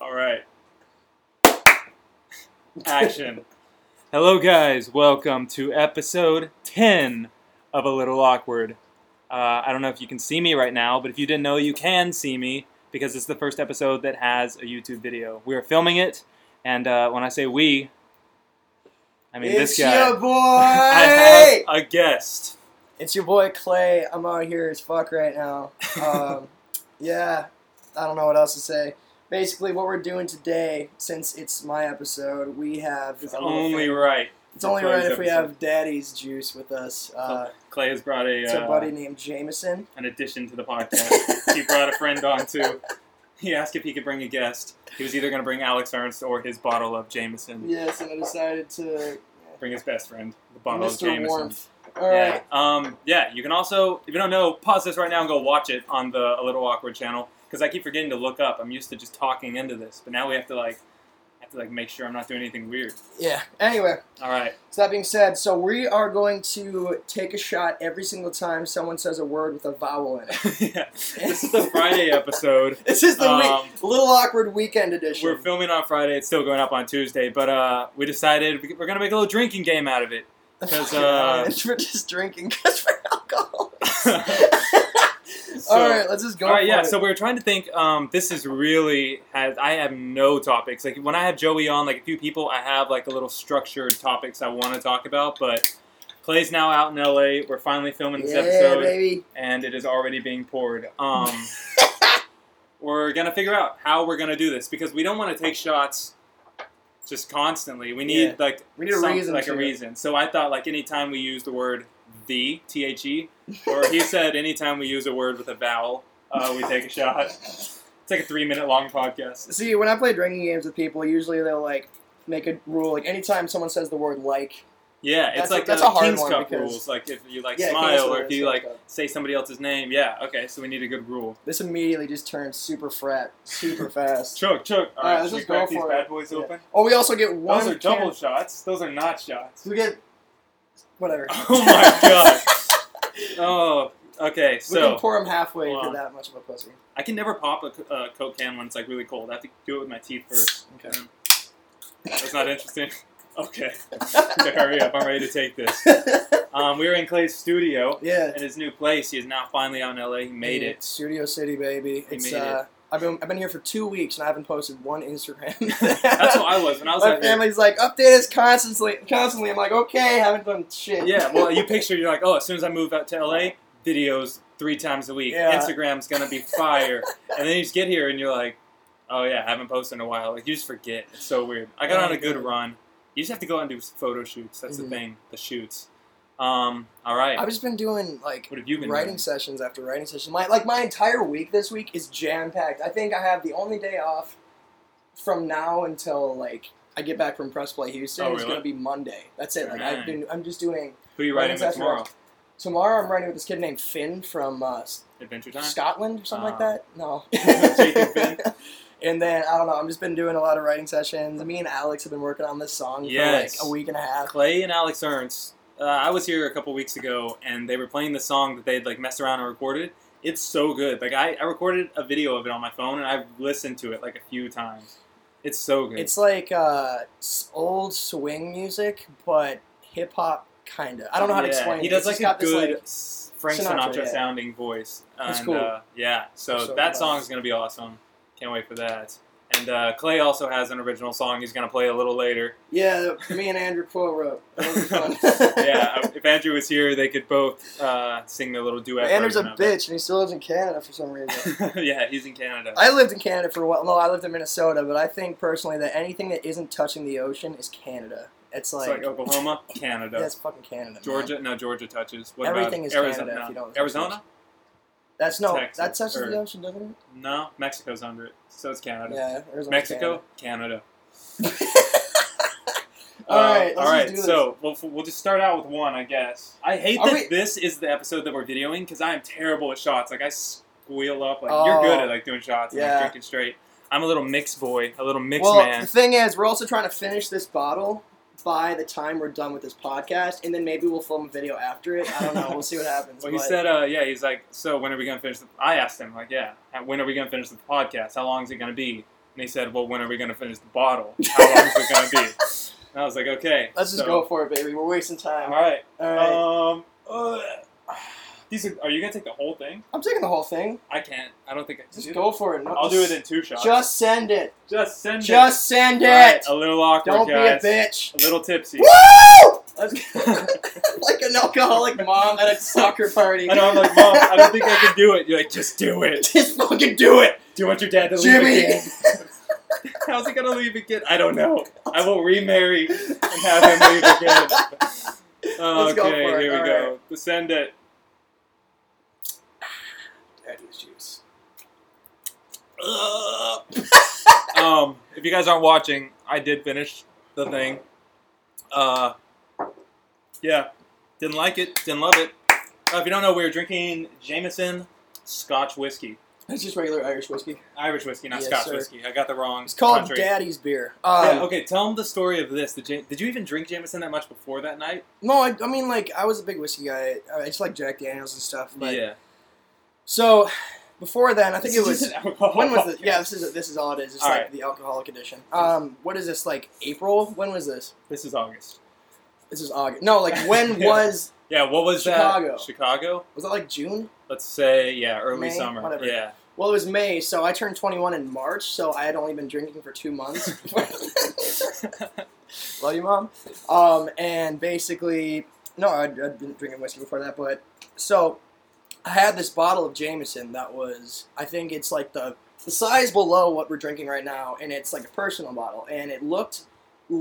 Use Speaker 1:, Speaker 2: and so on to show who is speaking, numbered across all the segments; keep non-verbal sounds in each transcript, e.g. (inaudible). Speaker 1: All right. Action. Hello, guys. Welcome to episode 10 of A Little Awkward. Uh, I don't know if you can see me right now, but if you didn't know, you can see me because it's the first episode that has a YouTube video. We are filming it, and uh, when I say we, (laughs) I mean
Speaker 2: it's
Speaker 1: this guy.
Speaker 2: your boy.
Speaker 1: I have a guest.
Speaker 2: it's your boy Clay. I'm out here as fuck
Speaker 1: (laughs)
Speaker 2: right now. Um, yeah, I don't know what else to say. Basically, what we're doing today, since it's my episode, we have
Speaker 1: It's
Speaker 2: a little
Speaker 1: only
Speaker 2: thing-
Speaker 1: right.
Speaker 2: it's only
Speaker 1: Clay's
Speaker 2: right if we
Speaker 1: episode. Oh,
Speaker 2: have Daddy's juice with us. Uh,
Speaker 1: Clay has brought a,
Speaker 2: It's a
Speaker 1: uh,
Speaker 2: buddy named Jameson.
Speaker 1: an addition to the podcast. he brought a friend on too. He asked if he could bring a guest. He was either going to bring Alex Ernst or his bottle of Jameson.
Speaker 2: (laughs) yes, and I decided to
Speaker 1: Bring his best friend, the bottle of
Speaker 2: Mr.
Speaker 1: Jameson.
Speaker 2: Warmth. All
Speaker 1: Yeah.
Speaker 2: right,
Speaker 1: Um, yeah, you can also, if you don't know, pause this right now and go watch it on the A Little Awkward channel because I keep forgetting to look up. I'm used to just talking into this, but now we have to like, I have to like make sure I'm not doing anything weird.
Speaker 2: yeah. Anyway,
Speaker 1: All right. (laughs)
Speaker 2: So that being said, so we are going to take a shot every single time someone says a word with a vowel in it. (laughs)
Speaker 1: yeah. This is the Friday episode.
Speaker 2: This is the week,
Speaker 1: Um,
Speaker 2: little awkward weekend edition.
Speaker 1: We're filming on Friday. It's still going up on Tuesday, but uh, we decided we- we're gonna make a little drinking game out of it. (laughs) 'cause, uh,
Speaker 2: And (laughs) we're just drinking because we're alcohol.
Speaker 1: (laughs) so,
Speaker 2: (laughs) all right, let's just go.
Speaker 1: all right,
Speaker 2: for
Speaker 1: yeah.
Speaker 2: it.
Speaker 1: So we were trying to think. Um, this is really has I have no topics. Like when I have Joey on, like a few people, I have like a little structured topics I want to talk about. But Clay's now out in LA. We're finally filming this
Speaker 2: yeah,
Speaker 1: episode, (laughs)
Speaker 2: baby.
Speaker 1: and it is already being poured.
Speaker 2: (laughs)
Speaker 1: Um, we're gonna figure out how we're gonna do this because we don't want to take shots just constantly. We need
Speaker 2: Yeah.
Speaker 1: like
Speaker 2: We need a
Speaker 1: some-
Speaker 2: reason.
Speaker 1: like
Speaker 2: to.
Speaker 1: a reason. So I thought like anytime we use the word the T H E, or he said anytime we use a word with a vowel, uh, we take a shot. It's like a three minute long podcast.
Speaker 2: (laughs) See, when I play drinking games with people, usually they'll like make a rule like anytime someone says the word like.
Speaker 1: Yeah, it's
Speaker 2: That's a-
Speaker 1: like
Speaker 2: that's
Speaker 1: the
Speaker 2: a hard
Speaker 1: King's
Speaker 2: one
Speaker 1: Cup
Speaker 2: because-
Speaker 1: rules. Like if you like
Speaker 2: Yeah, King's
Speaker 1: smile
Speaker 2: Cup
Speaker 1: or if
Speaker 2: rules,
Speaker 1: you
Speaker 2: King's
Speaker 1: like
Speaker 2: Cup.
Speaker 1: say somebody else's name. Yeah, okay. So we need a good rule.
Speaker 2: This immediately just turns super frat,
Speaker 1: (laughs)
Speaker 2: super fast.
Speaker 1: Chug chug. All
Speaker 2: All right,
Speaker 1: right,
Speaker 2: let's
Speaker 1: should we
Speaker 2: just go
Speaker 1: crack these
Speaker 2: for it.
Speaker 1: bad boys
Speaker 2: Yeah.
Speaker 1: open.
Speaker 2: Oh, we also get one.
Speaker 1: Those are
Speaker 2: can-
Speaker 1: double shots. Those are not shots.
Speaker 2: We get whatever.
Speaker 1: (laughs) Oh
Speaker 2: (laughs)
Speaker 1: my god. Oh, okay.
Speaker 2: We can
Speaker 1: So
Speaker 2: pour them halfway if
Speaker 1: Hold
Speaker 2: you're
Speaker 1: on.
Speaker 2: that much of a pussy.
Speaker 1: I can never pop a co- uh, Coke can when it's like really cold. I have to do it with my teeth first.
Speaker 2: Okay.
Speaker 1: That's not interesting. (laughs)
Speaker 2: (laughs)
Speaker 1: Okay. Okay, hurry up. I'm ready to take this. Um, we were in Clay's studio
Speaker 2: yeah.
Speaker 1: at his new place. He is now finally out in LA. He made it.
Speaker 2: Studio City, baby.
Speaker 1: He
Speaker 2: It's
Speaker 1: made it.
Speaker 2: uh I've been I've been here for two weeks and I haven't posted one Instagram.
Speaker 1: (laughs) That's how I was when I was
Speaker 2: My
Speaker 1: out here.
Speaker 2: family's like, update us constantly constantly. I'm like, okay, haven't done shit.
Speaker 1: Yeah, well,
Speaker 2: (laughs)
Speaker 1: you picture, you're like, oh, as soon as I move out to LA, videos three times a week.
Speaker 2: Yeah.
Speaker 1: Instagram's going to be fire. and then you just get here and you're like, oh, yeah, I haven't posted in a while. Like, you just forget. It's so weird. I got
Speaker 2: Oh,
Speaker 1: on a good
Speaker 2: yeah.
Speaker 1: run. You just have to go out and do some photo shoots. That's
Speaker 2: Mhm.
Speaker 1: the thing, the shoots. Um, all right.
Speaker 2: I've just been doing like
Speaker 1: what have you been
Speaker 2: writing
Speaker 1: doing?
Speaker 2: sessions after writing sessions. My like my entire week this week is jam packed. I think I have the only day off from now until like I get back from press play Houston.
Speaker 1: Oh,
Speaker 2: It's
Speaker 1: really?
Speaker 2: gonna be Monday. That's it. Like
Speaker 1: Dang.
Speaker 2: I've been I'm just doing
Speaker 1: Who are you writing
Speaker 2: writing
Speaker 1: with
Speaker 2: session.
Speaker 1: tomorrow?
Speaker 2: Tomorrow I'm writing with this kid named Finn from uh, S-
Speaker 1: Adventure Time?
Speaker 2: Scotland or something like
Speaker 1: Ah.
Speaker 2: that. No.
Speaker 1: (laughs) Jacob Finn?
Speaker 2: (laughs) and then I don't know. I've just been doing a lot of writing sessions. Me and Alex have been working on this song
Speaker 1: Yes.
Speaker 2: for like a week and a half.
Speaker 1: Clay and Alex Ernst. Uh, I was here a couple weeks ago, and they were playing the song that they'd like messed around and recorded. It's so good. Like I, I recorded a video of it on my phone, and I've listened to it like a few times. It's so good.
Speaker 2: It's like uh, s- old swing music, but hip hop kind of. I don't know how to
Speaker 1: Yeah,
Speaker 2: explain.
Speaker 1: He
Speaker 2: it.
Speaker 1: does
Speaker 2: It's
Speaker 1: like
Speaker 2: just
Speaker 1: a
Speaker 2: got this,
Speaker 1: good
Speaker 2: like-
Speaker 1: s Frank Sinatra,
Speaker 2: Sinatra, yeah.
Speaker 1: sounding voice.
Speaker 2: It's
Speaker 1: And,
Speaker 2: cool.
Speaker 1: uh, yeah. So,
Speaker 2: I'm so
Speaker 1: that
Speaker 2: glad.
Speaker 1: song is gonna be awesome. Can't wait for that. And uh, Clay also has an original song he's gonna play a little later.
Speaker 2: yeah, me and Andrew Quill wrote.
Speaker 1: (laughs)
Speaker 2: That was fun. (laughs)
Speaker 1: yeah, if Andrew was here, they could both uh, sing the little duet.
Speaker 2: Andrew's a
Speaker 1: version of it.
Speaker 2: bitch, and he still lives in Canada for some reason.
Speaker 1: (laughs) yeah, he's in Canada.
Speaker 2: I lived in Canada for a while. No, I lived in Minnesota, but I think personally that anything that isn't touching the ocean is Canada.
Speaker 1: It's
Speaker 2: It's like,
Speaker 1: like
Speaker 2: (laughs)
Speaker 1: Oklahoma, Canada,
Speaker 2: that's fucking Canada. man.
Speaker 1: Georgia. No, Georgia touches. What
Speaker 2: Everything
Speaker 1: about
Speaker 2: is
Speaker 1: Arizona?
Speaker 2: Canada if
Speaker 1: No.
Speaker 2: you don't-
Speaker 1: Arizona?
Speaker 2: That's no,
Speaker 1: Texas,
Speaker 2: that touches
Speaker 1: or-
Speaker 2: the ocean, doesn't it?
Speaker 1: No, Mexico's under it. So it's Canada.
Speaker 2: Yeah, Arizona.
Speaker 1: Mexico, Canada. (laughs) Uh,
Speaker 2: All right, let's
Speaker 1: all right.
Speaker 2: just do this.
Speaker 1: So we'll, we'll just start out with one, I guess. I hate
Speaker 2: Are
Speaker 1: that
Speaker 2: we-
Speaker 1: this is the episode that we're videoing because I am terrible at shots. Like I squeal up. Like
Speaker 2: Oh.
Speaker 1: you're good at like doing shots and like,
Speaker 2: Yeah.
Speaker 1: drinking straight. I'm a little mixed boy, a little mixed
Speaker 2: Well, the
Speaker 1: man.
Speaker 2: thing is, we're also trying to finish this bottle by the time we're done with this podcast, and then maybe we'll film a video after it. I don't know. We'll see
Speaker 1: (laughs)
Speaker 2: what happens.
Speaker 1: Well, he
Speaker 2: but-
Speaker 1: said, uh, yeah, he's like, so when are we going to finish the, I asked him, like, yeah, when are we going to finish the podcast? How long is it going to be? And he said, "Well, when are we going to finish the bottle? How long is it going to
Speaker 2: (laughs)
Speaker 1: be?" And I was like, "Okay."
Speaker 2: Let's just
Speaker 1: so-
Speaker 2: go for it, baby. We're wasting
Speaker 1: All
Speaker 2: time. All
Speaker 1: right.
Speaker 2: right.
Speaker 1: Um. uh, these are. Are you gonna take the whole thing?
Speaker 2: I'm taking the whole thing.
Speaker 1: I can't. I don't think I can
Speaker 2: Just
Speaker 1: do
Speaker 2: go for it.
Speaker 1: that.
Speaker 2: No,
Speaker 1: I'll do it
Speaker 2: just-
Speaker 1: in two shots.
Speaker 2: Just send it.
Speaker 1: Just send it.
Speaker 2: Just send
Speaker 1: All right,
Speaker 2: it.
Speaker 1: a little awkward,
Speaker 2: Don't be a
Speaker 1: guys.
Speaker 2: bitch.
Speaker 1: A little tipsy.
Speaker 2: Woo! (laughs) Let's- like an alcoholic mom at a soccer party.
Speaker 1: I know. I'm like, mom. I don't think I can do it. You're like, just do it.
Speaker 2: (laughs) Just fucking do it,
Speaker 1: Do you want your dad to leave
Speaker 2: Jimmy.
Speaker 1: again? How's he gonna leave again? I don't know. I will remarry and have him leave again.
Speaker 2: (laughs) Let's go
Speaker 1: okay,
Speaker 2: for it.
Speaker 1: here we
Speaker 2: All
Speaker 1: go. Send
Speaker 2: (laughs)
Speaker 1: it.
Speaker 2: Daddy's juice.
Speaker 1: um, if you guys aren't watching, I did finish the thing. Uh, yeah, didn't like it, didn't love it. Uh, if you don't know, we were drinking Jameson Scotch whiskey,
Speaker 2: It's just regular Irish whiskey.
Speaker 1: Irish whiskey, not
Speaker 2: Yes,
Speaker 1: Scotch
Speaker 2: sir.
Speaker 1: whiskey. I got the wrong.
Speaker 2: It's called
Speaker 1: country.
Speaker 2: Daddy's beer.
Speaker 1: Yeah,
Speaker 2: Um,
Speaker 1: okay, tell them the story of this. The Jam- did you even drink Jameson that much before that night?
Speaker 2: No, I, I mean like I was a big whiskey guy. I I just like Jack Daniels and stuff. But
Speaker 1: yeah,
Speaker 2: so before then, I think
Speaker 1: This
Speaker 2: it
Speaker 1: is
Speaker 2: was
Speaker 1: (laughs) an alcohol
Speaker 2: when was it?
Speaker 1: podcast.
Speaker 2: Yeah, this is this is all it is. It's
Speaker 1: All
Speaker 2: like
Speaker 1: right.
Speaker 2: the alcoholic edition. Um, what is this like April? When was this?
Speaker 1: This is August.
Speaker 2: This is August.
Speaker 1: (laughs)
Speaker 2: No, like when
Speaker 1: Yeah.
Speaker 2: was
Speaker 1: Yeah, what was
Speaker 2: Chicago.
Speaker 1: that? Chicago.
Speaker 2: was that like June?
Speaker 1: Let's say yeah, early
Speaker 2: May?
Speaker 1: summer.
Speaker 2: Whatever. (laughs)
Speaker 1: Yeah.
Speaker 2: Well, it was May, so I turned 21 in March, so I had only been drinking for
Speaker 1: (laughs)
Speaker 2: two months. (laughs) Love you, mom. Um, and basically, no, I'd, I'd been drinking whiskey before that, but so I had this bottle of Jameson that was, I think it's like the the size below what we're drinking right now, and it's like a personal bottle, and it looked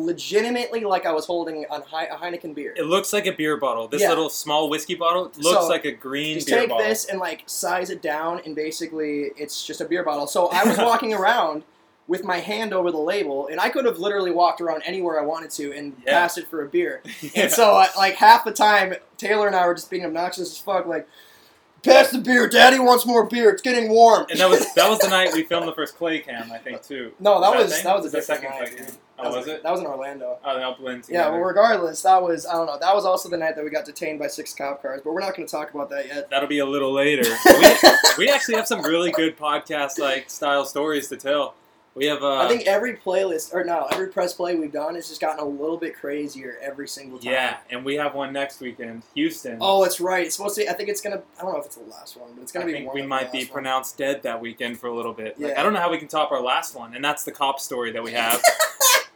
Speaker 2: legitimately like I was holding on Hei- a Heineken beer.
Speaker 1: It looks like a beer bottle. This
Speaker 2: Yeah.
Speaker 1: little small whiskey bottle looks
Speaker 2: So,
Speaker 1: like a green
Speaker 2: just
Speaker 1: beer
Speaker 2: take
Speaker 1: bottle. (laughs)
Speaker 2: this and like size it down and basically it's just a beer bottle so
Speaker 1: (laughs)
Speaker 2: i was walking around with my hand over the label and i could have literally walked around anywhere i wanted to and
Speaker 1: Yeah.
Speaker 2: passed it for a beer
Speaker 1: Yeah.
Speaker 2: and so I, like half the time taylor and i were just being obnoxious as fuck like pass the beer daddy wants more beer it's getting warm
Speaker 1: and that was that was the night we filmed the first clay cam, I think, too.
Speaker 2: (laughs) no Oh, that was
Speaker 1: thing?
Speaker 2: that was a
Speaker 1: the
Speaker 2: different
Speaker 1: second
Speaker 2: night
Speaker 1: clay
Speaker 2: dude.
Speaker 1: cam. Oh, was it?
Speaker 2: that was in orlando
Speaker 1: Oh, they'll blend
Speaker 2: yeah
Speaker 1: together.
Speaker 2: well regardless that was i don't know that was also the night that we got detained by six cop cars but we're not going to talk about that yet
Speaker 1: That'll be a
Speaker 2: (laughs)
Speaker 1: little later. we, we actually have some really good podcast like style stories to tell. We have uh,
Speaker 2: I think every playlist, or no, every press play we've done has just gotten a little bit crazier every single time.
Speaker 1: yeah, and we have one next weekend, Houston.
Speaker 2: Oh, it's right. It's supposed to. Be, I think it's gonna. I don't know if it's the last one, but it's gonna
Speaker 1: I
Speaker 2: be.
Speaker 1: think
Speaker 2: one
Speaker 1: we
Speaker 2: of the
Speaker 1: might be
Speaker 2: last ones.
Speaker 1: pronounced dead that weekend for a little bit. Like,
Speaker 2: Yeah.
Speaker 1: I don't know how we can top our last one, and that's the cop story that we
Speaker 2: (laughs)
Speaker 1: have.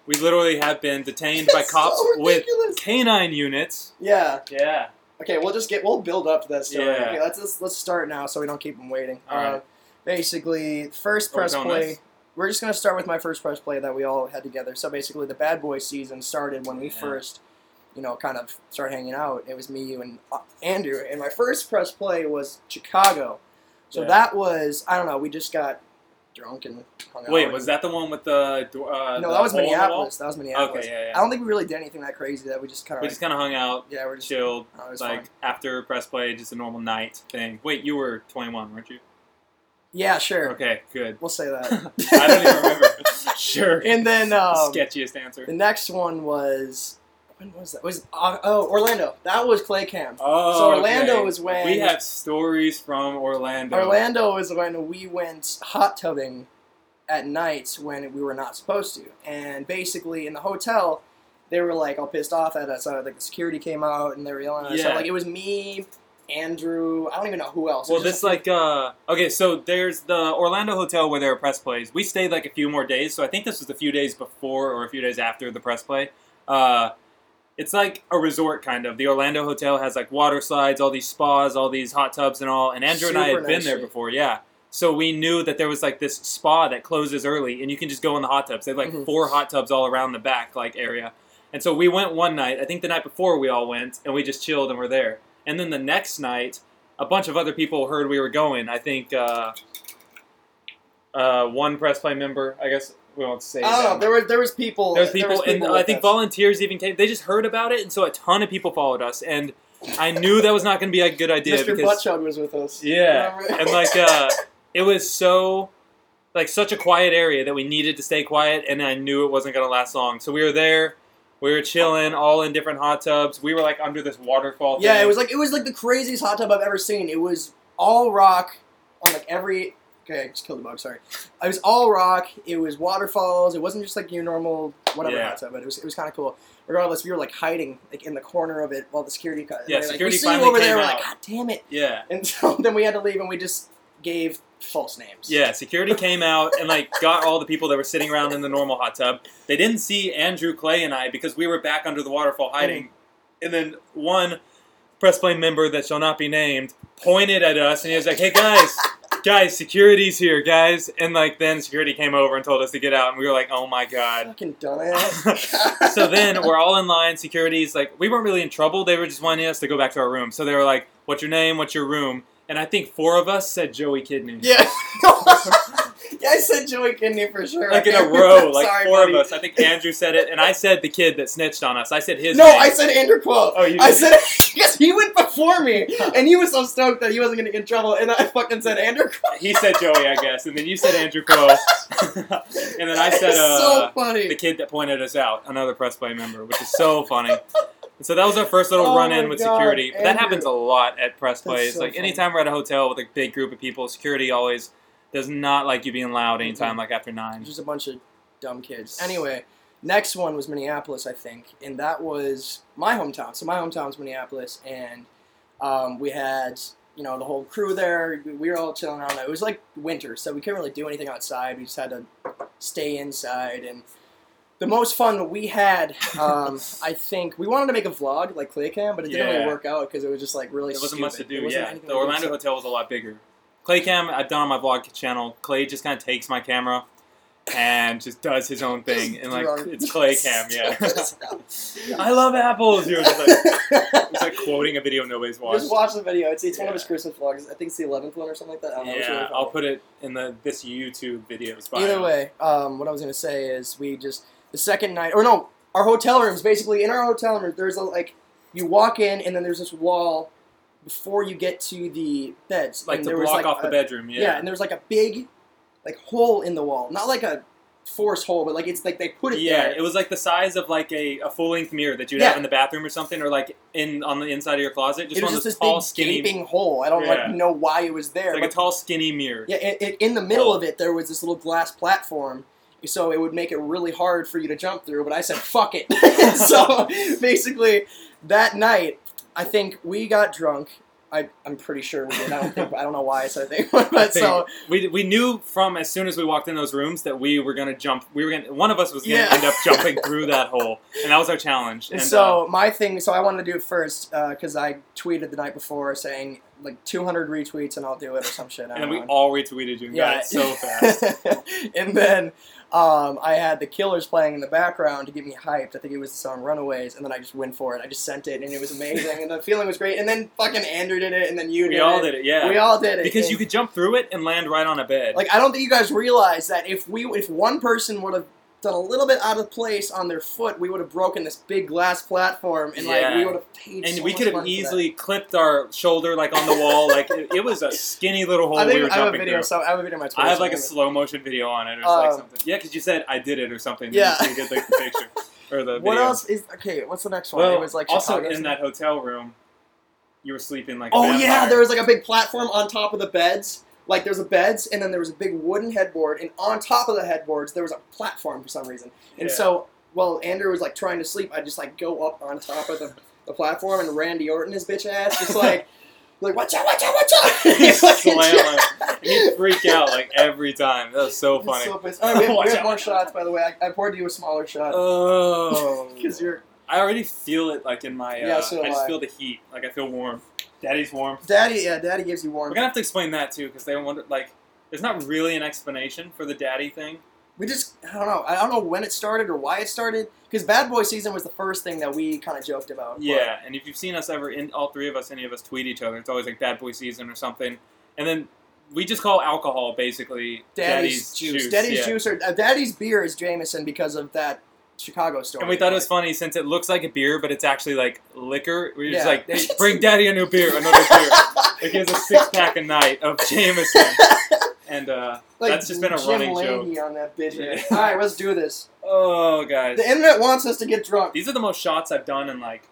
Speaker 1: we literally have been detained by
Speaker 2: It's
Speaker 1: cops
Speaker 2: (laughs) so
Speaker 1: with
Speaker 2: ridiculous.
Speaker 1: canine units.
Speaker 2: Yeah.
Speaker 1: Yeah.
Speaker 2: Okay. We'll just get. We'll build up to that story.
Speaker 1: Yeah.
Speaker 2: Okay, let's let's, let's start now so we don't keep them waiting.
Speaker 1: All
Speaker 2: uh,
Speaker 1: right.
Speaker 2: Basically, first
Speaker 1: Are we
Speaker 2: press
Speaker 1: going
Speaker 2: play.
Speaker 1: next?
Speaker 2: We're just gonna start with my first press play that we all had together. So basically, the Bad Boy season started when we
Speaker 1: Yeah.
Speaker 2: first, you know, kind of started hanging out. It was me, you, and uh, Andrew. And my first press play was Chicago. So
Speaker 1: Yeah.
Speaker 2: that was I don't know. We just got drunk and hung out.
Speaker 1: Wait, was that the one with the door? Uh,
Speaker 2: no?
Speaker 1: the
Speaker 2: That was
Speaker 1: hole in the wall?
Speaker 2: Minneapolis. That was Minneapolis.
Speaker 1: Okay, yeah,
Speaker 2: I
Speaker 1: yeah.
Speaker 2: don't think we really did anything that crazy. That we just kind of
Speaker 1: We just kind of hung out,
Speaker 2: yeah, we're just
Speaker 1: chilled,
Speaker 2: oh, it was
Speaker 1: like
Speaker 2: fun.
Speaker 1: after press play, just a normal night thing. Wait, you were 21, weren't you?
Speaker 2: yeah, sure.
Speaker 1: Okay,
Speaker 2: (laughs)
Speaker 1: good. (laughs)
Speaker 2: We'll say that.
Speaker 1: I don't
Speaker 2: (laughs)
Speaker 1: even remember. (laughs) sure.
Speaker 2: And then um,
Speaker 1: Sketchiest answer.
Speaker 2: the next one was when was that? It was uh, oh Orlando? That was Clay Camp.
Speaker 1: Oh,
Speaker 2: so Orlando
Speaker 1: okay.
Speaker 2: was when
Speaker 1: We have stories from Orlando.
Speaker 2: Orlando was when we went hot tubbing at night when we were not supposed to, and basically in the hotel. They were like all pissed off at us. Uh, like the security came out and they were yelling at us. So
Speaker 1: Yeah.
Speaker 2: like it was me, Andrew. I don't even know who else. It
Speaker 1: Well,
Speaker 2: was just
Speaker 1: this like uh okay, so there's the Orlando hotel where there are press plays. We stayed like a few more days, so I think this was a few days before or a few days after the press play. Uh, it's like a resort kind of. The Orlando hotel has like water slides, all these spas, all these hot tubs and all. And Andrew and I had
Speaker 2: Super
Speaker 1: been
Speaker 2: nice
Speaker 1: there
Speaker 2: shit.
Speaker 1: before, yeah. So we knew that there was like this spa that closes early, and you can just go in the hot tubs. They have like
Speaker 2: Mhm.
Speaker 1: four hot tubs all around the back like area. And so we went one night. I think the night before we all went, and we just chilled and were there. And then the next night, a bunch of other people heard we were going. I think uh, uh, one press play member. I guess we won't say.
Speaker 2: I don't know.
Speaker 1: them.
Speaker 2: oh, There were there was people.
Speaker 1: There's people, and I
Speaker 2: with
Speaker 1: think
Speaker 2: us.
Speaker 1: volunteers even came. They just heard about it, and so a ton of people followed us. And I knew that was not going to be a good idea
Speaker 2: Mr.
Speaker 1: because
Speaker 2: Buttchug was with us.
Speaker 1: yeah,
Speaker 2: Remember?
Speaker 1: and like uh, it was so like such a quiet area that we needed to stay quiet, and I knew it wasn't going to last long. So we were there. We were chilling, all in different hot tubs. We were like under this waterfall.
Speaker 2: (laughs) yeah,
Speaker 1: thing.
Speaker 2: it was like it was like the craziest hot tub I've ever seen. It was all rock on like every Okay, I just killed a bug. Sorry. It was all rock. It was waterfalls. It wasn't just like your normal whatever
Speaker 1: Yeah.
Speaker 2: hot tub, but it was it was kind of cool. Regardless, we were like hiding like in the corner of it while the security. co-
Speaker 1: Yeah,
Speaker 2: they're like,
Speaker 1: security
Speaker 2: we see
Speaker 1: finally
Speaker 2: you over there.
Speaker 1: came
Speaker 2: We're like,
Speaker 1: out.
Speaker 2: God damn it!
Speaker 1: Yeah.
Speaker 2: And (laughs) so then we had to leave, and we just gave false names.
Speaker 1: Yeah, security came out and like got all the people that were sitting around in the normal hot tub. They didn't see Andrew Clay and I because we were back under the waterfall hiding. And then one press play member that shall not be named pointed at us and he was like, "Hey guys, guys, security's here, guys!" And like then security came over and told us to get out, and we were like, "Oh my god."
Speaker 2: (laughs) Fucking
Speaker 1: (laughs)
Speaker 2: dumbass.
Speaker 1: So then we're all in line. Security's like, we weren't really in trouble. They were just wanting us to go back to our room. So they were like, "What's your name? What's your room?" And I think four of us said Joey Kidney.
Speaker 2: Yeah. (laughs) yeah, I said Joey Kidney for sure.
Speaker 1: like in
Speaker 2: (laughs)
Speaker 1: a row, like
Speaker 2: Sorry,
Speaker 1: four
Speaker 2: buddy.
Speaker 1: of us. I think Andrew said it, and I said the kid that snitched on us. I said his.
Speaker 2: No,
Speaker 1: name.
Speaker 2: I said Andrew Quill.
Speaker 1: Oh, you
Speaker 2: I
Speaker 1: did.
Speaker 2: said (laughs) because he went before me, and he was so stoked that he wasn't gonna get in trouble, and I fucking said Andrew
Speaker 1: (laughs)
Speaker 2: Quill.
Speaker 1: He said Joey, I guess, and then you said Andrew Cole, (laughs) and then I said
Speaker 2: (laughs) It's
Speaker 1: uh,
Speaker 2: so funny.
Speaker 1: the kid that pointed us out, another press play member, which is so funny. And so that was our first little
Speaker 2: Oh
Speaker 1: run-in
Speaker 2: my
Speaker 1: with
Speaker 2: God,
Speaker 1: security. But that
Speaker 2: Andrew.
Speaker 1: happens a lot at press plays.
Speaker 2: so
Speaker 1: like
Speaker 2: funny.
Speaker 1: anytime we're at a hotel with a big group of people, security always does not like you being loud
Speaker 2: Mm-hmm.
Speaker 1: anytime, like after nine.
Speaker 2: Just a bunch of dumb kids. Anyway, next one was Minneapolis, I think, and that was my hometown. So my hometown's Minneapolis, and um, we had you know the whole crew there. We were all chilling out. It was like winter, so we couldn't really do anything outside. We just had to stay inside and. The most fun we had,
Speaker 1: (laughs)
Speaker 2: um, I think, we wanted to make a vlog like Clay Cam, but it didn't
Speaker 1: Yeah.
Speaker 2: really work out because it was just like really.
Speaker 1: There wasn't
Speaker 2: stupid.
Speaker 1: much to
Speaker 2: There
Speaker 1: do.
Speaker 2: wasn't
Speaker 1: Yeah,
Speaker 2: anything
Speaker 1: the
Speaker 2: to do,
Speaker 1: Orlando
Speaker 2: so-
Speaker 1: hotel was a lot bigger. Clay Cam, I've done on my vlog channel. Clay just kind of takes my camera and just does his own thing, and like
Speaker 2: Drunk.
Speaker 1: it's Clay
Speaker 2: (laughs)
Speaker 1: Cam. Yeah, (laughs) I love apples. You're just like,
Speaker 2: (laughs)
Speaker 1: it's like quoting a video nobody's watched.
Speaker 2: Just watch the video. It's, it's one of his
Speaker 1: Yeah.
Speaker 2: Christmas vlogs. I think it's the eleventh one or something like that. I don't know. It's really
Speaker 1: Yeah,
Speaker 2: funny.
Speaker 1: I'll put it in the this YouTube videos. Bio.
Speaker 2: Either way, um, what I was gonna say is we just the second night or no, our hotel rooms basically in our hotel room. There's a like you walk in and then there's this wall before you get to the beds.
Speaker 1: like
Speaker 2: and
Speaker 1: to
Speaker 2: there
Speaker 1: block
Speaker 2: was, like,
Speaker 1: off the
Speaker 2: a-
Speaker 1: bedroom.
Speaker 2: Yeah. and there's like a big like hole in the wall, not like a force hole, but like it's like they put it
Speaker 1: Yeah,
Speaker 2: there.
Speaker 1: it was like the size of like a, a full length mirror that you'd
Speaker 2: Yeah.
Speaker 1: have in the bathroom or something, or like in on the inside of your closet. Just
Speaker 2: it
Speaker 1: one
Speaker 2: was just
Speaker 1: of those
Speaker 2: this
Speaker 1: tall,
Speaker 2: big
Speaker 1: skinny,
Speaker 2: gaping hole. I don't
Speaker 1: Yeah.
Speaker 2: like know why it was there,
Speaker 1: it's like
Speaker 2: but
Speaker 1: a tall, skinny mirror.
Speaker 2: Yeah, it, it, in the middle
Speaker 1: Oh.
Speaker 2: of it, there was this little glass platform, so it would make it really hard for you to jump through. But I said, "Fuck
Speaker 1: (laughs)
Speaker 2: it!" (laughs) so basically, that night, I think we got drunk. I, I'm pretty sure we did. I don't think I don't know why I said they, (laughs)
Speaker 1: (laughs)
Speaker 2: but so
Speaker 1: We, we knew from as soon as we walked in those rooms that we were gonna jump. We were gonna one of us was gonna
Speaker 2: Yeah.
Speaker 1: end up jumping through that hole, and that was our challenge. And uh,
Speaker 2: so my thing. So I wanted to do it first because I tweeted the night before saying like 200 retweets and I'll do it or some shit.
Speaker 1: uh,
Speaker 2: I
Speaker 1: and
Speaker 2: don't
Speaker 1: then we
Speaker 2: know.
Speaker 1: all retweeted you and got it so
Speaker 2: (laughs)
Speaker 1: fast.
Speaker 2: and then um, I had the Killers playing in the background to get me hyped. I think it was the song Runaways, and then I just went for it. I just sent it, and it was amazing, and the feeling was great. And then fucking Andrew did it, and then you did
Speaker 1: we
Speaker 2: it.
Speaker 1: all did it, yeah.
Speaker 2: We all did it
Speaker 1: because
Speaker 2: and-
Speaker 1: you could jump through it and land right on a bed.
Speaker 2: like I don't think you guys realize that if we if one person would have done a little bit out of place on their foot, we would have broken this big glass platform, and like
Speaker 1: Yeah.
Speaker 2: we would have paid.
Speaker 1: and
Speaker 2: so
Speaker 1: we
Speaker 2: much
Speaker 1: could have
Speaker 2: money for that.
Speaker 1: easily clipped our shoulder like on the wall. like it, it was a skinny little hole
Speaker 2: I think
Speaker 1: we were
Speaker 2: I have a
Speaker 1: jumping
Speaker 2: video.
Speaker 1: through.
Speaker 2: So I have a video on my Twitter.
Speaker 1: I have like a
Speaker 2: somewhere.
Speaker 1: slow motion video on it or like
Speaker 2: Um,
Speaker 1: something. Yeah, because you said I did it or something.
Speaker 2: Yeah.
Speaker 1: So you get like, the
Speaker 2: (laughs)
Speaker 1: picture or the
Speaker 2: What
Speaker 1: video.
Speaker 2: else is okay? What's the next one?
Speaker 1: Well,
Speaker 2: it was like
Speaker 1: also
Speaker 2: Chicago
Speaker 1: in
Speaker 2: something.
Speaker 1: that hotel room, you were sleeping like. a
Speaker 2: Oh yeah,
Speaker 1: vampire.
Speaker 2: there was like a big platform on top of the beds. Like there's a beds, and then there was a big wooden headboard, and on top of the headboards there was a platform for some (laughs) reason. And
Speaker 1: (laughs) Yeah.
Speaker 2: so while Andrew was like trying to sleep, I just like go up on top of the, the platform, and Randy Orton his bitch
Speaker 1: (laughs)
Speaker 2: ass just like like watch out, watch out, watch out.
Speaker 1: He'd
Speaker 2: (laughs) Like,
Speaker 1: slam on it. And He'd freak out like every time. That was so
Speaker 2: (laughs) I'm
Speaker 1: funny.
Speaker 2: so pissed.
Speaker 1: (laughs)
Speaker 2: All right, we have, we
Speaker 1: Watch
Speaker 2: have
Speaker 1: out.
Speaker 2: more shots by the way. I, I poured you a smaller shot (laughs)
Speaker 1: oh.
Speaker 2: because you're
Speaker 1: I already feel it like in my. Uh,
Speaker 2: Yeah, so do
Speaker 1: I just
Speaker 2: I.
Speaker 1: feel the heat. Like I feel warm. Daddy's warm.
Speaker 2: daddy. Yeah, daddy gives you
Speaker 1: We're
Speaker 2: warm.
Speaker 1: gonna have to explain that too because they wonder like. There's not really an explanation for the daddy thing.
Speaker 2: We just, I don't know. I don't know when it started or why it started. Because Bad Boy Season was the first thing that we kind of joked about. but-
Speaker 1: Yeah, and if you've seen us ever, in all three of us, any of us tweet each other, it's always like bad boy season or something. And then we just call alcohol basically
Speaker 2: Daddy's, juice. Daddy's
Speaker 1: yeah.
Speaker 2: juice or uh, Daddy's beer is Jameson because of that Chicago story.
Speaker 1: And we thought it was funny since it looks like a beer, but it's actually like liquor. We're just
Speaker 2: Yeah.
Speaker 1: like, "Hey,
Speaker 2: (laughs)
Speaker 1: bring daddy a new beer, another beer. Like gives a six pack a night of
Speaker 2: (laughs)
Speaker 1: Jameson. And uh,
Speaker 2: Like,
Speaker 1: that's just been a
Speaker 2: Jim
Speaker 1: running
Speaker 2: Leahy on that bitch.
Speaker 1: Yeah.
Speaker 2: All right, let's
Speaker 1: (laughs)
Speaker 2: do this.
Speaker 1: oh, guys.
Speaker 2: The internet wants us to get drunk.
Speaker 1: These are the most shots I've done in like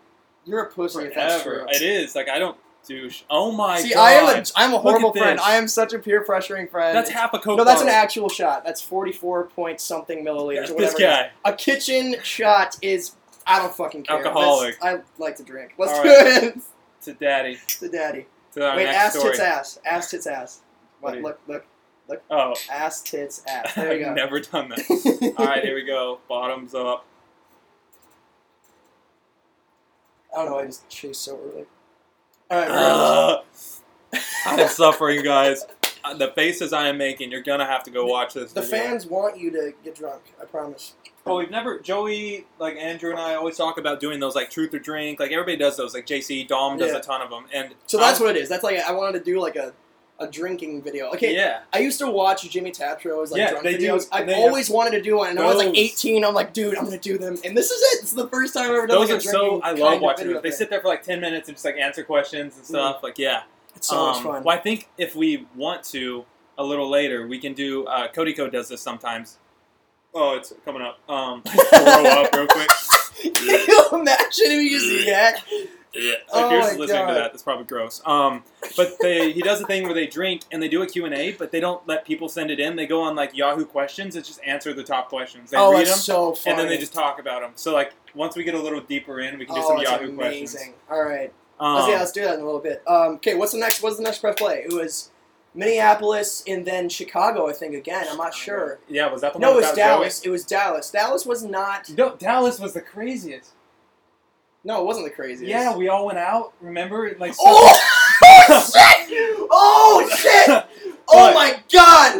Speaker 2: You're a pussy if that's true.
Speaker 1: forever. It is. Like, I don't douche. Oh my
Speaker 2: See,
Speaker 1: god.
Speaker 2: I am a, I'm a
Speaker 1: Look
Speaker 2: horrible
Speaker 1: at this.
Speaker 2: friend. I am such a peer pressuring friend.
Speaker 1: That's half a coke.
Speaker 2: no, that's an
Speaker 1: bottle.
Speaker 2: actual shot. That's 44 point something milliliters.
Speaker 1: There's
Speaker 2: or
Speaker 1: This
Speaker 2: whatever it is.
Speaker 1: guy.
Speaker 2: A kitchen shot is I don't fucking care.
Speaker 1: Alcoholic.
Speaker 2: That's- I like to drink. Let's
Speaker 1: All
Speaker 2: do
Speaker 1: right.
Speaker 2: it. (laughs)
Speaker 1: To daddy.
Speaker 2: to daddy.
Speaker 1: To our
Speaker 2: Wait,
Speaker 1: next
Speaker 2: ass
Speaker 1: story.
Speaker 2: tits ass. Ass tits ass.
Speaker 1: What
Speaker 2: What,
Speaker 1: do you-
Speaker 2: look, look.
Speaker 1: Oh. (laughs)
Speaker 2: Ass tits ass. There you
Speaker 1: I've
Speaker 2: go. (laughs)
Speaker 1: never done that. Alright, here we go. Bottoms up.
Speaker 2: I don't know. I just chased so early. All right. (laughs)
Speaker 1: Ugh. I'm suffering, guys. Uh, The faces I am making, you're gonna have to go watch this.
Speaker 2: the
Speaker 1: video.
Speaker 2: fans want you to get drunk. I promise.
Speaker 1: Oh, we've never. Joey, like Andrew and I, always talk about doing those like truth or drink. Like everybody does those. Like JC Dom does
Speaker 2: Yeah.
Speaker 1: a ton of them. And
Speaker 2: So that's what it is. That's like I wanted to do like a, a drinking video. Okay.
Speaker 1: Yeah.
Speaker 2: I used to watch Jimmy Tatro's like
Speaker 1: Yeah,
Speaker 2: drunk
Speaker 1: they do-
Speaker 2: videos. I've
Speaker 1: they have-
Speaker 2: always wanted to do one. And when I was like
Speaker 1: Those-
Speaker 2: 18, I'm like, dude, I'm gonna do them. And this is it. It's the first time I've ever done
Speaker 1: Those
Speaker 2: like,
Speaker 1: are
Speaker 2: a
Speaker 1: so.
Speaker 2: drinking
Speaker 1: I
Speaker 2: kind
Speaker 1: love
Speaker 2: of
Speaker 1: watching
Speaker 2: video
Speaker 1: them. They
Speaker 2: thing.
Speaker 1: sit there for like ten minutes and just like answer questions and stuff. Like yeah.
Speaker 2: It's so much
Speaker 1: Um,
Speaker 2: fun. (laughs)
Speaker 1: Well, I think if we want to, a little later, we can do. Uh, Cody Co does this sometimes. Oh, it's coming up. Um, (laughs) throw up real quick.
Speaker 2: Can you imagine if you just yak?
Speaker 1: if (laughs)
Speaker 2: Oh
Speaker 1: you're
Speaker 2: my
Speaker 1: listening to
Speaker 2: God.
Speaker 1: that, that's probably gross. Um, but they he does a thing where they drink and they do a Q and A, but they don't let people send it in. They go on like Yahoo questions and just answer the top questions. They
Speaker 2: Oh,
Speaker 1: read
Speaker 2: it's
Speaker 1: them
Speaker 2: so fun.
Speaker 1: and then they just talk about them. So like once we get a little deeper in, we can do
Speaker 2: oh,
Speaker 1: some
Speaker 2: it's
Speaker 1: Yahoo
Speaker 2: amazing.
Speaker 1: questions.
Speaker 2: All right. Let's,
Speaker 1: Um,
Speaker 2: yeah, let's do that in a little bit. Um, okay, what's the next? What's the next press play? It was Minneapolis and then Chicago, I think. Again, I'm not sure.
Speaker 1: Yeah, was that the
Speaker 2: No, it
Speaker 1: one?
Speaker 2: was
Speaker 1: without
Speaker 2: Dallas. It was Dallas. Dallas was not.
Speaker 1: Joey? No, Dallas was the craziest.
Speaker 2: No, it wasn't the craziest.
Speaker 1: Yeah, we all went out. Remember, like
Speaker 2: Oh, (laughs) oh shit! Oh shit! Oh
Speaker 1: But-
Speaker 2: my god!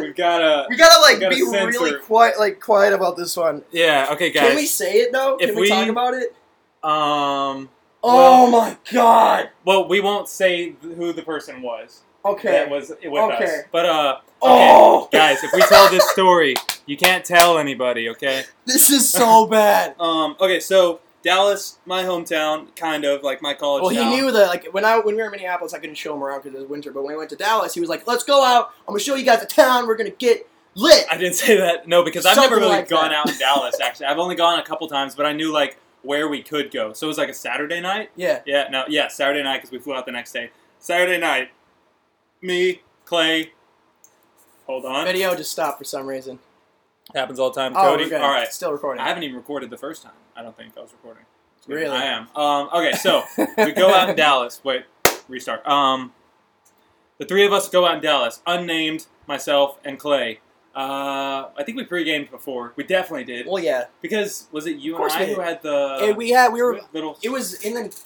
Speaker 1: (laughs) we've got a
Speaker 2: We gotta like
Speaker 1: We gotta
Speaker 2: be
Speaker 1: censor.
Speaker 2: really quiet, like quiet about this one.
Speaker 1: yeah. Okay, guys.
Speaker 2: Can we say it though?
Speaker 1: if
Speaker 2: Can we,
Speaker 1: we-
Speaker 2: talk about it?
Speaker 1: um,
Speaker 2: Oh my god!
Speaker 1: well, we won't say th- who the person was.
Speaker 2: Okay.
Speaker 1: that was with
Speaker 2: Okay.
Speaker 1: us. But uh, okay,
Speaker 2: Oh!
Speaker 1: guys, if we tell this story, you can't tell anybody, okay?
Speaker 2: (laughs) This is
Speaker 1: (laughs)
Speaker 2: so bad.
Speaker 1: Um, okay, so Dallas, my hometown, kind of like my college.
Speaker 2: Well, he
Speaker 1: town.
Speaker 2: knew that like when I when we were in Minneapolis, I couldn't show him around because it was winter. But when we went to Dallas, he was like, "Let's go out. I'm gonna show you guys the town. We're gonna get lit."
Speaker 1: I didn't say that. No, because I've never
Speaker 2: Something
Speaker 1: really
Speaker 2: like
Speaker 1: gone
Speaker 2: that.
Speaker 1: out in Dallas. Actually, I've only gone a couple times, but I knew like where we could go. So it was like a Saturday night.
Speaker 2: yeah,
Speaker 1: Yeah, no, yeah, Saturday night because we flew out the next day. Saturday night, me, Clay. Hold on.
Speaker 2: video just stopped for some reason.
Speaker 1: Happens all the time.
Speaker 2: Oh,
Speaker 1: Cody.
Speaker 2: okay.
Speaker 1: All right.
Speaker 2: still recording.
Speaker 1: I haven't even recorded the first time. I don't think I was recording.
Speaker 2: Really?
Speaker 1: I am. Um, okay, so we go
Speaker 2: (laughs)
Speaker 1: out in Dallas. Wait, restart. Um, the three of us go out in Dallas. Unnamed, myself, and Clay. Uh, I think we pre-gamed before. We definitely did
Speaker 2: well, yeah,
Speaker 1: because was it you
Speaker 2: Of
Speaker 1: and
Speaker 2: course
Speaker 1: I
Speaker 2: we
Speaker 1: who
Speaker 2: did.
Speaker 1: had the
Speaker 2: and we had we were
Speaker 1: little?
Speaker 2: it was in the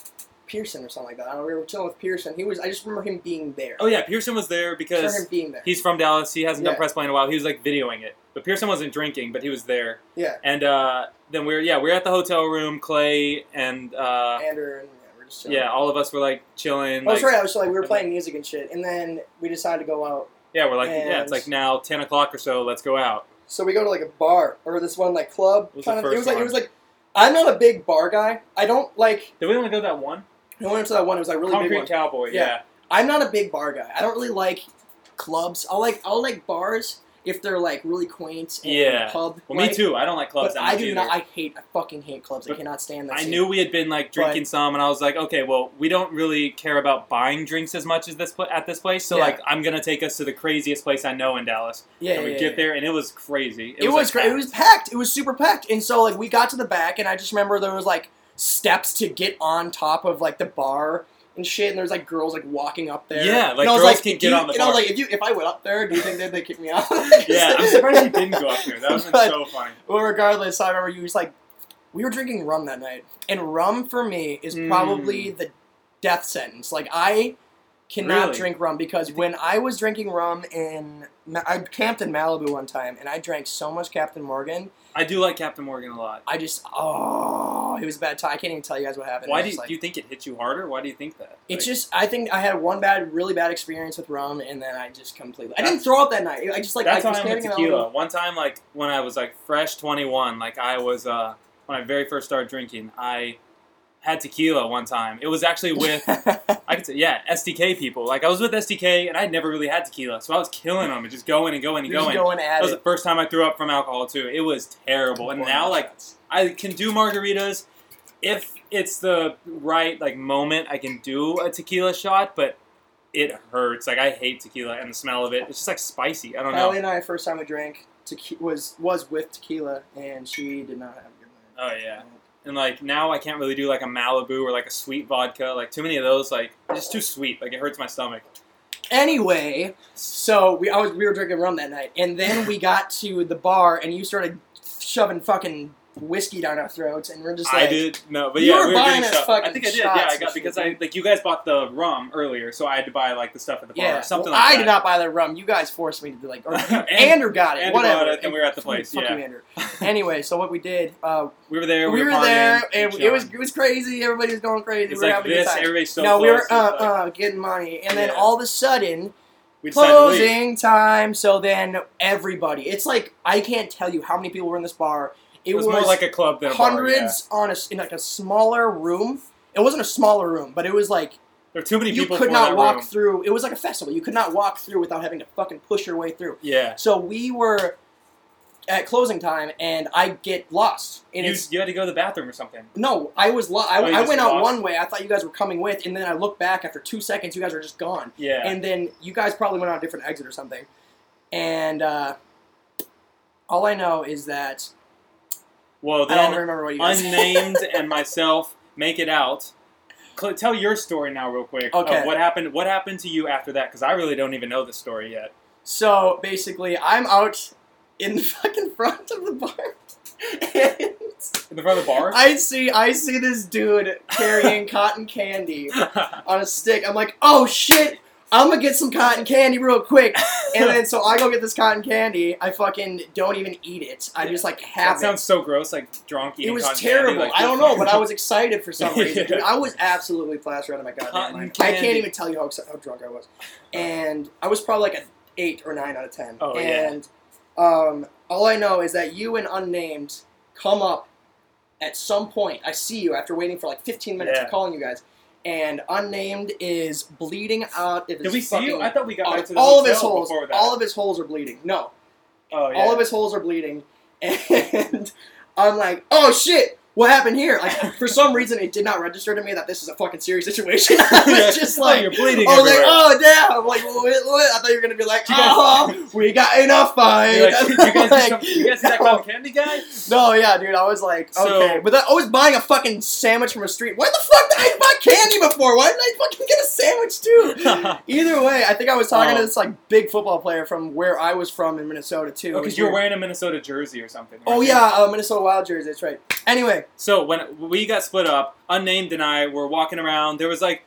Speaker 2: Pearson or something like that. I don't know. We were chilling with Pearson. He was. I just remember him being there.
Speaker 1: oh yeah, Pearson was there
Speaker 2: I remember
Speaker 1: because
Speaker 2: him being there.
Speaker 1: he's from Dallas. He hasn't done
Speaker 2: Yeah.
Speaker 1: press play in a while. He was like videoing it, but Pearson wasn't drinking, but he was there.
Speaker 2: yeah,
Speaker 1: And uh, then we were yeah we were at the hotel room. Clay and uh,
Speaker 2: Andrew and yeah, we're just chilling.
Speaker 1: Yeah, all of us were like chilling.
Speaker 2: Oh, that's
Speaker 1: like-
Speaker 2: right. I was like, we were playing music and shit, and then we decided to go out.
Speaker 1: Yeah, we're like,
Speaker 2: And-
Speaker 1: yeah, it's like now ten o'clock or so. Let's go out.
Speaker 2: So we go to like a bar or this one like club.
Speaker 1: It was
Speaker 2: kind
Speaker 1: the
Speaker 2: of, it
Speaker 1: first
Speaker 2: was like
Speaker 1: one.
Speaker 2: it was like I'm not a big bar guy. I don't like
Speaker 1: Did we only go to that one?
Speaker 2: I went into that one. It was like really big
Speaker 1: Concrete
Speaker 2: one.
Speaker 1: Cowboy.
Speaker 2: Yeah.
Speaker 1: Yeah.
Speaker 2: I'm not a big bar guy. I don't really like clubs. I like I like bars if they're like really quaint and
Speaker 1: Yeah.
Speaker 2: pub.
Speaker 1: Well, me too. I don't like clubs.
Speaker 2: But
Speaker 1: that
Speaker 2: I
Speaker 1: much
Speaker 2: do
Speaker 1: either.
Speaker 2: not. I hate. I fucking hate clubs. I
Speaker 1: But
Speaker 2: cannot stand that.
Speaker 1: I
Speaker 2: shit.
Speaker 1: knew we had been like drinking
Speaker 2: But-
Speaker 1: some, and I was like, okay, well, we don't really care about buying drinks as much as this pla- at this place. So
Speaker 2: Yeah.
Speaker 1: like, I'm gonna take us to the craziest place I know in Dallas.
Speaker 2: Yeah,
Speaker 1: and we
Speaker 2: yeah,
Speaker 1: get
Speaker 2: yeah.
Speaker 1: there, and it was crazy. It,
Speaker 2: It, was
Speaker 1: was,
Speaker 2: great.
Speaker 1: like,
Speaker 2: It was packed. It was super packed. And so like we got to the back, and I just remember there was like steps to get on top of like the bar. And shit, and there was like girls like walking up there.
Speaker 1: Yeah, like,
Speaker 2: and I
Speaker 1: girls
Speaker 2: was like,
Speaker 1: can
Speaker 2: "Do
Speaker 1: get
Speaker 2: you-"
Speaker 1: on the
Speaker 2: And I was
Speaker 1: bar.
Speaker 2: like, if you if I went up there, do you think they'd, they'd kick me out? (laughs)
Speaker 1: yeah, I'm surprised you didn't go up there. That was
Speaker 2: But-
Speaker 1: so funny.
Speaker 2: Well, regardless, I remember you was like, we were drinking rum that night, and rum for me is
Speaker 1: Mm.
Speaker 2: probably the death sentence. Like I cannot
Speaker 1: Really?
Speaker 2: drink rum because when I was drinking rum in, Ma- I camped in Malibu one time, and I drank so much Captain Morgan,
Speaker 1: I do like Captain Morgan a lot.
Speaker 2: I just oh, it was a bad time. I can't even tell you guys what happened.
Speaker 1: Why
Speaker 2: I
Speaker 1: do
Speaker 2: was
Speaker 1: you,
Speaker 2: like-
Speaker 1: do you think it hit you harder? Why do you think that?
Speaker 2: It's
Speaker 1: Like,
Speaker 2: just I think I had one bad, really bad experience with rum, and then I just completely. I didn't
Speaker 1: That's-
Speaker 2: throw up that night. I just like
Speaker 1: That's how
Speaker 2: I was
Speaker 1: I am with
Speaker 2: standing in
Speaker 1: tequila.
Speaker 2: Malibu.
Speaker 1: One time, like when I was like fresh 21, like I was uh, when I very first started drinking, I had tequila one time. It was actually
Speaker 2: (laughs)
Speaker 1: with I could say yeah SDK people. Like I was with SDK and I'd never really had tequila, so I was killing them and just going and going and
Speaker 2: You're just
Speaker 1: going.
Speaker 2: going
Speaker 1: That
Speaker 2: at
Speaker 1: was
Speaker 2: it.
Speaker 1: the first time I threw up from alcohol too. It was terrible. And
Speaker 2: Pouring
Speaker 1: now
Speaker 2: out
Speaker 1: like
Speaker 2: shots.
Speaker 1: I can do margaritas. if it's the right like moment, I can do a tequila shot, but it hurts. Like I hate tequila and the smell of it. It's just like spicy. I don't
Speaker 2: Allie
Speaker 1: know.
Speaker 2: and I, first time we drank, tequi- was was with tequila, and she did not have a good night.
Speaker 1: Oh yeah. And like now I can't really do like a Malibu or like a sweet vodka. Like too many of those. Like it's just too sweet. Like it hurts my stomach.
Speaker 2: Anyway, so we I was we were drinking rum that night, and then we got to the bar, and you started shoving fucking whiskey down our throats, and we're just
Speaker 1: I
Speaker 2: like,
Speaker 1: did no, but
Speaker 2: You
Speaker 1: yeah,
Speaker 2: were
Speaker 1: we were
Speaker 2: buying
Speaker 1: doing
Speaker 2: us
Speaker 1: stuff. I
Speaker 2: fucking
Speaker 1: think I did.
Speaker 2: shots
Speaker 1: Yeah, I
Speaker 2: and
Speaker 1: got
Speaker 2: shit,
Speaker 1: because I
Speaker 2: dude.
Speaker 1: like you guys bought the rum earlier, so I had to buy like the stuff at the bar
Speaker 2: yeah,
Speaker 1: or something
Speaker 2: well,
Speaker 1: like
Speaker 2: I
Speaker 1: that.
Speaker 2: did
Speaker 1: (laughs)
Speaker 2: not buy that rum. You guys forced me to be like, or,
Speaker 1: And-
Speaker 2: Andrew got it,
Speaker 1: Andrew
Speaker 2: whatever.
Speaker 1: bought it, and we were at the place,
Speaker 2: Fuck
Speaker 1: yeah.
Speaker 2: you, Andrew. anyway, so what we did, uh,
Speaker 1: we were there.
Speaker 2: we, were
Speaker 1: partying,
Speaker 2: there, and
Speaker 1: chilling.
Speaker 2: it was it was crazy. Everybody was going crazy.
Speaker 1: It's
Speaker 2: we were
Speaker 1: like
Speaker 2: having a good
Speaker 1: this.
Speaker 2: time.
Speaker 1: Everybody's so
Speaker 2: no, we
Speaker 1: close.
Speaker 2: were
Speaker 1: It's
Speaker 2: uh,
Speaker 1: like-
Speaker 2: uh, getting money, and then
Speaker 1: Yeah.
Speaker 2: all of a sudden,
Speaker 1: we decided to leave.
Speaker 2: closing time. So then everybody, it's like I can't tell you how many people were in this bar. It,
Speaker 1: It was, more like a club than a bar, yeah.
Speaker 2: hundreds on a s in like a smaller room. It wasn't a smaller room, but it was like
Speaker 1: There were too many
Speaker 2: you
Speaker 1: people.
Speaker 2: could
Speaker 1: for
Speaker 2: not
Speaker 1: that
Speaker 2: walk
Speaker 1: room.
Speaker 2: through. It was like a festival. You could not walk through without having to fucking push your way through.
Speaker 1: Yeah.
Speaker 2: So we were at closing time, and I get lost. And
Speaker 1: You,
Speaker 2: it's
Speaker 1: you had to go to the bathroom or something.
Speaker 2: no, I was lo- I,
Speaker 1: Oh, you
Speaker 2: I
Speaker 1: just
Speaker 2: went out
Speaker 1: lost?
Speaker 2: one way. I thought you guys were coming with, and then I looked back after two seconds. You guys were just gone
Speaker 1: Yeah.
Speaker 2: and then you guys probably went on a different exit or something. And uh, all I know is that
Speaker 1: well,
Speaker 2: I don't
Speaker 1: then
Speaker 2: remember what you guys.
Speaker 1: unnamed and myself make it out. Cl- tell your story now, real quick. of
Speaker 2: Okay.
Speaker 1: what happened? What happened to you after that? Because I really don't even know the story yet.
Speaker 2: (laughs) so basically, I'm out in the (laughs) fucking front of the bar. (laughs) and
Speaker 1: In the front of the bar.
Speaker 2: I see, I see this dude carrying cotton candy
Speaker 1: (laughs)
Speaker 2: on a stick. I'm like, oh shit, I'm gonna get some cotton candy real quick. And then so I go get this cotton candy. I fucking don't even eat it. I just like have
Speaker 1: that
Speaker 2: it.
Speaker 1: sounds so gross. Like drunk.
Speaker 2: It
Speaker 1: eating
Speaker 2: was
Speaker 1: cotton
Speaker 2: terrible.
Speaker 1: Candy, like,
Speaker 2: I don't know, but I was excited for some
Speaker 1: (laughs) Yeah.
Speaker 2: reason. Dude, I was absolutely plastered out of my
Speaker 1: Cotton
Speaker 2: goddamn mind. I
Speaker 1: candy. Uh.
Speaker 2: can't even tell you how, exci- how drunk I was, and I was probably like an eight or nine out of ten.
Speaker 1: Oh, yeah.
Speaker 2: and um, all I know is that you and unnamed come up at some point. I see you after waiting for like 15 minutes
Speaker 1: Yeah.
Speaker 2: of calling you guys, and unnamed is bleeding out. Of
Speaker 1: Did
Speaker 2: his
Speaker 1: we see you?
Speaker 2: fucking-
Speaker 1: I thought we got back to the
Speaker 2: all of his
Speaker 1: hotel
Speaker 2: holes.
Speaker 1: before that.
Speaker 2: All of his holes are bleeding. No,
Speaker 1: oh, yeah.
Speaker 2: all of his holes are bleeding, (laughs) and I'm like, oh shit, what happened here? Like, for some reason, it did not register to me that this is a fucking serious situation. (laughs) I
Speaker 1: (laughs)
Speaker 2: was just
Speaker 1: oh,
Speaker 2: like,
Speaker 1: you're bleeding.
Speaker 2: oh, like,
Speaker 1: everywhere.
Speaker 2: oh damn, I'm like, what, what? I thought you were gonna be like,
Speaker 1: You guys-
Speaker 2: oh, we got enough fight.
Speaker 1: You're like,
Speaker 2: (laughs)
Speaker 1: you guys,
Speaker 2: Like,
Speaker 1: do some, you guys see that
Speaker 2: no.
Speaker 1: cotton candy guy?
Speaker 2: No, yeah, dude, I was like,
Speaker 1: So-
Speaker 2: okay, but that, I was buying a fucking sandwich from a street. Why the fuck did I buy candy before? Why did I fucking get a
Speaker 1: (laughs)
Speaker 2: sandwich too? Either way, I think I was talking
Speaker 1: Oh.
Speaker 2: to this like big football player from where I was from in Minnesota too. It
Speaker 1: Because
Speaker 2: was
Speaker 1: Oh, you were
Speaker 2: weird.
Speaker 1: wearing a Minnesota jersey or something.
Speaker 2: Oh
Speaker 1: weren't you?
Speaker 2: yeah, uh, Minnesota Wild jersey. That's right. Anyway, (laughs)
Speaker 1: So when we got split up, unnamed and I were walking around. There was like,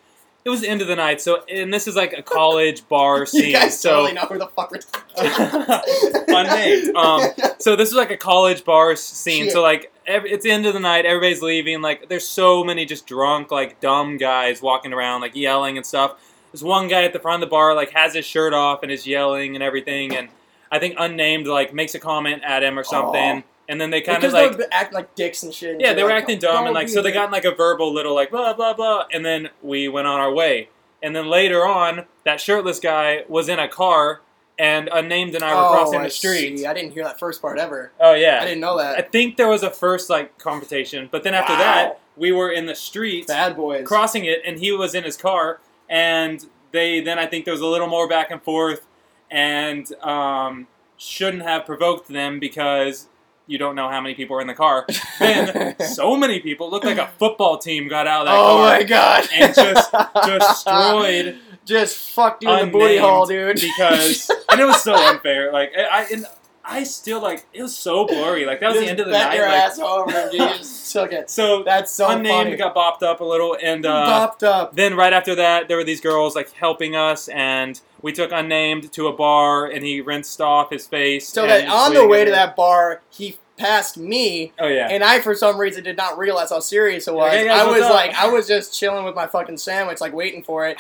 Speaker 1: it was the end of the night. So and this is like a
Speaker 2: (laughs)
Speaker 1: college bar scene.
Speaker 2: you guys
Speaker 1: so
Speaker 2: totally know who the
Speaker 1: (laughs)
Speaker 2: fuck we're talking about.
Speaker 1: unnamed.
Speaker 2: (laughs)
Speaker 1: Um, so this is like a college bar s- scene.
Speaker 2: Shit.
Speaker 1: So like every, it's the end of the night, everybody's leaving. Like there's so many just drunk, like dumb guys walking around, like yelling and stuff. This one guy at the front of the bar like has his shirt off and is yelling and everything. And I think unnamed like makes a comment at him or something. And then they kind
Speaker 2: because
Speaker 1: of like
Speaker 2: they were acting like dicks and shit. and
Speaker 1: yeah, they were
Speaker 2: like,
Speaker 1: acting dumb
Speaker 2: "Don't
Speaker 1: and like
Speaker 2: be
Speaker 1: so they
Speaker 2: a
Speaker 1: got in
Speaker 2: dick."
Speaker 1: like a verbal little like blah blah blah, and then we went on our way. And then later on, that shirtless guy was in a car, and unnamed and I were
Speaker 2: oh,
Speaker 1: crossing
Speaker 2: I
Speaker 1: the street.
Speaker 2: see. I didn't hear that first part ever.
Speaker 1: Oh yeah,
Speaker 2: I didn't know
Speaker 1: I
Speaker 2: that.
Speaker 1: think there was a first like confrontation, but then after
Speaker 2: Wow.
Speaker 1: that, we were in the street
Speaker 2: Bad boys. (laughs)
Speaker 1: crossing it, and he was in his car, and they then I think there was a little more back and forth, and um, shouldn't have provoked them because you don't know how many people were in the car.
Speaker 2: (laughs)
Speaker 1: Then so many people looked like a football team got out of that
Speaker 2: oh
Speaker 1: car
Speaker 2: my god!
Speaker 1: and just
Speaker 2: (laughs)
Speaker 1: destroyed
Speaker 2: just fucked you in the booty
Speaker 1: Unnamed
Speaker 2: hole, dude. (laughs)
Speaker 1: because and it was so unfair. Like I, I and I still like it was so blurry. Like that was the
Speaker 2: Just
Speaker 1: end of the
Speaker 2: bent
Speaker 1: night.
Speaker 2: your
Speaker 1: like-
Speaker 2: ass over and you just took it.
Speaker 1: so
Speaker 2: That's so
Speaker 1: unnamed
Speaker 2: funny.
Speaker 1: got bopped up a little and uh,
Speaker 2: Bopped up.
Speaker 1: then right after that there were these girls like helping us and we took unnamed to a bar and he rinsed off his face
Speaker 2: So
Speaker 1: and
Speaker 2: that
Speaker 1: was
Speaker 2: on the
Speaker 1: bleeding
Speaker 2: way to
Speaker 1: everywhere.
Speaker 2: that bar, he passed me
Speaker 1: oh yeah
Speaker 2: And I, for some reason, did not realize how serious it was.
Speaker 1: Like, hey, guys,
Speaker 2: I
Speaker 1: what's
Speaker 2: was
Speaker 1: up?
Speaker 2: like, I was just chilling with my fucking sandwich, like waiting for it.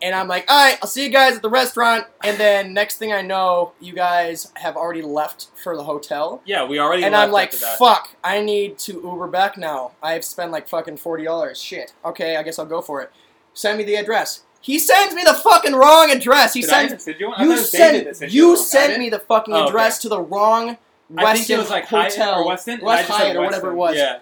Speaker 2: And I'm like, all right, I'll see you guys at the restaurant. And then next thing I know, you guys have already left for the hotel.
Speaker 1: (laughs) yeah we already
Speaker 2: And
Speaker 1: left
Speaker 2: I'm like,
Speaker 1: after that.
Speaker 2: fuck, I need to Uber back now. I've spent like fucking $40. Shit. Okay, I guess I'll go for it. Send me the address. He sends me the fucking wrong address. He
Speaker 1: Did I,
Speaker 2: sends.
Speaker 1: did you, (laughs) I thought
Speaker 2: You
Speaker 1: it was David that
Speaker 2: sent
Speaker 1: sent
Speaker 2: you
Speaker 1: wrong. I
Speaker 2: sent
Speaker 1: didn't-
Speaker 2: me the fucking
Speaker 1: Oh, okay.
Speaker 2: address to the wrong Weston
Speaker 1: I think it was like
Speaker 2: hotel
Speaker 1: Hyatt or Weston and I
Speaker 2: West
Speaker 1: just said
Speaker 2: Hyatt or
Speaker 1: Weston.
Speaker 2: whatever it was.
Speaker 1: yeah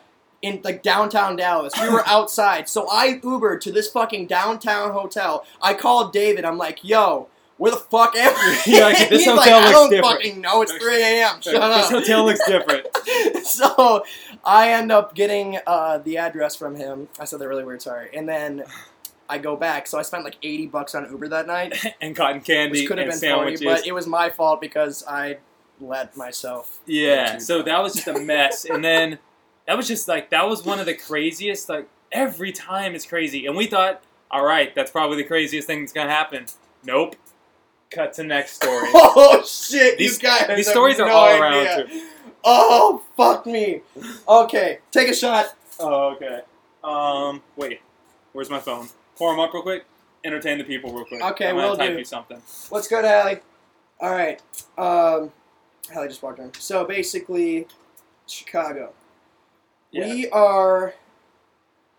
Speaker 2: in like downtown Dallas. We
Speaker 1: (laughs)
Speaker 2: were outside, so I Ubered to this fucking downtown hotel. I called David. I'm like, "Yo, where the
Speaker 1: (laughs)
Speaker 2: fuck am I?"
Speaker 1: You're like, "This
Speaker 2: (laughs) He's
Speaker 1: hotel
Speaker 2: like, "I
Speaker 1: looks
Speaker 2: don't
Speaker 1: different."
Speaker 2: fucking know. It's 3 a.m.
Speaker 1: (laughs)
Speaker 2: Shut
Speaker 1: this
Speaker 2: up."
Speaker 1: hotel looks
Speaker 2: (laughs)
Speaker 1: different.
Speaker 2: so I end up getting uh, the address from him. I said that really weird. Sorry. And then I go back. So I spent like 80 bucks on Uber that night,
Speaker 1: and cotton candy
Speaker 2: which could have
Speaker 1: and
Speaker 2: been 40,
Speaker 1: sandwiches.
Speaker 2: but it was my fault because I let (laughs) myself.
Speaker 1: yeah,
Speaker 2: too
Speaker 1: so that was just a mess. and then that was just like that was one of the craziest. Like every time is crazy, and we thought, all right, that's probably the craziest thing that's gonna happen. Nope. Cut to next story.
Speaker 2: (laughs) Oh shit!
Speaker 1: These-
Speaker 2: you guys.
Speaker 1: these
Speaker 2: have
Speaker 1: stories are
Speaker 2: no
Speaker 1: all
Speaker 2: idea.
Speaker 1: around,
Speaker 2: Oh fuck me. Okay, take a shot.
Speaker 1: oh, okay. Um, wait, where's my phone? Pour them up real quick. Entertain the people real quick.
Speaker 2: Okay,
Speaker 1: I'm gonna
Speaker 2: will
Speaker 1: type
Speaker 2: do.
Speaker 1: you something.
Speaker 2: What's good, Allie? All right. Um, Allie just walked in. So basically, Chicago.
Speaker 1: Yeah.
Speaker 2: We are.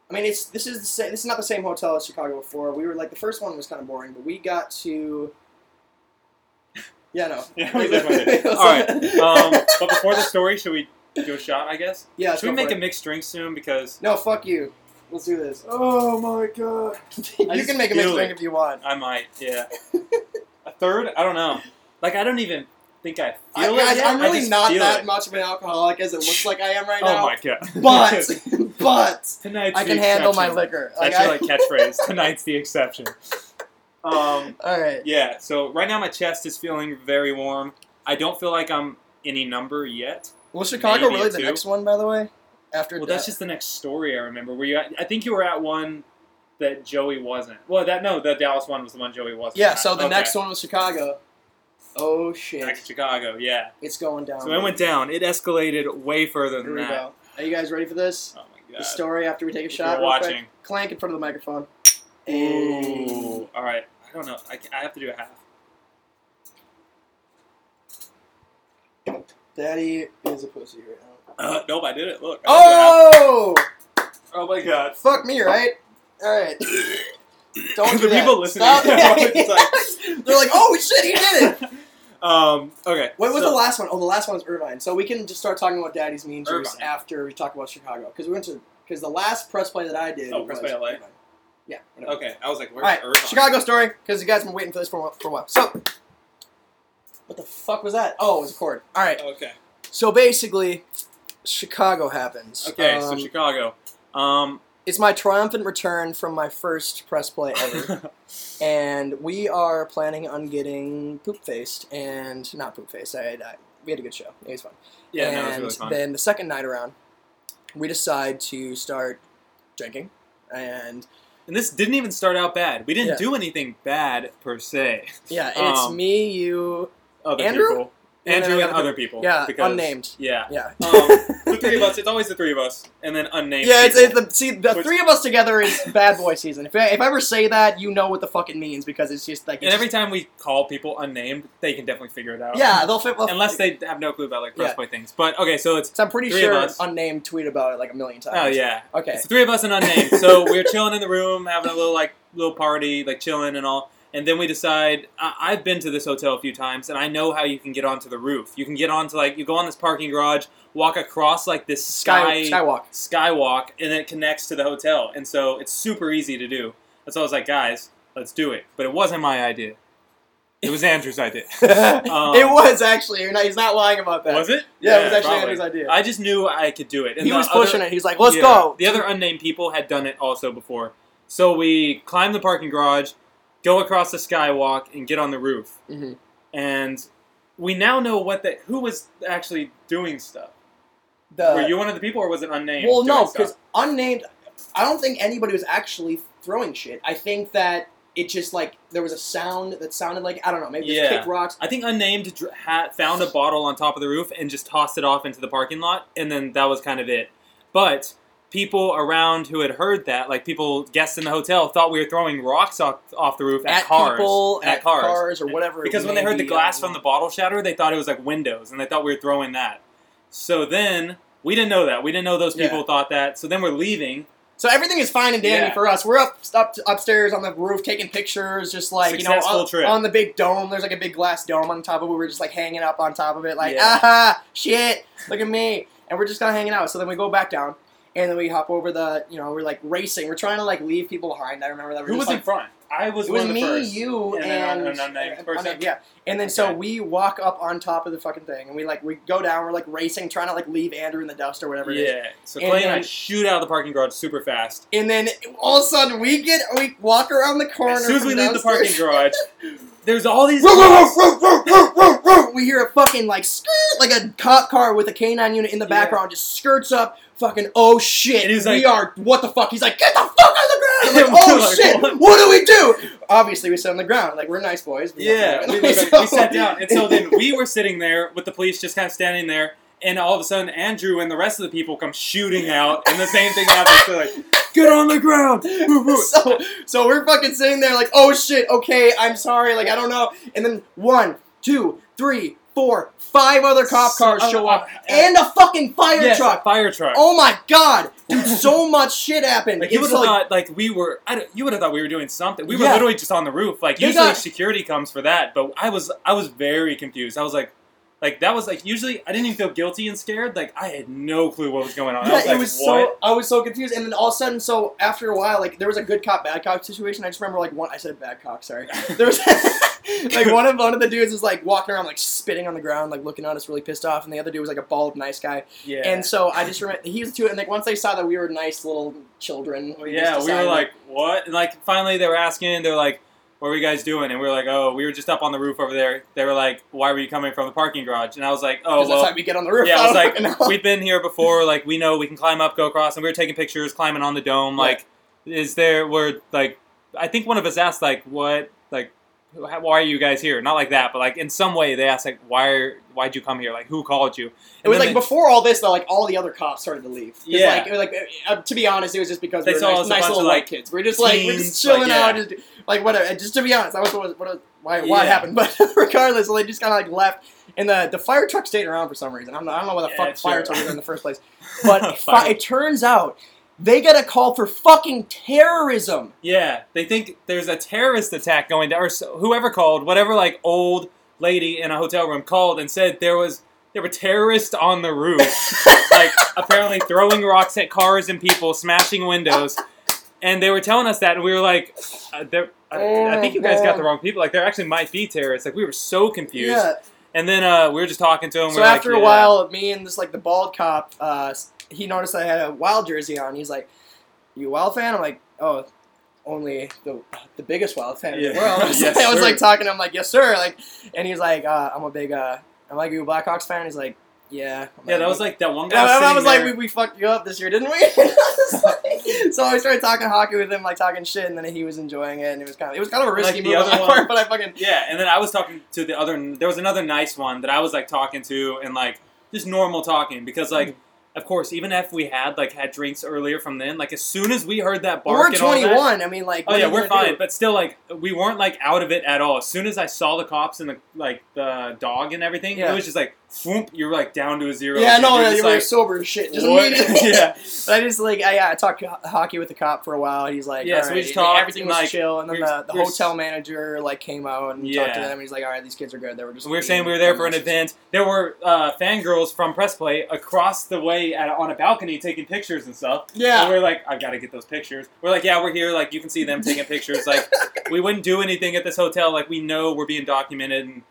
Speaker 2: I mean, it's this is the same, this is not the same hotel as Chicago before. We were like the first one was kind of boring, but we got to. Yeah, no.
Speaker 1: (laughs) Yeah,
Speaker 2: (laughs)
Speaker 1: we did, we did. All right. um, but before the story, should we do a shot? I guess.
Speaker 2: yeah, let's
Speaker 1: Should we
Speaker 2: go
Speaker 1: make
Speaker 2: for
Speaker 1: a
Speaker 2: it.
Speaker 1: mixed drink soon? Because
Speaker 2: No, fuck you. Let's do this. Oh my god. you
Speaker 1: just
Speaker 2: can make a
Speaker 1: feel
Speaker 2: mixed
Speaker 1: it.
Speaker 2: drink if you want.
Speaker 1: I might,
Speaker 2: (laughs)
Speaker 1: yeah. a third? I don't know. Like I don't even think I feel
Speaker 2: I,
Speaker 1: it.
Speaker 2: guys,
Speaker 1: yet.
Speaker 2: I'm
Speaker 1: I
Speaker 2: really
Speaker 1: just
Speaker 2: not
Speaker 1: feel
Speaker 2: that
Speaker 1: it.
Speaker 2: much of an alcoholic as it looks like I am right
Speaker 1: Oh
Speaker 2: now.
Speaker 1: my god!
Speaker 2: (laughs)
Speaker 1: (laughs)
Speaker 2: But but
Speaker 1: tonight's
Speaker 2: I
Speaker 1: the
Speaker 2: can handle my
Speaker 1: exception.
Speaker 2: liquor. Like,
Speaker 1: That's your
Speaker 2: I-
Speaker 1: like
Speaker 2: (laughs)
Speaker 1: catchphrase. Tonight's the exception. Um,
Speaker 2: all right.
Speaker 1: yeah. So right now my chest is feeling very warm. I don't feel like I'm any number yet.
Speaker 2: Was Chicago
Speaker 1: Maybe
Speaker 2: really the
Speaker 1: two.
Speaker 2: next one, by the way? After
Speaker 1: Well, that's
Speaker 2: that-
Speaker 1: just the next story I remember. Where you? At, I think you were at one that Joey wasn't. Well, that no, the Dallas one was the one Joey wasn't.
Speaker 2: yeah.
Speaker 1: at.
Speaker 2: So the
Speaker 1: Okay.
Speaker 2: next one was Chicago. Oh
Speaker 1: back to
Speaker 2: shit!
Speaker 1: Chicago. Yeah.
Speaker 2: It's going down.
Speaker 1: So it went down. It escalated way further
Speaker 2: Um,
Speaker 1: than
Speaker 2: Here we
Speaker 1: that.
Speaker 2: go. Are you guys ready for this?
Speaker 1: Oh my
Speaker 2: The
Speaker 1: god.
Speaker 2: story after we take a
Speaker 1: If
Speaker 2: shot.
Speaker 1: you're
Speaker 2: real quick.
Speaker 1: watching.
Speaker 2: Clank in front of the microphone.
Speaker 1: Ooh. All right. I don't know. I, I have to do a half.
Speaker 2: Daddy is a pussy right now.
Speaker 1: Uh, nope, I did it. Look. I
Speaker 2: Oh!
Speaker 1: did a half. Oh my
Speaker 2: (laughs)
Speaker 1: god.
Speaker 2: Fuck me, right?
Speaker 1: (laughs)
Speaker 2: All right. Don't do
Speaker 1: the
Speaker 2: that.
Speaker 1: people listening. (laughs)
Speaker 2: Stop.
Speaker 1: it's
Speaker 2: (laughs) They're like, oh shit, he did it.
Speaker 1: like, um. Okay.
Speaker 2: What was
Speaker 1: so-
Speaker 2: the last one? Oh, the last one was Irvine. So we can just start talking about Daddy's Mean Juice
Speaker 1: Irvine.
Speaker 2: after we talk about Chicago because we went to because the last press play that I did.
Speaker 1: Oh, press
Speaker 2: was
Speaker 1: play LA?
Speaker 2: Irvine. Yeah. whatever.
Speaker 1: Okay, I was like,
Speaker 2: All
Speaker 1: where's
Speaker 2: right,
Speaker 1: Irvine?
Speaker 2: Chicago story because you guys have been waiting for this for a while. For a while. So, what the fuck was that? Oh, it was a cord. All right.
Speaker 1: Okay.
Speaker 2: So basically, Chicago happens.
Speaker 1: Okay. so
Speaker 2: Um,
Speaker 1: Chicago. Um.
Speaker 2: it's my triumphant return from my first press play ever.
Speaker 1: (laughs)
Speaker 2: and we are planning on getting poop faced and not poop faced. I, I, we had a good show. It was fun.
Speaker 1: yeah.
Speaker 2: and
Speaker 1: No, it was really fun.
Speaker 2: then the second night around, we decide to start drinking, and
Speaker 1: and this didn't even start out bad. We didn't
Speaker 2: Yeah.
Speaker 1: do anything bad per se.
Speaker 2: yeah, it's
Speaker 1: Um,
Speaker 2: me, you,
Speaker 1: Other
Speaker 2: Andrew?
Speaker 1: people.
Speaker 2: And then
Speaker 1: Andrew
Speaker 2: the
Speaker 1: and
Speaker 2: other
Speaker 1: other people.
Speaker 2: yeah,
Speaker 1: because-
Speaker 2: unnamed,
Speaker 1: Yeah.
Speaker 2: yeah. (laughs)
Speaker 1: Um, the three of us. It's always the three of us, and then unnamed.
Speaker 2: Yeah, it's,
Speaker 1: people.
Speaker 2: it's the see the
Speaker 1: Which-
Speaker 2: three of us together is bad boy season. If I, if I ever say that, you know what the fuck it means because it's just like
Speaker 1: And
Speaker 2: it's
Speaker 1: every time we call people unnamed, they can definitely figure it out.
Speaker 2: just- yeah they'll fit. Well,
Speaker 1: Unless they have no clue about like press
Speaker 2: Yeah.
Speaker 1: play things. But okay, so it's
Speaker 2: so I'm pretty
Speaker 1: three of
Speaker 2: sure
Speaker 1: us.
Speaker 2: unnamed tweet about it like a million times.
Speaker 1: oh yeah,
Speaker 2: Okay.
Speaker 1: it's the three of us and unnamed. so we're chilling in the room, having a little like little party, like chilling and all. And then we decide. I- I've been to this hotel a few times, and I know how you can get onto the roof. You can get onto like you go on this parking garage, walk across like this
Speaker 2: Sky,
Speaker 1: sky
Speaker 2: Skywalk.
Speaker 1: skywalk, and then it connects to the hotel. And so it's super easy to do. And so I was like, guys, let's do it. But it wasn't my idea. It was Andrew's idea. Um,
Speaker 2: it was actually. You're not, he's not lying about that.
Speaker 1: Was it?
Speaker 2: (laughs) Yeah, it was actually
Speaker 1: probably.
Speaker 2: Andrew's idea.
Speaker 1: I just knew I could do it. And
Speaker 2: he
Speaker 1: the
Speaker 2: was
Speaker 1: other-
Speaker 2: pushing it. He's like, "Let's
Speaker 1: yeah,
Speaker 2: go."
Speaker 1: The other unnamed people had done it also before. So we climb the parking garage, go across the skywalk, and get on the roof.
Speaker 2: Mhm.
Speaker 1: And we now know what the who was actually doing stuff.
Speaker 2: The-
Speaker 1: Were you one of the people, or was it unnamed?
Speaker 2: Uh, well,
Speaker 1: doing
Speaker 2: no,
Speaker 1: stuff?
Speaker 2: because unnamed. I don't think anybody was actually throwing shit. I think that it just like there was a sound that sounded like I don't know. Maybe just
Speaker 1: Yeah.
Speaker 2: kick rocks.
Speaker 1: I think unnamed dr- ha found a bottle on top of the roof and just tossed it off into the parking lot, and then that was kind of it. But people around who had heard that, like people guests in the hotel, thought we were throwing rocks off, off the roof at, cars,
Speaker 2: people,
Speaker 1: at, cars,
Speaker 2: or whatever. it
Speaker 1: because when
Speaker 2: may
Speaker 1: they heard the
Speaker 2: be,
Speaker 1: glass
Speaker 2: I
Speaker 1: from
Speaker 2: don't
Speaker 1: the bottle shatter, they thought it was like windows, and they thought we were throwing that. So then we didn't know that. We didn't know those people
Speaker 2: Yeah.
Speaker 1: thought that. So then we're leaving.
Speaker 2: know. so everything is fine and dandy
Speaker 1: Yeah.
Speaker 2: for us. We're up, up upstairs on the roof taking pictures, just like you know,
Speaker 1: Successful
Speaker 2: on,
Speaker 1: trip.
Speaker 2: on the big dome. There's like a big glass dome on top of it. We were just like hanging up on top of it, like
Speaker 1: Yeah.
Speaker 2: ah shit, look at me, and we're just kind of hanging out. So then we go back down, and then we hop over the, you know, we're like racing. We're trying to like leave people behind. I remember that. We're
Speaker 3: Who
Speaker 2: just,
Speaker 3: was
Speaker 2: like,
Speaker 3: in front? I was.
Speaker 2: It was
Speaker 3: one of
Speaker 2: me,
Speaker 3: the first.
Speaker 2: you,
Speaker 3: And
Speaker 2: and,
Speaker 3: an un- an unnamed
Speaker 2: uh,
Speaker 3: person?
Speaker 2: unnamed, yeah. And then so
Speaker 3: Okay.
Speaker 2: we walk up on top of the fucking thing, and we like we go down. We're like racing, trying to like leave Andrew in the dust or whatever. It is.
Speaker 1: Yeah. So
Speaker 2: And
Speaker 1: Clay and I
Speaker 2: then-
Speaker 1: shoot out of the parking garage super fast.
Speaker 2: And then all of a sudden we get we walk around the corner.
Speaker 1: As soon as
Speaker 2: from
Speaker 1: we leave the parking
Speaker 2: downstairs.
Speaker 1: garage,
Speaker 2: (laughs)
Speaker 1: there's all these.
Speaker 2: Roar, roar,
Speaker 1: cars.
Speaker 2: roar, roar, roar, roar, roar, roar. (laughs) We hear a fucking like skirt, like a cop car with a canine unit in the
Speaker 1: Yeah.
Speaker 2: background, just skirts up. Fucking oh shit!
Speaker 1: And he's
Speaker 2: we
Speaker 1: like-
Speaker 2: are what the fuck? He's like, get the fuck on
Speaker 1: (laughs)
Speaker 2: the ground! I'm
Speaker 1: We're
Speaker 2: like, oh
Speaker 1: like,
Speaker 2: shit!
Speaker 1: what?
Speaker 2: What? do we do? Obviously, we sit on the ground. Like we're nice boys. We
Speaker 1: Yeah, we,
Speaker 2: don't- (laughs)
Speaker 1: we, we
Speaker 2: So-
Speaker 1: sat down, and
Speaker 2: (laughs)
Speaker 1: so then we were sitting there with the police just kind of standing there, and all of a sudden Andrew and the rest of the people come shooting out, and the same thing happens. They're like, "Get on the
Speaker 2: (laughs)
Speaker 1: ground!" (laughs) Woo, woo.
Speaker 2: so, so we're fucking sitting there like, oh shit, okay, I'm sorry, like I don't know. And then one, two, three, four, five other cop
Speaker 1: So-
Speaker 2: cars
Speaker 1: uh,
Speaker 2: show
Speaker 1: uh,
Speaker 2: up,
Speaker 1: uh,
Speaker 2: and a fucking fire
Speaker 1: Yes, a
Speaker 2: truck.
Speaker 1: fire truck.
Speaker 2: Oh my god,
Speaker 1: (laughs)
Speaker 2: dude, so much shit happened.
Speaker 1: Like you would
Speaker 2: it's
Speaker 1: have
Speaker 2: like,
Speaker 1: thought, like we were, I don't- you would have thought we were doing something. We were
Speaker 2: Yeah.
Speaker 1: literally just on the roof. Like
Speaker 2: They
Speaker 1: usually
Speaker 2: got-
Speaker 1: security comes for that, but I was, I was very confused. I was like, like that was like usually I didn't even feel guilty and scared. Like I had no clue what was going on. I was
Speaker 2: yeah,
Speaker 1: like,
Speaker 2: it was
Speaker 1: what?
Speaker 2: so I was so confused, and then all of a sudden, so after a while, like there was a good cop bad cop situation. I just remember like one, I said bad
Speaker 1: (laughs)
Speaker 2: cop, sorry. There was (laughs) like one of one of the dudes was like walking around like spitting on the ground, like looking at us really pissed off, and the other dude was like a bald nice guy.
Speaker 1: yeah.
Speaker 2: And so I just remember he was too, and like once they saw that we were nice little children, we just
Speaker 1: Oh, yeah, we were
Speaker 2: decided,
Speaker 1: like, what? And like finally they were asking, they were like, what were you guys doing? And we were like, oh, we were just up on the roof over there. They were like, why were you coming from the parking garage? And I was like, oh,
Speaker 2: 'Cause
Speaker 1: well,
Speaker 2: that's how we get on the roof.
Speaker 1: Yeah, I
Speaker 2: (laughs)
Speaker 1: was like,
Speaker 2: don't fucking know.
Speaker 1: we've been here before. Like, we know we can climb up, go across, and we were taking pictures, climbing on the dome.
Speaker 2: Yeah.
Speaker 1: Like, is there? We're like, I think one of us asked, like, what, like, wh- why are you guys here? Not like that, but like in some way they asked, like, why, are, why'd you come here? Like, who called you?
Speaker 2: it was
Speaker 1: then
Speaker 2: like
Speaker 1: they-
Speaker 2: before all this though, like all the other cops started to leave. 'Cause,
Speaker 1: Yeah.
Speaker 2: like, it was, like uh, to be honest, it was just because
Speaker 1: They
Speaker 2: we were
Speaker 1: saw us
Speaker 2: nice,
Speaker 1: a
Speaker 2: nice
Speaker 1: bunch
Speaker 2: little
Speaker 1: of,
Speaker 2: white
Speaker 1: like,
Speaker 2: kids. We are just like we're
Speaker 1: teens,
Speaker 2: just chilling
Speaker 1: like,
Speaker 2: out,
Speaker 1: yeah.
Speaker 2: just like whatever. And just to be honest, that was what was, what was why, why
Speaker 1: Yeah.
Speaker 2: it happened. (laughs) But regardless, they just kind of like left, and the the fire truck stayed around for some reason. I'm not, I don't know why the
Speaker 1: Yeah,
Speaker 2: fuck fire
Speaker 1: sure.
Speaker 2: truck was there in the
Speaker 1: (laughs)
Speaker 2: first place. But
Speaker 1: Fire-
Speaker 2: fi- it turns out they got a call for fucking terrorism.
Speaker 1: Yeah, they think there's a terrorist attack going down, or so, whoever called, whatever like old lady in a hotel room called and said there was there were terrorists on the roof,
Speaker 2: (laughs)
Speaker 1: like apparently throwing rocks at cars and people, smashing windows, and they were telling us that, and we were like, uh, there- I,
Speaker 2: Oh
Speaker 1: I think you guys got the wrong people. Like there actually might be terrorists. Like we were so confused,
Speaker 2: Yeah,
Speaker 1: and then uh, we were just talking to him. we
Speaker 2: So
Speaker 1: were like,
Speaker 2: after a
Speaker 1: "Yeah."
Speaker 2: while, me and this like the bald cop, uh, s- he noticed I had a wild jersey on. He's like, "You a wild fan?" I'm like, "Oh, only the the biggest wild fan in the
Speaker 1: Yeah.
Speaker 2: world." (laughs)
Speaker 1: (laughs) Yes,
Speaker 2: I was
Speaker 1: sir.
Speaker 2: like talking. to him like, "Yes, sir." Like, and he's like, uh, "I'm a big, uh, I'm like, you a Blackhawks fan?" He's like, "Yeah." I'm
Speaker 1: yeah, that was like that one
Speaker 2: And
Speaker 1: guy.
Speaker 2: I, I
Speaker 1: sitting
Speaker 2: was like,
Speaker 1: there-
Speaker 2: we, we fucked you up this year, didn't we? (laughs) And I was like-
Speaker 1: (laughs)
Speaker 2: so I started talking hockey with him, like talking shit, and then he was enjoying it, and it was kind of it was kind of a risky
Speaker 1: Like the
Speaker 2: move on
Speaker 1: other
Speaker 2: my
Speaker 1: one.
Speaker 2: part, but I fucking
Speaker 1: Yeah, and then I was talking to the other. There was another nice one that I was like talking to and like just normal talking because
Speaker 2: Mm.
Speaker 1: like, of course, even if we had like had drinks earlier from then, like as soon as we heard that bark,
Speaker 2: we're
Speaker 1: and all that-
Speaker 2: 21. I mean, like,
Speaker 1: Oh
Speaker 2: what are
Speaker 1: yeah,
Speaker 2: you
Speaker 1: we're
Speaker 2: gonna do?
Speaker 1: fine, but still like we weren't like out of it at all. As soon as I saw the cops and the like the dog and everything,
Speaker 2: Yeah.
Speaker 1: it was just like, whoomp, you're like down to a zero.
Speaker 2: Yeah,
Speaker 1: and
Speaker 2: no,
Speaker 1: you're
Speaker 2: yeah, you
Speaker 1: just
Speaker 2: were
Speaker 1: like,
Speaker 2: sober as shit. (laughs) Just
Speaker 1: what?
Speaker 2: immediately.
Speaker 1: (laughs) yeah,
Speaker 2: But I just (laughs) like I, yeah, I talked ho- hockey with the cop for a while. He's like,
Speaker 1: Yeah,
Speaker 2: all
Speaker 1: so we
Speaker 2: right.
Speaker 1: just
Speaker 2: And, like,
Speaker 1: talked,
Speaker 2: everything
Speaker 1: and,
Speaker 2: was
Speaker 1: like,
Speaker 2: chill, and then
Speaker 1: we were-
Speaker 2: the, the
Speaker 1: we were-
Speaker 2: hotel manager like came out and talked to
Speaker 1: Yeah.
Speaker 2: them. He's like, all right, these kids are good. They were just
Speaker 1: we were
Speaker 2: being
Speaker 1: saying we were there for an
Speaker 2: obnoxious."
Speaker 1: event. There were uh, fangirls from Press Play across the way at, on a balcony taking pictures and stuff. And
Speaker 2: Yeah,
Speaker 1: we we're like, I've got to get those pictures. We're like, yeah, we're here. Like, you can see them
Speaker 2: (laughs)
Speaker 1: taking pictures. Like, we wouldn't do anything at this hotel. Like, we know we're being documented and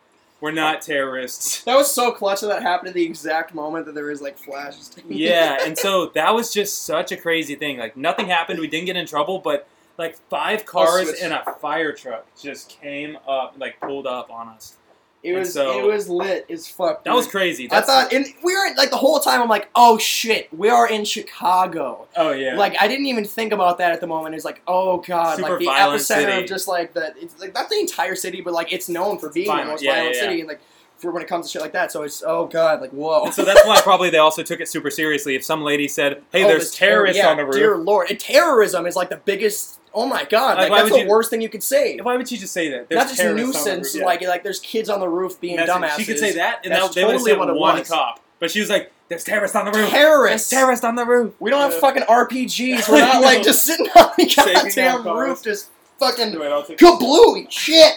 Speaker 1: we're not
Speaker 2: (laughs)
Speaker 1: terrorists.
Speaker 2: that was so clutch that that happened at the exact moment that there was like flashes. (laughs)
Speaker 1: Yeah. And so that was just such a crazy thing. Like, nothing happened. We didn't get in trouble, but like five cars
Speaker 2: switch.
Speaker 1: and a fire truck just came up, like, pulled up on us.
Speaker 2: it
Speaker 1: and
Speaker 2: was
Speaker 1: so-
Speaker 2: it was lit as fuck.
Speaker 1: That was
Speaker 2: dude.
Speaker 1: crazy.
Speaker 2: I
Speaker 1: That's,
Speaker 2: thought, and we were like the whole time. I'm like, oh shit, we are in Chicago.
Speaker 1: oh, yeah.
Speaker 2: Like I didn't even think about that at the moment. It's like, oh god,
Speaker 1: Super
Speaker 2: like the
Speaker 1: violent
Speaker 2: epicenter
Speaker 1: city.
Speaker 2: of just like the it's like not the entire city, but like it's known for being
Speaker 1: Violent,
Speaker 2: the most
Speaker 1: yeah,
Speaker 2: violent
Speaker 1: yeah,
Speaker 2: city, and like for when it comes to shit like that. So it's oh god, like whoa.
Speaker 1: and so that's
Speaker 2: (laughs)
Speaker 1: why probably they also took it super seriously. If some lady said, hey,
Speaker 2: Oh,
Speaker 1: there's
Speaker 2: this terror-
Speaker 1: terrorists
Speaker 2: yeah,
Speaker 1: on the roof.
Speaker 2: Dear lord, and terrorism is like the biggest. Oh my god,
Speaker 1: Like,
Speaker 2: like,
Speaker 1: why
Speaker 2: that's
Speaker 1: would
Speaker 2: the
Speaker 1: you-
Speaker 2: worst thing you could say.
Speaker 1: why would you just say that? There's
Speaker 2: Not just
Speaker 1: terrorists on the
Speaker 2: nuisance,
Speaker 1: roof. Yeah.
Speaker 2: like like there's kids on the roof being
Speaker 1: That's it.
Speaker 2: dumbasses.
Speaker 1: She could say that, and
Speaker 2: That's
Speaker 1: that, they would have
Speaker 2: totally
Speaker 1: said
Speaker 2: what it
Speaker 1: one
Speaker 2: was.
Speaker 1: cop. But she was like, "There's terrorists on the roof.
Speaker 2: Terrorists.
Speaker 1: There's terrorists on the roof."
Speaker 2: We don't have
Speaker 1: Yeah.
Speaker 2: fucking
Speaker 1: (laughs)
Speaker 2: RPGs. We're not like just sitting on the
Speaker 1: Saving our
Speaker 2: goddamn
Speaker 1: cars.
Speaker 2: roof, just fucking
Speaker 1: Anyway, I'll take-
Speaker 2: kablooey shit.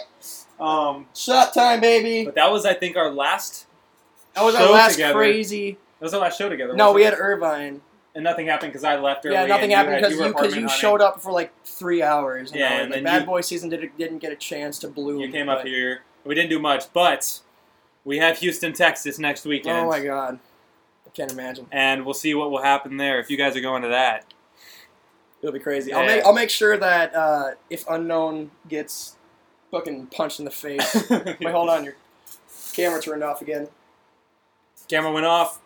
Speaker 1: Um,
Speaker 2: Shot time, baby.
Speaker 1: but that was, I think, our last.
Speaker 2: That was our
Speaker 1: show
Speaker 2: last
Speaker 1: together.
Speaker 2: crazy.
Speaker 1: That was our last show together.
Speaker 2: No,
Speaker 1: wasn't
Speaker 2: we
Speaker 1: it?
Speaker 2: had Irvine.
Speaker 1: and nothing happened because I left early.
Speaker 2: Yeah, nothing
Speaker 1: and you
Speaker 2: happened
Speaker 1: had-
Speaker 2: because
Speaker 1: were
Speaker 2: you, cause
Speaker 1: apartment
Speaker 2: you
Speaker 1: hunting.
Speaker 2: showed up for like three hours. And
Speaker 1: Yeah,
Speaker 2: I was
Speaker 1: and
Speaker 2: like,
Speaker 1: then
Speaker 2: Bad
Speaker 1: you-
Speaker 2: Boy season did, didn't get a chance to bloom.
Speaker 1: You came up
Speaker 2: but-
Speaker 1: here. We didn't do much, but we have Houston, Texas next weekend.
Speaker 2: Oh my god, I can't imagine.
Speaker 1: And we'll see what will happen there if you guys are going to that.
Speaker 2: It'll be crazy. I'll
Speaker 1: Yeah.
Speaker 2: make I'll make sure that uh, if unknown gets fucking punched in
Speaker 1: (laughs)
Speaker 2: the face. Wait, hold on, your camera turned off again.
Speaker 1: Camera went off.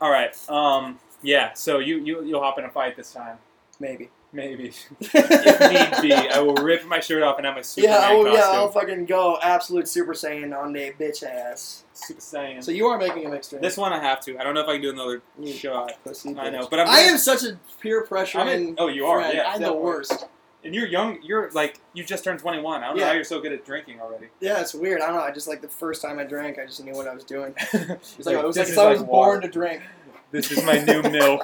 Speaker 1: All right. Um. Yeah. So you you you'll hop in a fight this time.
Speaker 2: Maybe.
Speaker 1: Maybe if
Speaker 2: if
Speaker 1: need be, I
Speaker 2: (laughs)
Speaker 1: will rip my shirt off and have my Superman
Speaker 2: Yeah, oh yeah,
Speaker 1: costume.
Speaker 2: I'll fucking go absolute Super Saiyan on their bitch ass.
Speaker 1: Super Saiyan.
Speaker 2: So you are making a mixed drink.
Speaker 1: this one I have to. I don't know if I can do another
Speaker 2: You
Speaker 1: shot.
Speaker 2: pussy
Speaker 1: I
Speaker 2: bitch.
Speaker 1: know, but I'm.
Speaker 2: I am such a peer pressure.
Speaker 1: I'm in- oh, you are,
Speaker 2: friend.
Speaker 1: yeah,
Speaker 2: I'm the
Speaker 1: definitely.
Speaker 2: worst.
Speaker 1: And you're young. You're like you just turned 21. I don't know
Speaker 2: Yeah.
Speaker 1: how you're so good at drinking already. (laughs)
Speaker 2: Yeah, it's weird. I don't know. I just like the first time I drank, I just knew what I was doing. It's like, it was
Speaker 1: This
Speaker 2: like,
Speaker 1: is
Speaker 2: so I was
Speaker 1: like
Speaker 2: born
Speaker 1: water.
Speaker 2: to drink.
Speaker 1: This is my
Speaker 2: (laughs)
Speaker 1: new milk.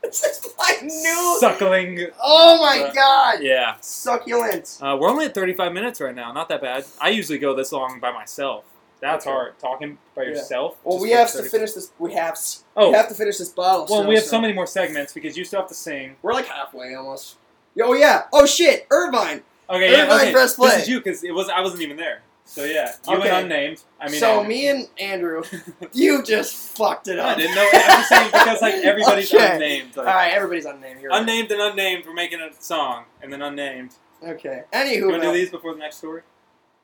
Speaker 2: It's just like new.
Speaker 1: Suckling.
Speaker 2: Oh my god,
Speaker 1: Yeah.
Speaker 2: succulent.
Speaker 1: Uh, we're only at 35 minutes right now. Not that bad. I usually go this long by myself. That's
Speaker 2: Okay.
Speaker 1: hard. Talking by
Speaker 2: Yeah.
Speaker 1: yourself.
Speaker 2: Well,
Speaker 1: just
Speaker 2: we
Speaker 1: for
Speaker 2: have to
Speaker 1: 30
Speaker 2: finish this. We have. s-
Speaker 1: Oh,
Speaker 2: We have to finish this bottle.
Speaker 1: well, we have so
Speaker 2: many.
Speaker 1: many more segments because you still have to sing.
Speaker 2: We're like halfway almost. Oh yeah. Oh shit. Irvine.
Speaker 1: Okay, yeah,
Speaker 2: Everybody
Speaker 1: okay.
Speaker 2: press play.
Speaker 1: This is you because it was I wasn't even there. So yeah, you
Speaker 2: Okay.
Speaker 1: and unnamed. I mean,
Speaker 2: so
Speaker 1: Andrew.
Speaker 2: me and Andrew, (laughs) you just fucked
Speaker 1: (laughs)
Speaker 2: it
Speaker 1: I
Speaker 2: up.
Speaker 1: didn't know. I'm just saying because
Speaker 2: (laughs)
Speaker 1: like everybody's
Speaker 2: Okay.
Speaker 1: unnamed. Like,
Speaker 2: All right, everybody's unnamed. You're right.
Speaker 1: Unnamed and unnamed. We're making a song and then unnamed.
Speaker 2: Okay.
Speaker 1: You
Speaker 2: Anywho,
Speaker 1: want to
Speaker 2: uh,
Speaker 1: do these before the next story?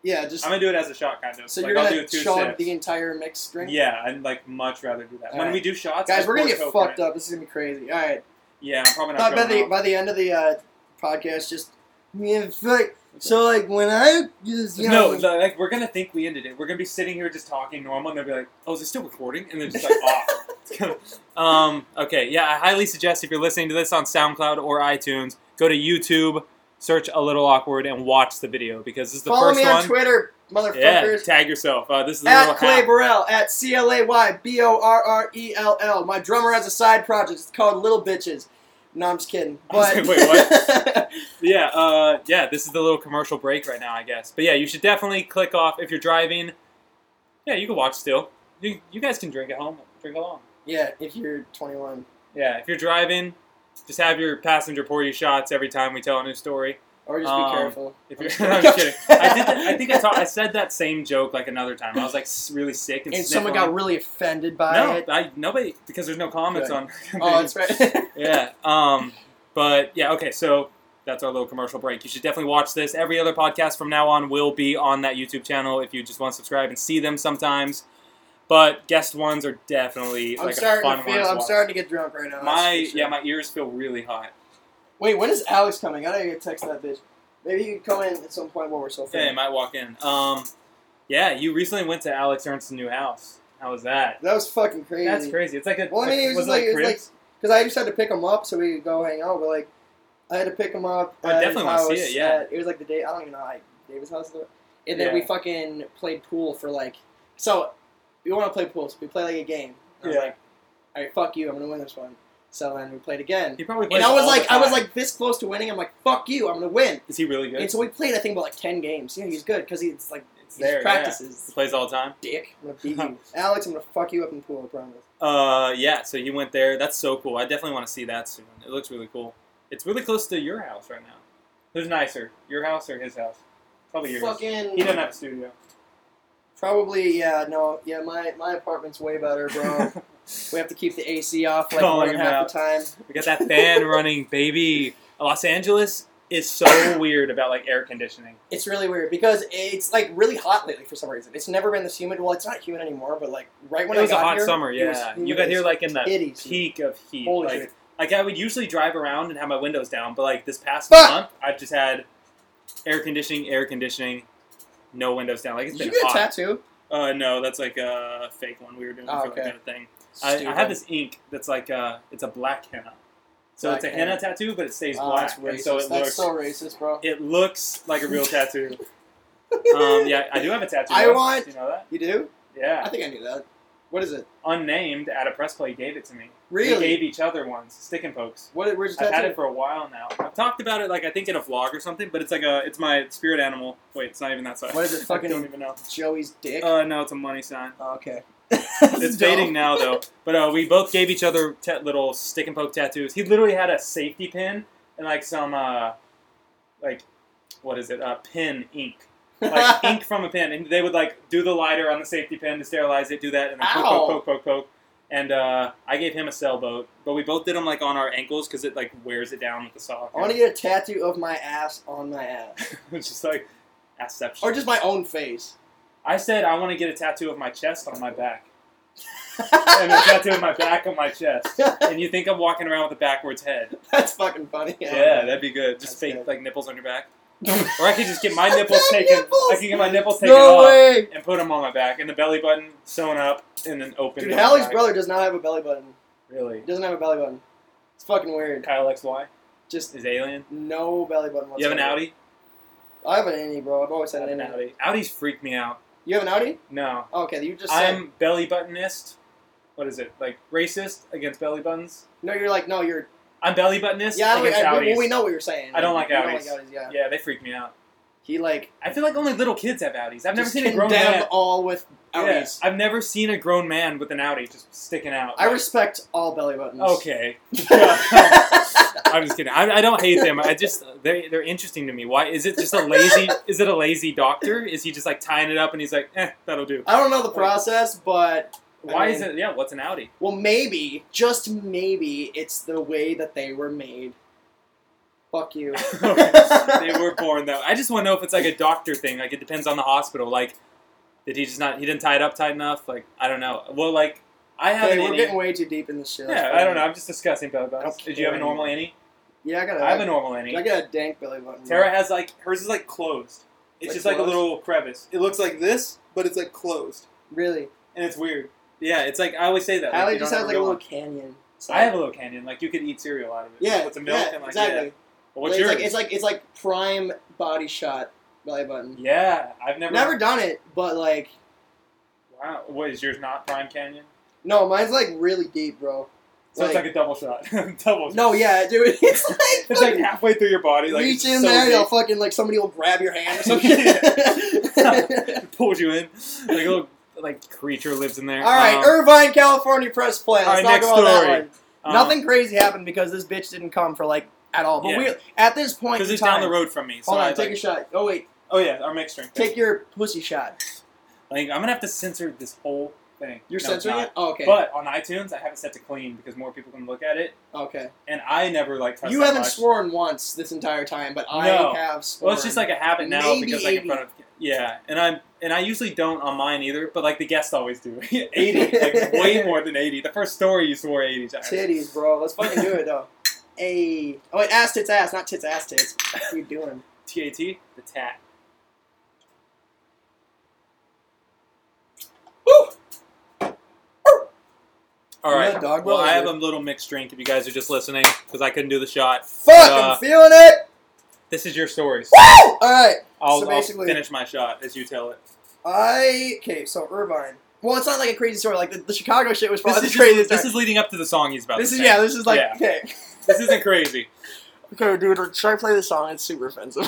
Speaker 2: yeah, just
Speaker 1: I'm gonna do it as a shot kind of.
Speaker 2: so
Speaker 1: like
Speaker 2: you're
Speaker 1: I'll do
Speaker 2: gonna
Speaker 1: it two
Speaker 2: chug
Speaker 1: sips.
Speaker 2: the entire mixed drink.
Speaker 1: Yeah, I'd like much rather do that.
Speaker 2: All
Speaker 1: when
Speaker 2: right.
Speaker 1: we do shots,
Speaker 2: Guys,
Speaker 1: I
Speaker 2: we're
Speaker 1: pour
Speaker 2: gonna get
Speaker 1: Coke in
Speaker 2: fucked
Speaker 1: it.
Speaker 2: up. This is gonna be crazy. All right.
Speaker 1: Yeah, I'm probably
Speaker 2: By,
Speaker 1: not.
Speaker 2: by
Speaker 1: going
Speaker 2: the
Speaker 1: out.
Speaker 2: by the end of the uh, podcast, just yeah, fuck. So like when I just you know
Speaker 1: no, the- like we're gonna think we ended it. We're gonna be sitting here just talking normal, and they'll be like, "Oh, is it still recording?" And then just like off. (laughs) um, okay, yeah, I highly suggest if you're listening to this on SoundCloud or iTunes, go to YouTube, search a little awkward, and watch the video because this is the
Speaker 2: follow
Speaker 1: first
Speaker 2: me on
Speaker 1: one.
Speaker 2: Twitter,
Speaker 1: yeah,
Speaker 2: motherfuckers.
Speaker 1: tag yourself. Uh, this is a little
Speaker 2: At Clay
Speaker 1: hack.
Speaker 2: Burrell, at C L A Y B O R R E L L. My drummer has a side project. It's called Little Bitches. No, I'm just kidding.
Speaker 1: I was
Speaker 2: But
Speaker 1: like, wait, what? Yeah, uh, yeah, this is the little commercial break right now, I guess. But yeah, you should definitely click off if you're driving. Yeah, you can watch still. You, you guys can drink at home, drink along.
Speaker 2: (laughs) yeah, if you're 21.
Speaker 1: Yeah, if you're driving, just have your passenger pour you shots every time we tell a new story.
Speaker 2: Or just be
Speaker 1: Um,
Speaker 2: careful.
Speaker 1: If (laughs) you're, I'm just kidding. I, did that, I think I, taught, I said that same joke like another time. I was like s- really sick and,
Speaker 2: And someone got
Speaker 1: sniffling.
Speaker 2: really offended by
Speaker 1: no,
Speaker 2: it.
Speaker 1: I, nobody because there's no comments
Speaker 2: Good.
Speaker 1: on.
Speaker 2: (laughs)
Speaker 1: (laughs)
Speaker 2: Oh, that's right.
Speaker 1: yeah. Um, but yeah, okay, so that's our little commercial break. You should definitely watch this. Every other podcast from now on will be on that YouTube channel if you just want to subscribe and see them sometimes. But guest ones are definitely
Speaker 2: I'm
Speaker 1: like a
Speaker 2: starting
Speaker 1: fun
Speaker 2: to
Speaker 1: one.
Speaker 2: feel.
Speaker 1: to
Speaker 2: I'm
Speaker 1: watch.
Speaker 2: starting to get drunk right now. that's
Speaker 1: My
Speaker 2: for sure.
Speaker 1: yeah, my ears feel really hot.
Speaker 2: Wait, when is Alex coming? I gotta get text that bitch. Maybe you can come in at some point while we're so
Speaker 1: Yeah,
Speaker 2: famous.
Speaker 1: you might walk in. Um, yeah, you recently went to Alex Ernst's new house. How was that?
Speaker 2: That was fucking crazy.
Speaker 1: That's crazy. It's like a.
Speaker 2: Well, I mean, it
Speaker 1: was
Speaker 2: was, just like, it was like
Speaker 1: Cribs?
Speaker 2: because I just had to pick him up so we could go hang out. But like, I had to pick him up.
Speaker 1: I
Speaker 2: at
Speaker 1: definitely
Speaker 2: his
Speaker 1: wanna see
Speaker 2: house
Speaker 1: it, yeah.
Speaker 2: at- it was like the day I don't even know like David's house. Or and then
Speaker 1: Yeah.
Speaker 2: we fucking played pool for like. So we want to play pool. So we play like a game. And I
Speaker 1: Yeah.
Speaker 2: was like, all right, fuck you. I'm gonna win this one. So then we played again.
Speaker 1: he probably.
Speaker 2: And
Speaker 1: plays
Speaker 2: I was
Speaker 1: all the
Speaker 2: like, I was
Speaker 1: time.
Speaker 2: like this close to winning. I'm like, fuck you. I'm gonna win.
Speaker 1: is he really good?
Speaker 2: And so we played, I think, about like ten games. Yeah, he's good because he's like
Speaker 1: it's
Speaker 2: he just
Speaker 1: there. Yeah. He
Speaker 2: practices.
Speaker 1: plays all the time.
Speaker 2: Dick, I'm gonna
Speaker 1: (laughs)
Speaker 2: beat you, Alex. I'm gonna fuck you up in pool. I promise.
Speaker 1: Uh, yeah. So he went there. That's so cool. I definitely want to see that soon. It looks really cool. It's really close to your house right now. Who's nicer, your house or his house? Probably yours.
Speaker 2: Fucking.
Speaker 1: He doesn't have a studio.
Speaker 2: Probably, yeah, no, yeah. My my apartment's way
Speaker 1: (laughs)
Speaker 2: better, (laughs) bro. we have to keep the AC off like more
Speaker 1: Calling
Speaker 2: than
Speaker 1: him
Speaker 2: half the time.
Speaker 1: We got that fan running, baby. Los Angeles is so weird about like air conditioning.
Speaker 2: It's really weird because it's like really hot lately for some reason. It's never been this humid. Well, it's not humid anymore, but like right when
Speaker 1: it was
Speaker 2: I
Speaker 1: a
Speaker 2: got
Speaker 1: hot
Speaker 2: here,
Speaker 1: summer,
Speaker 2: it was
Speaker 1: yeah.
Speaker 2: humid
Speaker 1: You got
Speaker 2: as
Speaker 1: here like in the
Speaker 2: titties.
Speaker 1: peak of heat.
Speaker 2: Holy
Speaker 1: like,
Speaker 2: shit!
Speaker 1: like I would usually drive around and have my windows down, but like this past
Speaker 2: Fuck.
Speaker 1: month, I've just had air conditioning, air conditioning, no windows down. Like it's
Speaker 2: Did you
Speaker 1: been
Speaker 2: get a
Speaker 1: hot.
Speaker 2: tattoo?
Speaker 1: Uh, no, that's like a fake one we were doing
Speaker 2: Oh,
Speaker 1: for
Speaker 2: okay.
Speaker 1: like that thing. I, I have this ink that's like uh, it's a black henna, so
Speaker 2: Black
Speaker 1: it's a henna,
Speaker 2: henna.
Speaker 1: tattoo, but it stays
Speaker 2: Oh,
Speaker 1: black,
Speaker 2: that's
Speaker 1: and
Speaker 2: racist.
Speaker 1: so it
Speaker 2: that's
Speaker 1: looks
Speaker 2: so racist, bro.
Speaker 1: it looks like a
Speaker 2: (laughs)
Speaker 1: real tattoo. (laughs) um, yeah, I do have a tattoo.
Speaker 2: I
Speaker 1: though.
Speaker 2: want-
Speaker 1: Did you know that?
Speaker 2: You do? I
Speaker 1: Yeah,
Speaker 2: think I knew that. What is it?
Speaker 1: unnamed at a press play gave it to me.
Speaker 2: Really?
Speaker 1: we gave each other ones, stick and pokes.
Speaker 2: What? Where's your
Speaker 1: I've had
Speaker 2: tattoo?
Speaker 1: it for a while now. I've talked about it like I think in a vlog or something, but it's like a it's my spirit animal. Wait, it's not even that size.
Speaker 2: What is
Speaker 1: (laughs)
Speaker 2: it,
Speaker 1: I
Speaker 2: fucking-
Speaker 1: don't even know.
Speaker 2: Joey's dick.
Speaker 1: Uh, no, it's a money sign.
Speaker 2: oh, okay. (laughs)
Speaker 1: It's fading now though. But uh, we both gave each other ta- little stick and poke tattoos. He literally had a safety pin and like some uh, like what is it? Uh, pin ink.
Speaker 2: (laughs)
Speaker 1: Like ink from a pen, and they would like do the lighter on the safety pin to sterilize it, do that, and then poke,
Speaker 2: Ow.
Speaker 1: poke, poke, poke, poke. And uh, I gave him a sailboat, but we both did them like on our ankles because it like wears it down with the sock.
Speaker 2: I want to get a tattoo of my ass on my ass,
Speaker 1: (laughs) it's just like aseptic.
Speaker 2: or just my own face.
Speaker 1: I said I want to get a tattoo of my chest on my back, and a tattoo of my back on my chest. and you think I'm walking around with a backwards head.
Speaker 2: (laughs) That's fucking funny.
Speaker 1: Yeah, that'd be good. Just
Speaker 2: That's
Speaker 1: fake
Speaker 2: good.
Speaker 1: like nipples on your back, or I could just
Speaker 2: (laughs)
Speaker 1: get my nipples
Speaker 2: Fake
Speaker 1: taken.
Speaker 2: nipples!
Speaker 1: I could get my nipples taken
Speaker 2: No
Speaker 1: off
Speaker 2: way,
Speaker 1: and put them on my back, and the belly button sewn up and then open.
Speaker 2: dude.
Speaker 1: on my
Speaker 2: Hallie's
Speaker 1: back.
Speaker 2: brother does not have a belly button.
Speaker 1: really.
Speaker 2: He doesn't have a belly button. It's fucking weird.
Speaker 1: Kyle XY
Speaker 2: Just
Speaker 1: is alien.
Speaker 2: no belly button. Whatsoever.
Speaker 1: You have an Audi?
Speaker 2: I have an Audi, bro. I've always
Speaker 1: I
Speaker 2: had
Speaker 1: have
Speaker 2: an
Speaker 1: an
Speaker 2: Audi.
Speaker 1: Audi. Audis freak me out.
Speaker 2: You have an Audi?
Speaker 1: No,
Speaker 2: Oh, okay, you just said.
Speaker 1: I'm belly buttonist. What is it like? Racist against belly buttons?
Speaker 2: No, you're like no, you're.
Speaker 1: I'm belly buttonist
Speaker 2: Yeah, I,
Speaker 1: against
Speaker 2: I,
Speaker 1: Audis.
Speaker 2: well, we know what you're saying.
Speaker 1: I don't like
Speaker 2: You
Speaker 1: Audis.
Speaker 2: yeah.
Speaker 1: Yeah, they freak me out.
Speaker 2: He like
Speaker 1: I feel like only little kids have Audis. I've never
Speaker 2: just
Speaker 1: seen a grown
Speaker 2: condemned
Speaker 1: man.
Speaker 2: all with
Speaker 1: Yeah,
Speaker 2: Audis.
Speaker 1: I've never seen a grown man with an Audi just sticking out.
Speaker 2: I
Speaker 1: Like,
Speaker 2: respect all belly buttons. (laughs)
Speaker 1: Okay. (laughs) I'm just kidding. I, I don't hate them. I just they they're interesting to me. Why is it just a lazy? Is it a lazy doctor? Is he just like tying it up and he's like, eh, that'll do?
Speaker 2: I don't know the process, but
Speaker 1: Why is
Speaker 2: mean-
Speaker 1: it? Yeah, what's an Audi?
Speaker 2: well, maybe just maybe it's the way that they were made. Fuck you.
Speaker 1: (laughs) they were born though. I just want to know if it's like a doctor thing. Like it depends on the hospital. Like did he just not? He didn't tie it up tight enough. Like I don't know. Well, like I have
Speaker 2: Okay,
Speaker 1: an
Speaker 2: we're
Speaker 1: innie.
Speaker 2: getting way too deep in this shit.
Speaker 1: Yeah, I don't know. I'm just discussing belly buttons.
Speaker 2: don't
Speaker 1: Did you have a
Speaker 2: care
Speaker 1: normal Annie?
Speaker 2: Yeah, I got.
Speaker 1: I have a normal Annie.
Speaker 2: I got a dank belly button.
Speaker 1: Tara has like hers is like closed. It's
Speaker 2: Like
Speaker 1: just like a
Speaker 2: closed?
Speaker 1: little crevice. It looks like this, but it's like closed,
Speaker 2: really.
Speaker 1: and it's weird. Yeah, it's like I always say that.
Speaker 2: Allie
Speaker 1: you
Speaker 2: just
Speaker 1: don't ever
Speaker 2: has like a
Speaker 1: go
Speaker 2: little
Speaker 1: on-
Speaker 2: canyon. It's
Speaker 1: I have a little canyon. Like you could eat cereal out of it.
Speaker 2: Yeah,
Speaker 1: with some milk
Speaker 2: yeah,
Speaker 1: and like
Speaker 2: exactly.
Speaker 1: yeah. Well, What's
Speaker 2: it's
Speaker 1: yours?
Speaker 2: like it's like it's like prime body shot belly button.
Speaker 1: yeah, I've never.
Speaker 2: Never done it, but like
Speaker 1: Wow, what is yours? Not prime canyon.
Speaker 2: no, mine's like really deep, bro.
Speaker 1: So it's like a double shot. (laughs) double.
Speaker 2: no, yeah, dude, (laughs) it's like
Speaker 1: It's like
Speaker 2: (laughs) fucking-
Speaker 1: halfway through your body. Like
Speaker 2: reach
Speaker 1: it's
Speaker 2: in
Speaker 1: so
Speaker 2: there,
Speaker 1: deep.
Speaker 2: they'll fucking like somebody will grab your hand or something.
Speaker 1: (laughs) It pulls you in. Like a little like creature lives in there.
Speaker 2: (laughs) All right,
Speaker 1: Um,
Speaker 2: Irvine, California press play. Let's
Speaker 1: all right,
Speaker 2: talk about
Speaker 1: next
Speaker 2: that
Speaker 1: um,
Speaker 2: one. Nothing crazy happened because this bitch didn't come for like at all. But
Speaker 1: Yeah.
Speaker 2: we at this point
Speaker 1: Because
Speaker 2: in
Speaker 1: it's
Speaker 2: time,
Speaker 1: down the road from me. So
Speaker 2: Hold
Speaker 1: I,
Speaker 2: on, take
Speaker 1: like-
Speaker 2: a shot. Oh wait,
Speaker 1: Oh yeah, our mixed drink.
Speaker 2: take your pussy shot.
Speaker 1: Like I'm gonna have to censor this whole thing.
Speaker 2: You're
Speaker 1: No,
Speaker 2: censoring
Speaker 1: not.
Speaker 2: it. Oh, okay,
Speaker 1: But on iTunes, I have it set to clean because more people can look at it,
Speaker 2: okay.
Speaker 1: and I never like. Cuss
Speaker 2: You
Speaker 1: that
Speaker 2: haven't
Speaker 1: much.
Speaker 2: sworn once this entire time, but I
Speaker 1: No.
Speaker 2: have sworn.
Speaker 1: Well, it's just like a habit now
Speaker 2: Maybe
Speaker 1: because like in
Speaker 2: 80.
Speaker 1: front of yeah, and I'm and I usually don't on mine either, but like the guests always do. (laughs)
Speaker 2: (laughs)
Speaker 1: eighty, like way more than eighty. The first story you swore eighty times.
Speaker 2: titties, bro. Let's fucking do it
Speaker 1: (laughs)
Speaker 2: though. Hey, oh wait, ass tits ass, not tits ass tits. What are
Speaker 1: (laughs)
Speaker 2: you doing?
Speaker 1: T A T the tat.
Speaker 2: Woo!
Speaker 1: All right.
Speaker 2: Yeah, dog
Speaker 1: well,
Speaker 2: roll,
Speaker 1: I have a
Speaker 2: dude.
Speaker 1: little mixed drink if you guys are just listening because I couldn't do the shot.
Speaker 2: Fuck,
Speaker 1: Uh,
Speaker 2: I'm feeling it.
Speaker 1: This is your story.
Speaker 2: Woo! All right.
Speaker 1: I'll,
Speaker 2: So
Speaker 1: I'll
Speaker 2: basically-
Speaker 1: finish my shot as you tell it.
Speaker 2: I okay, so Irvine. Well, it's not like a crazy story. Like the, the Chicago shit was probably
Speaker 1: This is,
Speaker 2: the craziest.
Speaker 1: this
Speaker 2: story.
Speaker 1: is leading up to the song he's about
Speaker 2: this
Speaker 1: to
Speaker 2: is
Speaker 1: sing.
Speaker 2: yeah. This is like
Speaker 1: Yeah.
Speaker 2: okay.
Speaker 1: (laughs) This isn't crazy.
Speaker 2: Okay, dude. Should I play this song? It's super
Speaker 1: (laughs)
Speaker 2: offensive.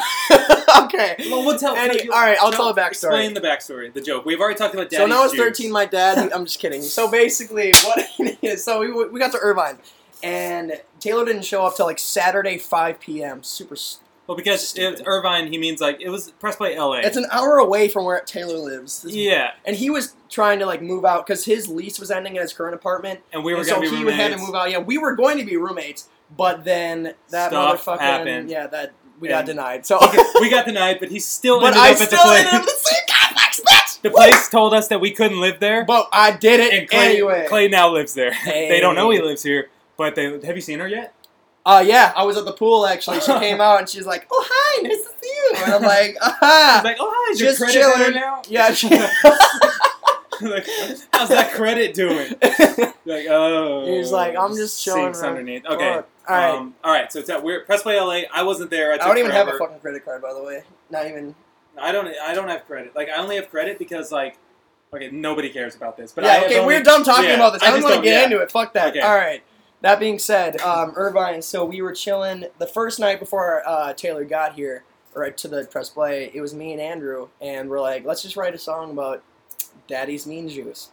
Speaker 2: okay.
Speaker 1: Well, we'll tell.
Speaker 2: Any-
Speaker 1: tell you-
Speaker 2: all right, I'll
Speaker 1: no,
Speaker 2: tell a backstory.
Speaker 1: Explain the backstory, the joke. We've already talked about daddy's
Speaker 2: so when I was
Speaker 1: shoes.
Speaker 2: 13,
Speaker 1: (laughs)
Speaker 2: my dad. I'm just kidding. So basically, what (laughs) it is, so we, we got to Irvine, and Taylor didn't show up till like Saturday 5 p.m. Super. s-
Speaker 1: Well, because
Speaker 2: Stupid.
Speaker 1: it's Irvine, he means like it was Press Play LA.
Speaker 2: It's an hour away from where Taylor lives, This-
Speaker 1: yeah,
Speaker 2: and he was trying to like move out because his lease was ending in his current apartment,
Speaker 1: and we were
Speaker 2: and
Speaker 1: gonna
Speaker 2: so
Speaker 1: be
Speaker 2: he
Speaker 1: roommates.
Speaker 2: had to move out. Yeah, we were going to be roommates, but then that
Speaker 1: Stuff
Speaker 2: motherfucker.
Speaker 1: happened.
Speaker 2: Yeah, that we
Speaker 1: And-
Speaker 2: got denied. So,
Speaker 1: (laughs)
Speaker 2: (laughs)
Speaker 1: Okay, we got denied, but he still
Speaker 2: but
Speaker 1: ended
Speaker 2: I
Speaker 1: up at the
Speaker 2: still
Speaker 1: place.
Speaker 2: ended up in the same complex, bitch. (laughs)
Speaker 1: the place told us that we couldn't live there,
Speaker 2: But I did it
Speaker 1: and Clay,
Speaker 2: anyway.
Speaker 1: Clay (laughs) now lives there. They don't know he
Speaker 2: Hey.
Speaker 1: lives here, but they have you seen her yet?
Speaker 2: Uh, yeah, I was at the pool actually. She came out and she's like, "Oh hi, nice to see you," and I'm like, (laughs)
Speaker 1: He's
Speaker 2: "Aha."
Speaker 1: like, oh hi, is your
Speaker 2: Uh, Just
Speaker 1: credit
Speaker 2: chilling.
Speaker 1: better now? (laughs)
Speaker 2: Yeah, she- (laughs)
Speaker 1: like, how's that credit
Speaker 2: (laughs)
Speaker 1: doing? Like, oh.
Speaker 2: He's like, I'm just chilling,
Speaker 1: Sinks
Speaker 2: right?
Speaker 1: underneath. Okay.
Speaker 2: Fuck. All right.
Speaker 1: Um, all right. So it's at we're Press Play LA. I wasn't there. I,
Speaker 2: I
Speaker 1: took
Speaker 2: don't even have a
Speaker 1: forever.
Speaker 2: fucking credit card, by the way. Not even.
Speaker 1: I don't. I don't have credit. Like I only have credit because like, okay, nobody cares about this. But I
Speaker 2: yeah.
Speaker 1: have
Speaker 2: Okay,
Speaker 1: only-
Speaker 2: we're done talking
Speaker 1: yeah,
Speaker 2: about this.
Speaker 1: I
Speaker 2: I, don't
Speaker 1: just
Speaker 2: want to
Speaker 1: don't-
Speaker 2: get
Speaker 1: yeah.
Speaker 2: into it. Fuck that.
Speaker 1: Okay.
Speaker 2: All right. That being said, um, Irvine. So we were chilling the first night before uh, Taylor got here, right to the press play. It was me and Andrew, and we're like, let's just write a song about Daddy's Mean Juice.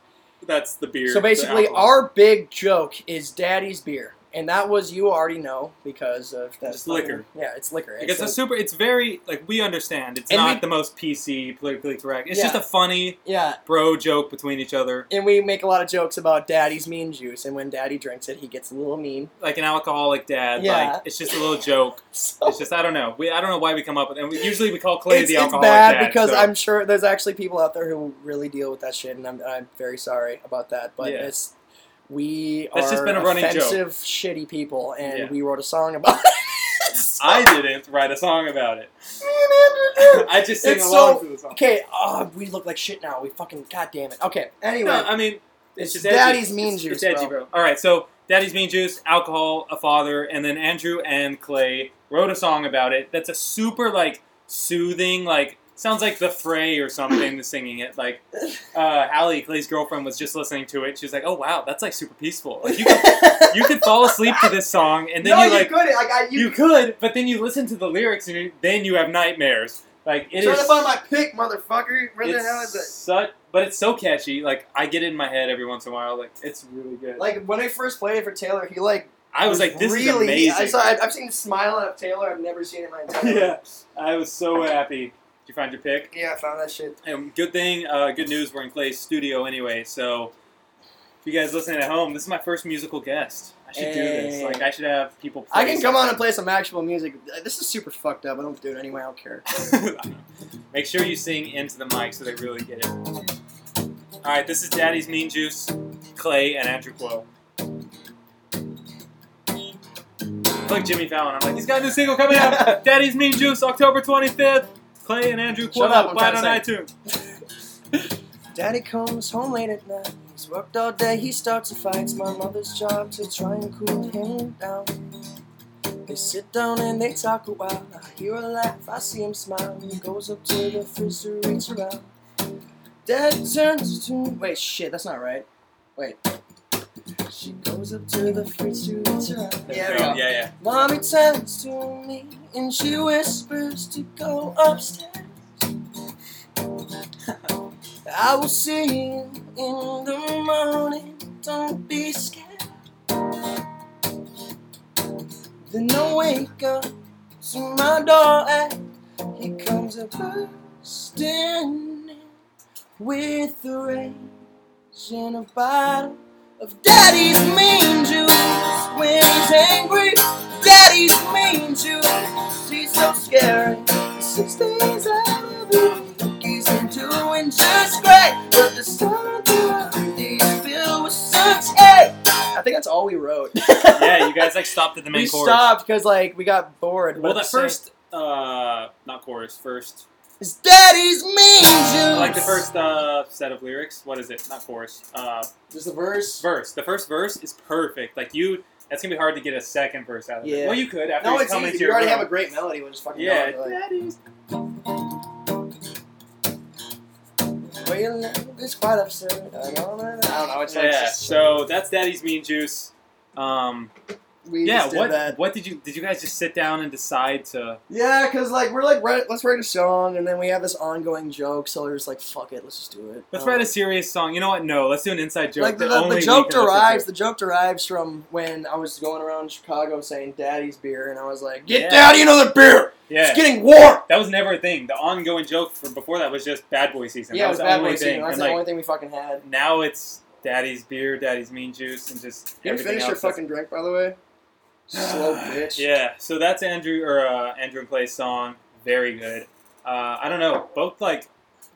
Speaker 1: That's the beer.
Speaker 2: So basically,
Speaker 1: the alcohol.
Speaker 2: our big joke is Daddy's beer, and that was you already know because of that.
Speaker 1: It's liquor.
Speaker 2: Yeah, it's liquor.
Speaker 1: Like, it's
Speaker 2: a-
Speaker 1: a super. It's very like we understand. It's
Speaker 2: And
Speaker 1: not
Speaker 2: we-
Speaker 1: the most PC, politically correct. It's
Speaker 2: Yeah.
Speaker 1: just a funny
Speaker 2: yeah,
Speaker 1: bro joke between each other.
Speaker 2: and we make a lot of jokes about Daddy's mean juice, and when Daddy drinks it, he gets a little mean.
Speaker 1: Like an alcoholic dad.
Speaker 2: Yeah.
Speaker 1: Like it's just a little joke.
Speaker 2: So
Speaker 1: It's just I don't know. We I don't know why we come up with. And we, usually we call Clay
Speaker 2: it's,
Speaker 1: the
Speaker 2: it's
Speaker 1: alcoholic
Speaker 2: bad
Speaker 1: dad,
Speaker 2: because
Speaker 1: so-
Speaker 2: I'm sure there's actually people out there who really deal with that shit, and I'm, I'm very sorry about that. But
Speaker 1: Yeah.
Speaker 2: it's we
Speaker 1: That's
Speaker 2: are
Speaker 1: just been a running joke.
Speaker 2: offensive, shitty people, and
Speaker 1: Yeah.
Speaker 2: we wrote a song about (laughs) it. So-
Speaker 1: I didn't write a song about it. I just sing
Speaker 2: It's
Speaker 1: along
Speaker 2: so-
Speaker 1: to the song.
Speaker 2: Okay, oh, we look like shit now. We fucking goddamn it. Okay, anyway,
Speaker 1: No, I mean, it's,
Speaker 2: It's
Speaker 1: just edgy.
Speaker 2: Daddy's mean
Speaker 1: It's-
Speaker 2: juice,
Speaker 1: It's edgy, bro. All right, so Daddy's mean juice, alcohol, a father, and then Andrew and Clay wrote a song about it. That's a super like soothing, like sounds like The Fray or something. the singing it,
Speaker 2: (laughs)
Speaker 1: like uh, Hallie, Clay's girlfriend, was just listening to it. She was like, "Oh wow, that's like super peaceful.
Speaker 2: (laughs)
Speaker 1: Like you could, you could fall asleep to this song, and then
Speaker 2: no,
Speaker 1: you like."
Speaker 2: could. Like I,
Speaker 1: You could, but then you listen to the lyrics and you, then you have nightmares. Like it is.
Speaker 2: trying to find my pick, motherfucker. Where the
Speaker 1: it's
Speaker 2: hell is
Speaker 1: Such, but it's so catchy. Like I get it in my head every once in a while. Like it's really
Speaker 2: it?
Speaker 1: good.
Speaker 2: Like when I first played it for Taylor, he like
Speaker 1: I was like, this
Speaker 2: really,
Speaker 1: is amazing.
Speaker 2: I saw, I've seen the smile out of Taylor. I've never seen it in my entire life.
Speaker 1: (laughs) yeah, I was so happy. Did you find your pick?
Speaker 2: Yeah, I found that shit.
Speaker 1: And good thing, uh, good news. We're in Clay's studio anyway, so if you guys listening at home, this is my first musical guest. I should do this.
Speaker 2: Hey.
Speaker 1: Like I should have people. Play
Speaker 2: I can come on and play some actual music. This is super fucked up. I don't do it anyway. I don't care.
Speaker 1: play. (laughs) Make sure you sing into the mic so they really get it. All right, this is Daddy's Mean Juice, Clay and Andrew Quo. It's like Jimmy Fallon. I'm like, he's got a new single coming out. (laughs) Daddy's Mean Juice, October 25th. Clay and Andrew
Speaker 2: Shut up,
Speaker 1: Cuomo,
Speaker 2: I'm
Speaker 1: buy it on
Speaker 2: trying
Speaker 1: iTunes.
Speaker 2: Daddy comes home late at night. He's worked all day. He starts a fight. It's my mother's job to try and cool him down. They sit down and they talk a while. I hear a laugh. I see him smile. He goes up to the fridge to reach around. Dad turns to wait. Shit, that's not right. Wait. She goes up to the fridge to reach around.
Speaker 1: There
Speaker 2: Yeah,
Speaker 1: we
Speaker 2: there
Speaker 1: go.
Speaker 2: we go.
Speaker 1: Yeah, (laughs) yeah.
Speaker 2: Mommy turns to me and she whispers to go upstairs. I will see you in the morning, don't be scared. Then I wake up to my door and here comes a bursting in with the rain and a bottle of daddy's mean juice when he's angry. Daddy's mean juice, he's so scary. Six days out of the week, he's been doing just great. But the summer through is filled with such hate. I think that's all we wrote.
Speaker 1: (laughs) Yeah, you guys like stopped at the main
Speaker 2: we
Speaker 1: chorus.
Speaker 2: stopped because like we got bored.
Speaker 1: Well,
Speaker 2: with
Speaker 1: the first, uh, not chorus, first.
Speaker 2: same- is daddy's mean juice.
Speaker 1: I like the first uh, set of lyrics. What is it? Not chorus. Uh,
Speaker 2: There's the verse.
Speaker 1: verse. The first verse is perfect. Like you, that's gonna be hard to get a second verse out of it.
Speaker 2: Yeah.
Speaker 1: Well, you could after
Speaker 2: no,
Speaker 1: you
Speaker 2: it's
Speaker 1: come
Speaker 2: easy.
Speaker 1: into
Speaker 2: You
Speaker 1: your
Speaker 2: already
Speaker 1: room.
Speaker 2: have a great melody. We'll just fucking go
Speaker 1: yeah.
Speaker 2: into, like-
Speaker 1: Daddy's-
Speaker 2: Well, you know, it's quite absurd. I don't know. I don't know. It's like
Speaker 1: yeah.
Speaker 2: just-
Speaker 1: So that's Daddy's Mean Juice. Um,
Speaker 2: we
Speaker 1: yeah.
Speaker 2: just did
Speaker 1: What?
Speaker 2: that.
Speaker 1: What did you? Did you guys just sit down and decide to?
Speaker 2: Yeah, because like we're like write, let's write a song, and then we have this ongoing joke. So we're just like, fuck it, let's just do it.
Speaker 1: Let's
Speaker 2: Um,
Speaker 1: write a serious song. You know what? No, let's do an inside joke.
Speaker 2: Like the,
Speaker 1: that
Speaker 2: the,
Speaker 1: only we
Speaker 2: joke
Speaker 1: can listen to.
Speaker 2: derives Um, the joke derives from when I was going around Chicago saying "Daddy's beer" and I was like, "Get
Speaker 1: Yeah.
Speaker 2: Daddy another beer!
Speaker 1: Yeah.
Speaker 2: It's getting warm."
Speaker 1: That was never a thing. The ongoing joke from before that was just Bad Boy season.
Speaker 2: yeah,
Speaker 1: that
Speaker 2: it was bad
Speaker 1: the only
Speaker 2: boy
Speaker 1: thing.
Speaker 2: scene. That's
Speaker 1: and
Speaker 2: the
Speaker 1: like
Speaker 2: only thing we fucking had.
Speaker 1: now it's Daddy's beer, Daddy's mean juice, and just
Speaker 2: Did you
Speaker 1: everything
Speaker 2: finish
Speaker 1: else.
Speaker 2: your
Speaker 1: is-
Speaker 2: fucking drink, by the way?
Speaker 1: (sighs)
Speaker 2: Slow bitch.
Speaker 1: Yeah. So that's Andrew or uh, Andrew and Clay's song. Very good. Uh, I don't know. Both like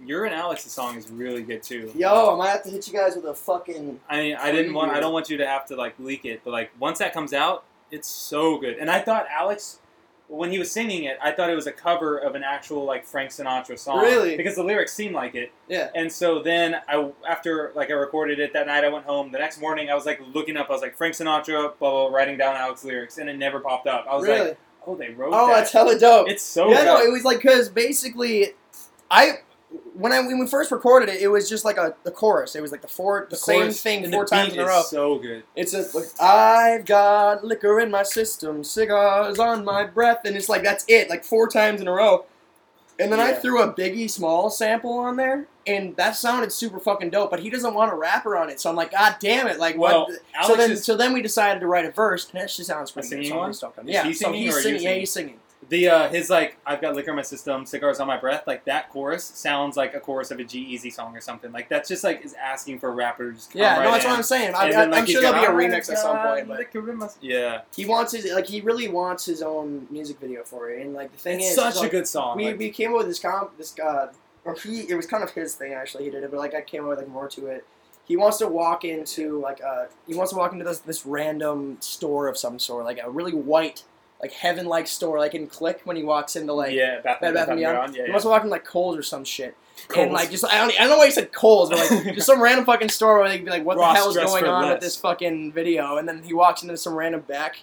Speaker 1: your and Alex's song is really good too.
Speaker 2: Yo, I might have to hit you guys with a fucking.
Speaker 1: I mean, I didn't want. I
Speaker 2: Preview.
Speaker 1: don't want you to have to like leak it, but like once that comes out, it's so good. And I thought Alex, when he was singing it, I thought it was a cover of an actual like Frank Sinatra song.
Speaker 2: Really?
Speaker 1: Because the lyrics seemed like it.
Speaker 2: Yeah.
Speaker 1: And so then I, after like I recorded it that night, I went home. The next morning, I was like looking up. I was like Frank Sinatra, blah blah, blah writing down Alex lyrics, and it never popped up. I was
Speaker 2: really?
Speaker 1: like, oh, they wrote
Speaker 2: oh,
Speaker 1: that.
Speaker 2: that's hella dope.
Speaker 1: it's so
Speaker 2: yeah,
Speaker 1: good.
Speaker 2: no, it was like because basically, I when I when we first recorded it, it was just like a the chorus. It was like the four the, same
Speaker 1: chorus
Speaker 2: thing
Speaker 1: and
Speaker 2: four
Speaker 1: the
Speaker 2: times
Speaker 1: beat
Speaker 2: in a
Speaker 1: is
Speaker 2: row.
Speaker 1: So good.
Speaker 2: It's just like I've got liquor in my system, cigars on my breath, and it's like that's it, like four times in a row. And then I
Speaker 1: Yeah.
Speaker 2: threw a Biggie Small sample on there,
Speaker 3: and that sounded super fucking dope. But he doesn't want a rapper on it, so I'm like, God damn it! Like,
Speaker 1: Well,
Speaker 3: what? the-
Speaker 1: Alex
Speaker 3: so then,
Speaker 1: is-
Speaker 3: so then we decided to write a verse, and that shit sounds pretty
Speaker 1: A
Speaker 3: good.
Speaker 1: singing
Speaker 3: so I'm
Speaker 1: one?
Speaker 3: gonna stop on it.
Speaker 1: Is
Speaker 3: yeah,
Speaker 1: he
Speaker 3: so
Speaker 1: singing
Speaker 3: he's
Speaker 1: or are you
Speaker 3: singing. Yeah,
Speaker 1: singing?
Speaker 3: he's singing.
Speaker 1: The uh, his like I've got liquor in my system, cigars on my breath, like that chorus sounds like a chorus of a G Easy song or something. Like that's just like is asking for rappers.
Speaker 3: Yeah, no, that's what I'm saying. I,
Speaker 1: And
Speaker 3: I,
Speaker 1: then, like,
Speaker 3: I'm
Speaker 1: he's
Speaker 3: sure there'll
Speaker 1: got,
Speaker 3: be a
Speaker 1: "I've
Speaker 3: remix at some
Speaker 1: got
Speaker 3: point, but
Speaker 1: liquor in my s-" yeah,
Speaker 3: he wants his like he really wants his own music video for it. And like the thing
Speaker 1: it's
Speaker 3: is,
Speaker 1: such
Speaker 3: like,
Speaker 1: a good song.
Speaker 3: we,
Speaker 1: like,
Speaker 3: we came up with this comp this uh or he it was kind of his thing actually he did it but like I came up with like more to it. He wants to walk into like uh he wants to walk into this this random store of some sort like a really white like heaven like store like in Click when he walks into like
Speaker 1: yeah, Bath
Speaker 3: Bed Bath and Beyond.
Speaker 1: Yeah,
Speaker 3: He
Speaker 1: yeah.
Speaker 3: must have walked in like Kohl's or some shit, and
Speaker 1: Coles.
Speaker 3: like just I don't, I don't know why he said Kohl's, but
Speaker 1: (laughs)
Speaker 3: like just some random fucking store where they'd be like, "What
Speaker 1: Ross
Speaker 3: the hell is
Speaker 1: dressed
Speaker 3: going
Speaker 1: for
Speaker 3: on
Speaker 1: less.
Speaker 3: with this fucking video?" And then he walks into some random back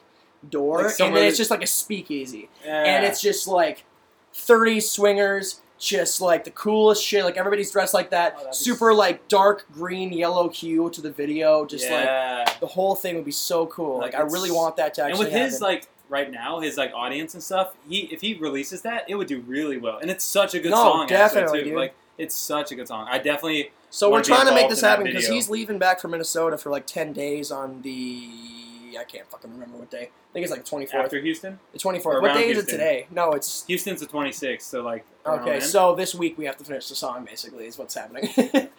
Speaker 3: door,
Speaker 1: Like
Speaker 3: and
Speaker 1: somewhere
Speaker 3: then it's
Speaker 1: that-
Speaker 3: just like a speakeasy,
Speaker 1: Yeah.
Speaker 3: and it's just like thirty swingers, just like the coolest shit. Like everybody's dressed like
Speaker 1: Oh,
Speaker 3: that,
Speaker 1: that'd be
Speaker 3: super
Speaker 1: sick.
Speaker 3: like dark green yellow hue to the video, just like.
Speaker 1: yeah.
Speaker 3: The whole thing would be so cool.
Speaker 1: Like,
Speaker 3: Like, I
Speaker 1: it's-
Speaker 3: really want that to
Speaker 1: and
Speaker 3: actually
Speaker 1: with his
Speaker 3: happen.
Speaker 1: like right now his like audience and stuff he if he releases that it would do really well and it's such a good
Speaker 3: No,
Speaker 1: song
Speaker 3: definitely,
Speaker 1: actually, too.
Speaker 3: dude.
Speaker 1: like it's such a good song i definitely
Speaker 3: So we're
Speaker 1: wanna be
Speaker 3: trying to make
Speaker 1: involved
Speaker 3: this
Speaker 1: in that
Speaker 3: happen because
Speaker 1: video.
Speaker 3: he's leaving back for Minnesota for like ten days on the I can't fucking remember what day. I think it's like twenty fourth.
Speaker 1: after houston
Speaker 3: The twenty fourth. What
Speaker 1: around
Speaker 3: day is it
Speaker 1: Houston.
Speaker 3: today? No, it's
Speaker 1: houston's the 26th so like around
Speaker 3: okay.
Speaker 1: then.
Speaker 3: So this week we have to finish the song. Basically, is what's happening.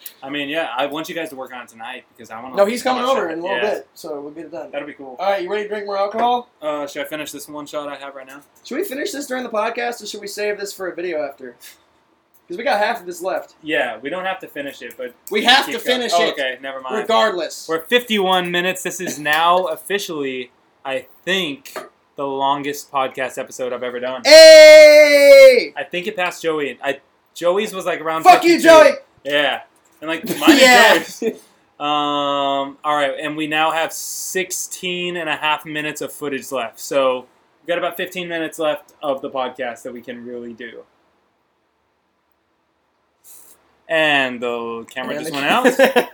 Speaker 3: (laughs)
Speaker 1: i mean yeah i want you guys to work on it tonight because i want to
Speaker 3: no, he's coming
Speaker 1: watch
Speaker 3: over
Speaker 1: it.
Speaker 3: in a little
Speaker 1: Oh, Yeah,
Speaker 3: bit, so we'll get it done.
Speaker 1: that'll be cool
Speaker 3: All right, you ready to drink more alcohol?
Speaker 1: uh should i finish this one shot i have right now
Speaker 3: Should we finish this during the podcast, or should we save this for a video after? Because we got half of this left.
Speaker 1: yeah we don't have to finish it but
Speaker 3: We have
Speaker 1: keep
Speaker 3: to
Speaker 1: going.
Speaker 3: finish
Speaker 1: Oh,
Speaker 3: it.
Speaker 1: okay never mind
Speaker 3: Regardless,
Speaker 1: We're 51 minutes. This is now (laughs) officially, I think, the longest podcast episode I've ever done.
Speaker 3: hey,
Speaker 1: I think it passed Joey. I Joey's was like around.
Speaker 3: fuck
Speaker 1: 52.
Speaker 3: you, Joey.
Speaker 1: Yeah, and like mine
Speaker 3: (laughs) Yeah.
Speaker 1: yeah. Um. All right, and we now have 16 and a half minutes of footage left. So we've got about 15 minutes left of the podcast that we can really do. And the camera just went
Speaker 3: (laughs)
Speaker 1: out,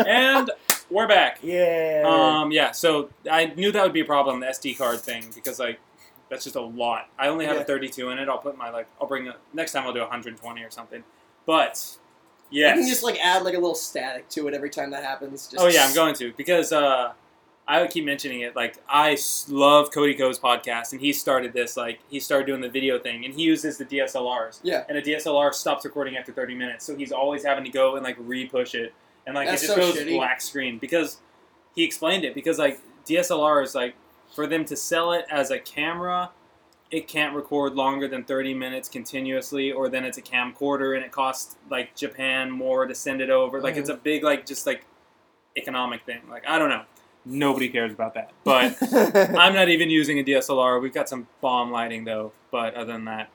Speaker 1: and we're back.
Speaker 3: yeah.
Speaker 1: Um, yeah, so I knew that would be a problem, the SD card thing, because like that's just a lot. I only have a
Speaker 3: Yeah.
Speaker 1: 32 in it. I'll put my like I'll bring a, next time I'll do 120 or something. But
Speaker 3: You can
Speaker 1: yes,
Speaker 3: just like add like a little static to it every time that happens. Just
Speaker 1: oh yeah, I'm going to because uh, I would keep mentioning it. Like I s- love Cody Co's podcast, and he started this. Like he started doing the video thing, and he uses the DSLRs.
Speaker 3: Yeah.
Speaker 1: and a DSLR stops recording after 30 minutes, so he's always having to go and like re-push it, and like
Speaker 3: That's
Speaker 1: it just
Speaker 3: so
Speaker 1: goes
Speaker 3: shitty.
Speaker 1: black screen because he explained it because like DSLR is like for them to sell it as a camera. It can't record longer than 30 minutes continuously, or then it's a camcorder and it costs like Japan more to send it over. Like,
Speaker 3: Mm.
Speaker 1: it's a big, like, just like economic thing. Like, I don't know. Nobody cares about that.
Speaker 3: (laughs)
Speaker 1: But
Speaker 3: But
Speaker 1: I'm not even using a DSLR. We've got some bomb lighting, though. But other than that,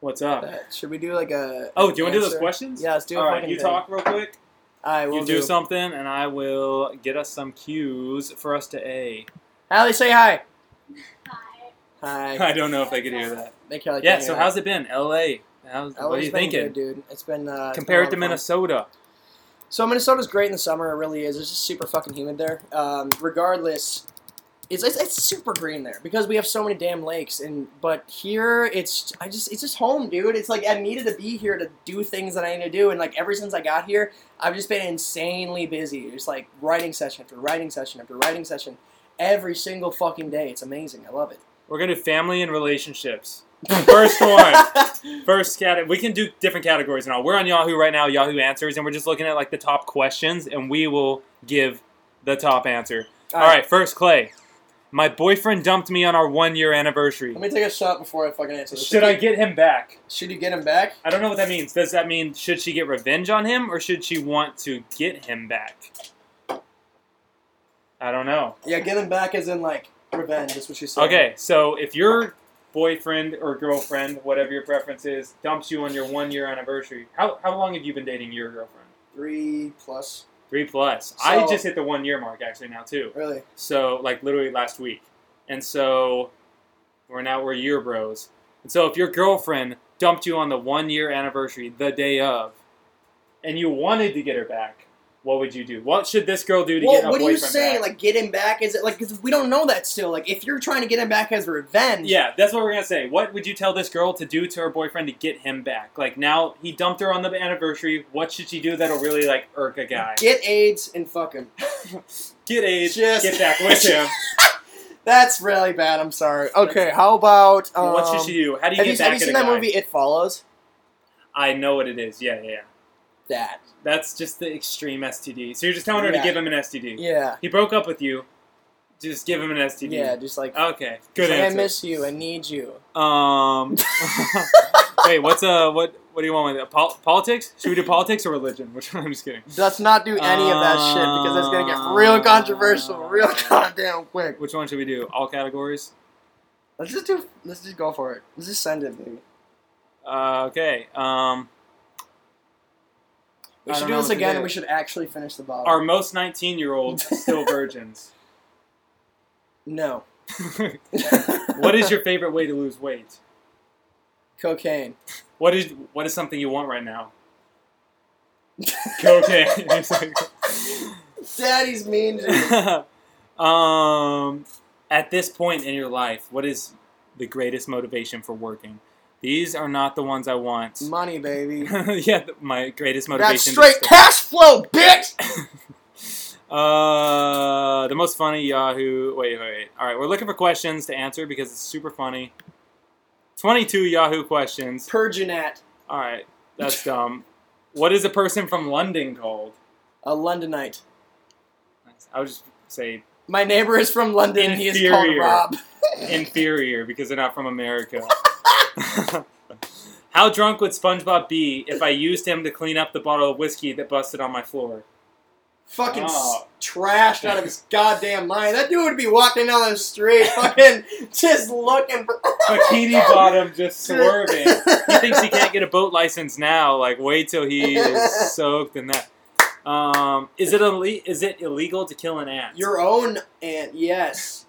Speaker 1: what's up?
Speaker 3: should we do like a?
Speaker 1: Oh, do you want to do those
Speaker 3: answer?
Speaker 1: questions?
Speaker 3: Yeah, let's do.
Speaker 1: All
Speaker 3: a
Speaker 1: right,
Speaker 3: fucking
Speaker 1: you
Speaker 3: thing.
Speaker 1: talk real quick.
Speaker 3: I will
Speaker 1: you do, something, and I will get us some cues for us to A.
Speaker 3: Allie, say hi.
Speaker 4: Hi.
Speaker 3: Hi.
Speaker 1: I don't know if they could hear that.
Speaker 3: Thank you.
Speaker 1: Yeah. So how's it been, LA? How's, what are you thinking?
Speaker 3: good, dude? It's been uh, it's been a lot
Speaker 1: Compared to
Speaker 3: of fun.
Speaker 1: Minnesota,
Speaker 3: So Minnesota's great in the summer. It really is. It's just super fucking humid there. Um, regardless, it's, it's it's super green there because we have so many damn lakes. And but here, it's I just it's just home, dude. It's like I needed to be here to do things that I need to do. And like ever since I got here, I've just been insanely busy. It's like writing session after writing session after writing session, every single fucking day. It's amazing. I love it.
Speaker 1: we're gonna do family and relationships. (laughs) First
Speaker 3: (laughs)
Speaker 1: one. First category. We can do different categories and all. We're on Yahoo right now, Yahoo Answers, and we're just looking at like the top questions, and we will give the top answer. All right, first Clay. My boyfriend dumped me on our one year anniversary.
Speaker 3: Let me take a shot before I fucking answer this.
Speaker 1: Should I get him back?
Speaker 3: Should you get him back?
Speaker 1: I don't know what that means. Does that mean should she get revenge on him or should she want to get him back? I don't know.
Speaker 3: Yeah, get him back as in like revenge. That's what she said.
Speaker 1: Okay, so if your boyfriend or girlfriend, whatever your preference is, dumps you on your one year anniversary, how, how long have you been dating your girlfriend?
Speaker 3: Three plus.
Speaker 1: Three plus. I
Speaker 3: So-
Speaker 1: just hit the one year mark actually now too.
Speaker 3: Really.
Speaker 1: So like literally last week, and so we're now we're year bros. And so if your girlfriend dumped you on the one year anniversary the day of, and you wanted to get her back, what would you do? What should this girl do to get
Speaker 3: Well,
Speaker 1: a
Speaker 3: what
Speaker 1: boyfriend
Speaker 3: are you saying?
Speaker 1: back?
Speaker 3: Like, get him back? Is it like 'cause we don't know that still? Like, if you're trying to get him back as revenge,
Speaker 1: yeah, that's what we're gonna say. What would you tell this girl to do to her boyfriend to get him back? Like now he dumped her on the anniversary. What should she do that'll really like irk a guy?
Speaker 3: get AIDS and fuck him.
Speaker 1: Get AIDS,
Speaker 3: Just-
Speaker 1: get back
Speaker 3: (laughs)
Speaker 1: with him.
Speaker 3: That's really bad. I'm sorry. Okay, how about um,
Speaker 1: what should she do? How do you
Speaker 3: have
Speaker 1: get back
Speaker 3: you, have you
Speaker 1: at
Speaker 3: seen
Speaker 1: a
Speaker 3: that
Speaker 1: guy?
Speaker 3: movie? It follows.
Speaker 1: I know what it is. Yeah, yeah, yeah.
Speaker 3: That.
Speaker 1: That's just the extreme STD. So you're just telling her
Speaker 3: Yeah.
Speaker 1: to give him an STD.
Speaker 3: Yeah.
Speaker 1: He broke up with you. Just give him an STD.
Speaker 3: Yeah. Just like
Speaker 1: Okay. Uh, Good
Speaker 3: I
Speaker 1: answer.
Speaker 3: miss you. I
Speaker 1: (laughs)
Speaker 3: need you.
Speaker 1: Um. wait. What's uh? What What do you want with it? Pol- politics? Should we do politics or religion? Which (laughs) one? I'm just kidding.
Speaker 3: Let's not do any of that shit because it's gonna get real
Speaker 1: Uh,
Speaker 3: controversial, real (laughs) goddamn quick.
Speaker 1: Which one should we do? All categories.
Speaker 3: Let's just do. Let's just go for it. Let's just send it, baby.
Speaker 1: Uh, okay. Um.
Speaker 3: We
Speaker 1: I
Speaker 3: should
Speaker 1: don't
Speaker 3: do
Speaker 1: know
Speaker 3: this
Speaker 1: what to
Speaker 3: again,
Speaker 1: do.
Speaker 3: and we should actually finish the bottle.
Speaker 1: Are most 19 year olds
Speaker 3: (laughs)
Speaker 1: still virgins? (laughs)
Speaker 3: no.
Speaker 1: what is your favorite way to lose weight?
Speaker 3: cocaine?
Speaker 1: What is What is something you want right now? Cocaine. (laughs)
Speaker 3: Daddy's mean. to me.
Speaker 1: um, at this point in your life, what is the greatest motivation for working? These are not the ones I want.
Speaker 3: Money,
Speaker 1: (laughs)
Speaker 3: baby.
Speaker 1: yeah, th- my greatest motivation.
Speaker 3: That's
Speaker 1: is
Speaker 3: straight
Speaker 1: the-
Speaker 3: cash flow, bitch.
Speaker 1: Uh, the most funny Yahoo. Wait, wait, wait. All right, we're looking for questions to answer because it's super funny. Twenty-two Yahoo questions.
Speaker 3: Perginat,
Speaker 1: All right,
Speaker 3: (laughs)
Speaker 1: that's dumb. What is a person from London called?
Speaker 3: a Londonite.
Speaker 1: I would just say
Speaker 3: My neighbor is from London. and He is called
Speaker 1: Inferior.
Speaker 3: Rob.
Speaker 1: inferior because they're not from America. How drunk would SpongeBob be if I used him to clean up the bottle of whiskey that busted on my floor?
Speaker 3: Fucking s
Speaker 1: Oh.
Speaker 3: trashed out of his goddamn mind. That dude would be walking down the street, fucking just looking for. (laughs)
Speaker 1: Bikini bottom just swerving. he thinks
Speaker 3: (laughs)
Speaker 1: he can't get a boat license now. Like, wait till he is soaked in that. Um, is it ille- Is it illegal to kill an ant?
Speaker 3: Your own aunt, yes,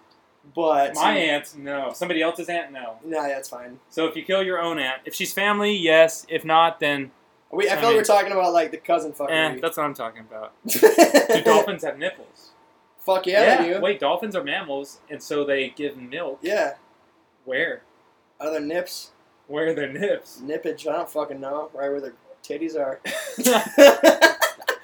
Speaker 3: but
Speaker 1: my aunt, no. Somebody else's aunt, no.
Speaker 3: No, that's fine.
Speaker 1: So if you kill your own aunt, if she's family, yes. If not, then
Speaker 3: We, I
Speaker 1: I
Speaker 3: feel like we're
Speaker 1: mean-
Speaker 3: talking about like the cousin
Speaker 1: eh,
Speaker 3: fucking.
Speaker 1: that's what I'm talking about.
Speaker 3: (laughs)
Speaker 1: Do dolphins have nipples?
Speaker 3: Fuck yeah, they do.
Speaker 1: Wait, dolphins are mammals, and so they give milk.
Speaker 3: Yeah.
Speaker 1: Where?
Speaker 3: Are there nips?
Speaker 1: Where are their nips?
Speaker 3: (laughs) Nippage? I don't fucking know. Right where their titties
Speaker 1: (laughs)
Speaker 3: are. (laughs)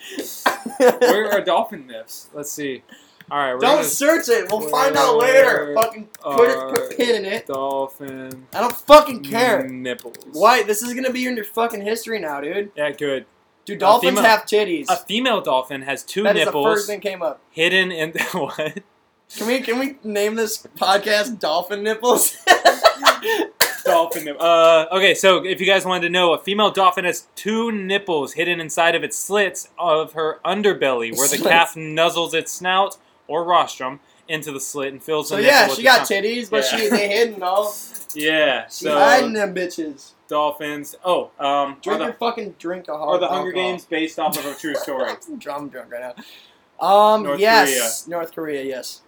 Speaker 1: Where are dolphin nips? Let's see. All right, we're
Speaker 3: Don't
Speaker 1: gonna-
Speaker 3: search it. We'll find out
Speaker 1: Where
Speaker 3: later. Fucking put, it, put a
Speaker 1: are
Speaker 3: pin in it.
Speaker 1: dolphin
Speaker 3: I don't fucking care.
Speaker 1: nipples.
Speaker 3: Why? This is gonna be in your fucking history now, dude.
Speaker 1: Yeah, good.
Speaker 3: Do dolphins
Speaker 1: female-
Speaker 3: have titties?
Speaker 1: A female dolphin has two
Speaker 3: That is the
Speaker 1: nipples
Speaker 3: first thing came up.
Speaker 1: hidden in (laughs) what?
Speaker 3: Can we can we name this podcast Dolphin Nipples? (laughs)
Speaker 1: dolphin nipple. Uh, okay, so if you guys wanted to know, a female dolphin has two nipples hidden inside of its slits of her underbelly, where the
Speaker 3: Slits.
Speaker 1: calf nuzzles its snout or rostrum into the slit and fills
Speaker 3: so
Speaker 1: the
Speaker 3: yeah,
Speaker 1: nipple.
Speaker 3: she
Speaker 1: with the
Speaker 3: got
Speaker 1: tongue.
Speaker 3: titties, but
Speaker 1: Yeah.
Speaker 3: she they
Speaker 1: (laughs)
Speaker 3: hidden though.
Speaker 1: Yeah,
Speaker 3: She
Speaker 1: so
Speaker 3: hiding them bitches.
Speaker 1: dolphins. Oh, um, are
Speaker 3: Drink your
Speaker 1: the,
Speaker 3: fucking drink of hard
Speaker 1: are the Hunger
Speaker 3: alcohol.
Speaker 1: Games based off of a
Speaker 3: (laughs)
Speaker 1: true story?
Speaker 3: I'm drunk right now. Um,
Speaker 1: North
Speaker 3: yes, North Korea, yes.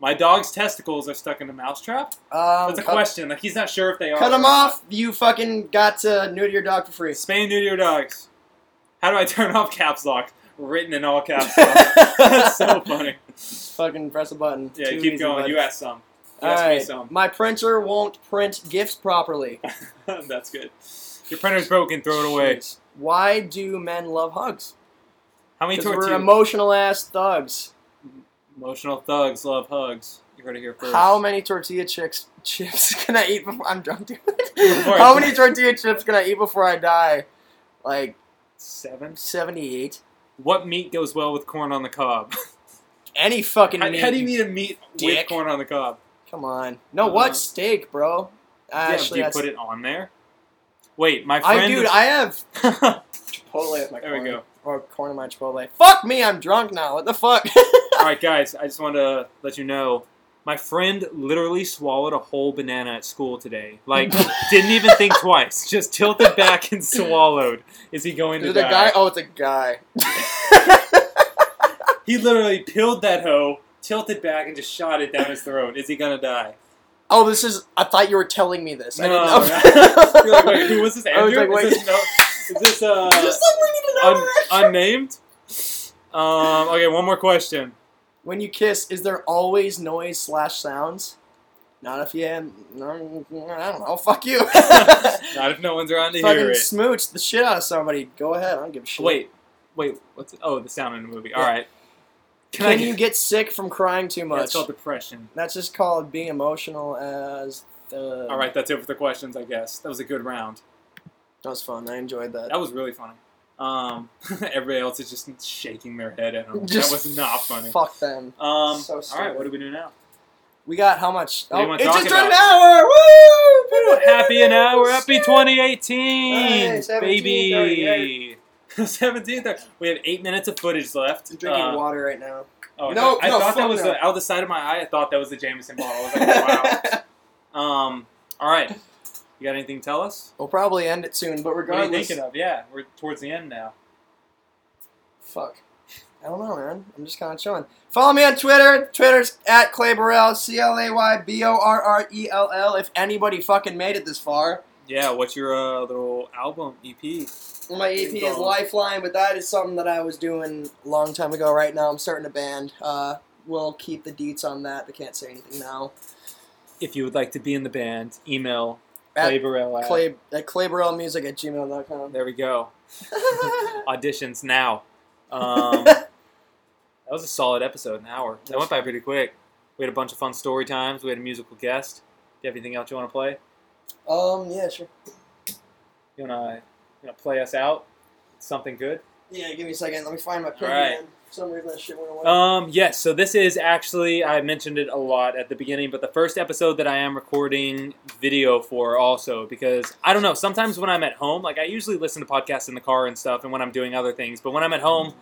Speaker 1: My dog's testicles are stuck in a mousetrap.
Speaker 3: Um,
Speaker 1: That's a
Speaker 3: cut,
Speaker 1: question. Like he's not sure if they are.
Speaker 3: Cut
Speaker 1: or
Speaker 3: them
Speaker 1: not.
Speaker 3: off. You fucking got to neuter your dog for free.
Speaker 1: Spay and neuter your dogs. How do I turn off caps lock? Written in all
Speaker 3: (laughs)
Speaker 1: caps lock. That's so
Speaker 3: fucking
Speaker 1: funny.
Speaker 3: press a button.
Speaker 1: Yeah,
Speaker 3: Too
Speaker 1: keep
Speaker 3: easy,
Speaker 1: going.
Speaker 3: bud.
Speaker 1: You ask some. You ask me
Speaker 3: Alright,
Speaker 1: some.
Speaker 3: my printer won't print gifts properly.
Speaker 1: (laughs) That's good. Your printer's broken. Throw it away.
Speaker 3: Jeez. Why do men love hugs?
Speaker 1: How many
Speaker 3: Because we're
Speaker 1: tortillas?
Speaker 3: emotional ass thugs.
Speaker 1: Emotional thugs love hugs. You heard it here first.
Speaker 3: How many tortilla chips chips (laughs) can I eat before I'm drunk? Dude?
Speaker 1: Before I
Speaker 3: How
Speaker 1: die.
Speaker 3: many tortilla chips can I eat before I die? Like
Speaker 1: Seven.
Speaker 3: 78.
Speaker 1: What meat goes well with corn on the cob?
Speaker 3: Any fucking
Speaker 1: how,
Speaker 3: meat.
Speaker 1: how do you eat a meat with
Speaker 3: dick.
Speaker 1: corn on the cob?
Speaker 3: Come on. No,
Speaker 1: Uh,
Speaker 3: what steak, bro? Actually,
Speaker 1: yeah, do you
Speaker 3: that's-
Speaker 1: put it on there? Wait, my
Speaker 3: I
Speaker 1: friend.
Speaker 3: dude, I have
Speaker 1: (laughs)
Speaker 3: Chipotle with my
Speaker 1: there we
Speaker 3: corn.
Speaker 1: go.
Speaker 3: Or corn in my Chipotle. Fuck me, I'm drunk now. What the fuck? (laughs)
Speaker 1: All right, guys, I just want to let you know. My friend literally swallowed a whole banana at school today. Like, didn't even think twice. Just tilted back and swallowed. Is he going
Speaker 3: Is
Speaker 1: to
Speaker 3: it a
Speaker 1: die?
Speaker 3: guy? Oh, it's a guy. (laughs)
Speaker 1: He literally peeled that hoe, tilted back, and just shot it down his throat. Is he gonna die?
Speaker 3: Oh, this is. I thought you were telling me this. I
Speaker 1: (laughs)
Speaker 3: didn't (laughs)
Speaker 1: No,
Speaker 3: know.
Speaker 1: You're like, wait, who was this?
Speaker 3: (laughs) I was
Speaker 1: Andrew?
Speaker 3: like, (laughs)
Speaker 1: is this, no, is this uh,
Speaker 3: Just like we need to know
Speaker 1: un-
Speaker 3: where-
Speaker 1: unnamed? Um, okay, one more
Speaker 3: (laughs)
Speaker 1: question.
Speaker 3: When you kiss, is there always noise slash sounds? Not if you. No, I don't know.
Speaker 1: (laughs)
Speaker 3: Fuck you. (laughs)
Speaker 1: Not if no one's around to hear
Speaker 3: Fucking
Speaker 1: it.
Speaker 3: smooch the shit out of somebody. Go ahead. I don't give a shit.
Speaker 1: Wait, wait. What's oh the sound in the movie? All
Speaker 3: Yeah.
Speaker 1: right.
Speaker 3: Can,
Speaker 1: I-
Speaker 3: you get sick from crying too
Speaker 1: Yeah,
Speaker 3: much?
Speaker 1: it's called depression.
Speaker 3: That's just called being emotional as. The,
Speaker 1: All right, that's it for the questions. I guess that was a good round.
Speaker 3: That was fun. I enjoyed that.
Speaker 1: That was really funny. Um, (laughs) everybody else is just shaking their head at him.
Speaker 3: Just
Speaker 1: that was not funny.
Speaker 3: Fuck them.
Speaker 1: Um,
Speaker 3: So
Speaker 1: all right,
Speaker 3: stupid.
Speaker 1: what do we do now?
Speaker 3: We got how much?
Speaker 1: What do you
Speaker 3: oh,
Speaker 1: wanna
Speaker 3: it
Speaker 1: talk
Speaker 3: just turned an
Speaker 1: about?
Speaker 3: hour. Woo!
Speaker 1: Happy an hour, happy
Speaker 3: Shit.
Speaker 1: 2018,
Speaker 3: Hey,
Speaker 1: (laughs)
Speaker 3: 17,
Speaker 1: baby. 17th. We have eight minutes of footage left.
Speaker 3: I'm drinking
Speaker 1: Uh,
Speaker 3: water right now.
Speaker 1: oh,
Speaker 3: No,
Speaker 1: I
Speaker 3: no,
Speaker 1: thought that
Speaker 3: fuck
Speaker 1: was
Speaker 3: no.
Speaker 1: the, out of the side of my eye. I thought that was the Jameson bottle. I was like, (laughs) (laughs) wow. um, all right, you got anything to tell us?
Speaker 3: we'll probably end it soon, but
Speaker 1: What are you
Speaker 3: regardless,
Speaker 1: thinking of? Yeah, we're towards the end now.
Speaker 3: fuck. I don't know, man. I'm just kind of chilling. Follow me on Twitter. Twitter's at Clay Burrell, C L A Y B O R R E L L. If anybody fucking made it this far,
Speaker 1: Yeah, what's your uh, little album E EP?
Speaker 3: my EP is
Speaker 1: Involved.
Speaker 3: Lifeline, but that is something that I was doing a long time ago. Right now, I'm starting a band. Uh, we'll keep the deets on that. I can't say anything now.
Speaker 1: If you would like to be in the band, email
Speaker 3: At
Speaker 1: Clay Burrell at-
Speaker 3: Clay at clayburrellmusic
Speaker 1: (laughs)
Speaker 3: at gmail.com.
Speaker 1: There we go. Auditions now.
Speaker 3: (laughs)
Speaker 1: Um, That was a solid episode, an hour. That went by pretty quick. We had a bunch of fun story times. We had a musical guest. Do you have anything else you want to play?
Speaker 3: um, yeah, sure.
Speaker 1: You want to you wanna play us out? Something good?
Speaker 3: Yeah, give me a second. Let me find my pen.
Speaker 1: right.
Speaker 3: man. For some reason, that shit went away.
Speaker 1: Um, yes, so this is actually, I mentioned it a lot at the beginning, but the first episode that I am recording video for also, because I don't know, sometimes when I'm at home, like I usually listen to podcasts in the car and stuff and when I'm doing other things, but when I'm at home,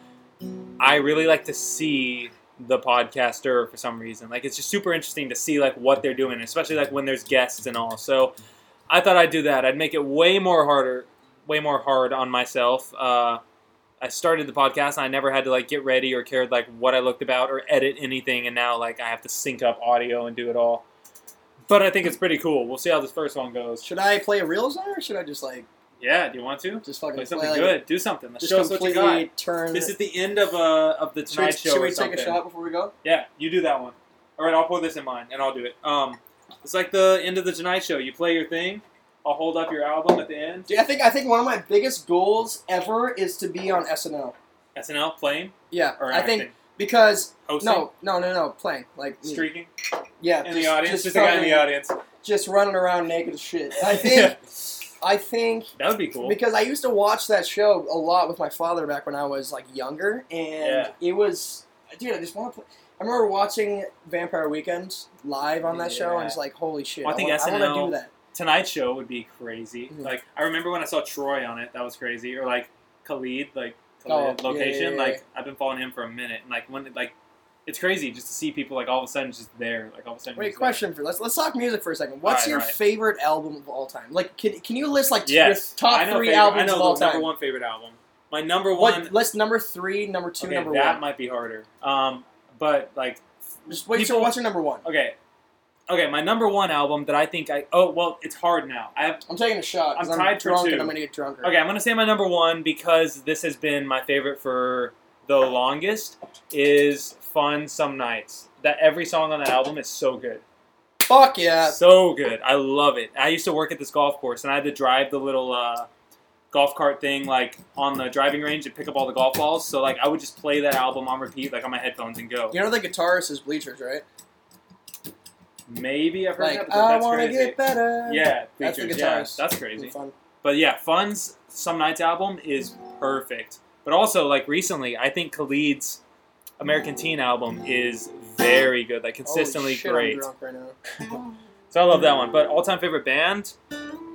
Speaker 1: I really like to see the podcaster for some reason. Like it's just super interesting to see like what they're doing, especially like when there's guests and all. So I thought I'd do that. I'd make it way more harder, way more hard on myself. Uh, I started the podcast and I never had to like get ready or cared like what I looked about or edit anything and now like I have to sync up audio and do it all. But I think it's pretty cool. We'll see how this first one goes.
Speaker 3: should I play reels now, or should I just like
Speaker 1: Yeah, do you want to?
Speaker 3: just fucking
Speaker 1: Play
Speaker 3: play,
Speaker 1: something
Speaker 3: like,
Speaker 1: good. Do something. Let's
Speaker 3: Just
Speaker 1: show us what you
Speaker 3: completely
Speaker 1: got.
Speaker 3: turn.
Speaker 1: This is the end of uh of the
Speaker 3: should we,
Speaker 1: Tonight Show
Speaker 3: should
Speaker 1: or
Speaker 3: we take
Speaker 1: something.
Speaker 3: a shot before we go?
Speaker 1: Yeah, you do that one. All right, I'll pour this in mine and I'll do it. Um, it's like the end of the Tonight Show. You play your thing. I'll hold up your album at the end.
Speaker 3: Dude, I think I think one of my biggest goals ever is to be on SNL.
Speaker 1: SNL playing
Speaker 3: Yeah,
Speaker 1: or
Speaker 3: I
Speaker 1: acting,
Speaker 3: think because
Speaker 1: hosting,
Speaker 3: no, no, no, no, playing like
Speaker 1: streaking
Speaker 3: yeah,
Speaker 1: in the audience, just, a guy in the
Speaker 3: fucking-
Speaker 1: audience.
Speaker 3: just running around naked as shit.
Speaker 1: (laughs)
Speaker 3: I think I think
Speaker 1: that would be cool.
Speaker 3: Because I used to watch that show a lot with my father back when I was like younger, and
Speaker 1: Yeah.
Speaker 3: it was, dude. I just want to. play. I remember watching Vampire Weekend live on that show, and it's like, holy shit!
Speaker 1: Well, I think
Speaker 3: want, want to
Speaker 1: SNL
Speaker 3: do that.
Speaker 1: Tonight Show would be crazy.
Speaker 3: Mhm.
Speaker 1: Like I remember when I saw Troy on it, that was crazy. Or like Khalid, like Khalid
Speaker 3: Oh, yeah, yeah,
Speaker 1: location.
Speaker 3: yeah,
Speaker 1: Like I've been following him for a minute, and like when like it's crazy just to see people like all of a sudden just there. Like all of a sudden.
Speaker 3: Wait,
Speaker 1: just there.
Speaker 3: question for let's let's talk music for a second. What's
Speaker 1: Alright,
Speaker 3: your
Speaker 1: alright.
Speaker 3: favorite album of all time? Like, can, can you list like your
Speaker 1: Yes,
Speaker 3: top
Speaker 1: I know
Speaker 3: three
Speaker 1: favorite-
Speaker 3: albums
Speaker 1: I know
Speaker 3: of all
Speaker 1: the number
Speaker 3: time?
Speaker 1: one favorite album. My number one.
Speaker 3: What? List number three, number two,
Speaker 1: okay,
Speaker 3: number
Speaker 1: that
Speaker 3: one.
Speaker 1: might be harder. Um, but like
Speaker 3: Just wait.
Speaker 1: people-
Speaker 3: so what's your number one?
Speaker 1: okay, okay, my number one album that I think I oh well it's hard now. I have
Speaker 3: I'm taking a shot. 'cause
Speaker 1: I'm
Speaker 3: I'm,
Speaker 1: tied for
Speaker 3: drunk
Speaker 1: two.
Speaker 3: and I'm gonna get drunker.
Speaker 1: Okay, I'm gonna say my number one because this has been my favorite for the longest. Is "Fun Some Nights." That every song on that album is so good,
Speaker 3: Fuck yeah.
Speaker 1: so good. I love it. I used to work at this golf course, and I had to drive the little uh, golf cart thing like on the driving range and pick up all the golf balls. So like I would just play that album on repeat, like on my headphones, and go.
Speaker 3: You know the guitarist is Bleachers, right?
Speaker 1: Maybe I've heard
Speaker 3: Like,
Speaker 1: that, but
Speaker 3: I
Speaker 1: that's
Speaker 3: want to
Speaker 1: crazy.
Speaker 3: get better.
Speaker 1: yeah,
Speaker 3: That's the
Speaker 1: features, yeah,
Speaker 3: guitarist.
Speaker 1: that's crazy.
Speaker 3: Fun.
Speaker 1: But yeah, Fun's Some Nights album is perfect. But also, like recently, I think Khalid's American Teen album is very good, like consistently
Speaker 3: Holy shit,
Speaker 1: great.
Speaker 3: I'm drunk right now.
Speaker 1: So I love that one. But all time favorite band,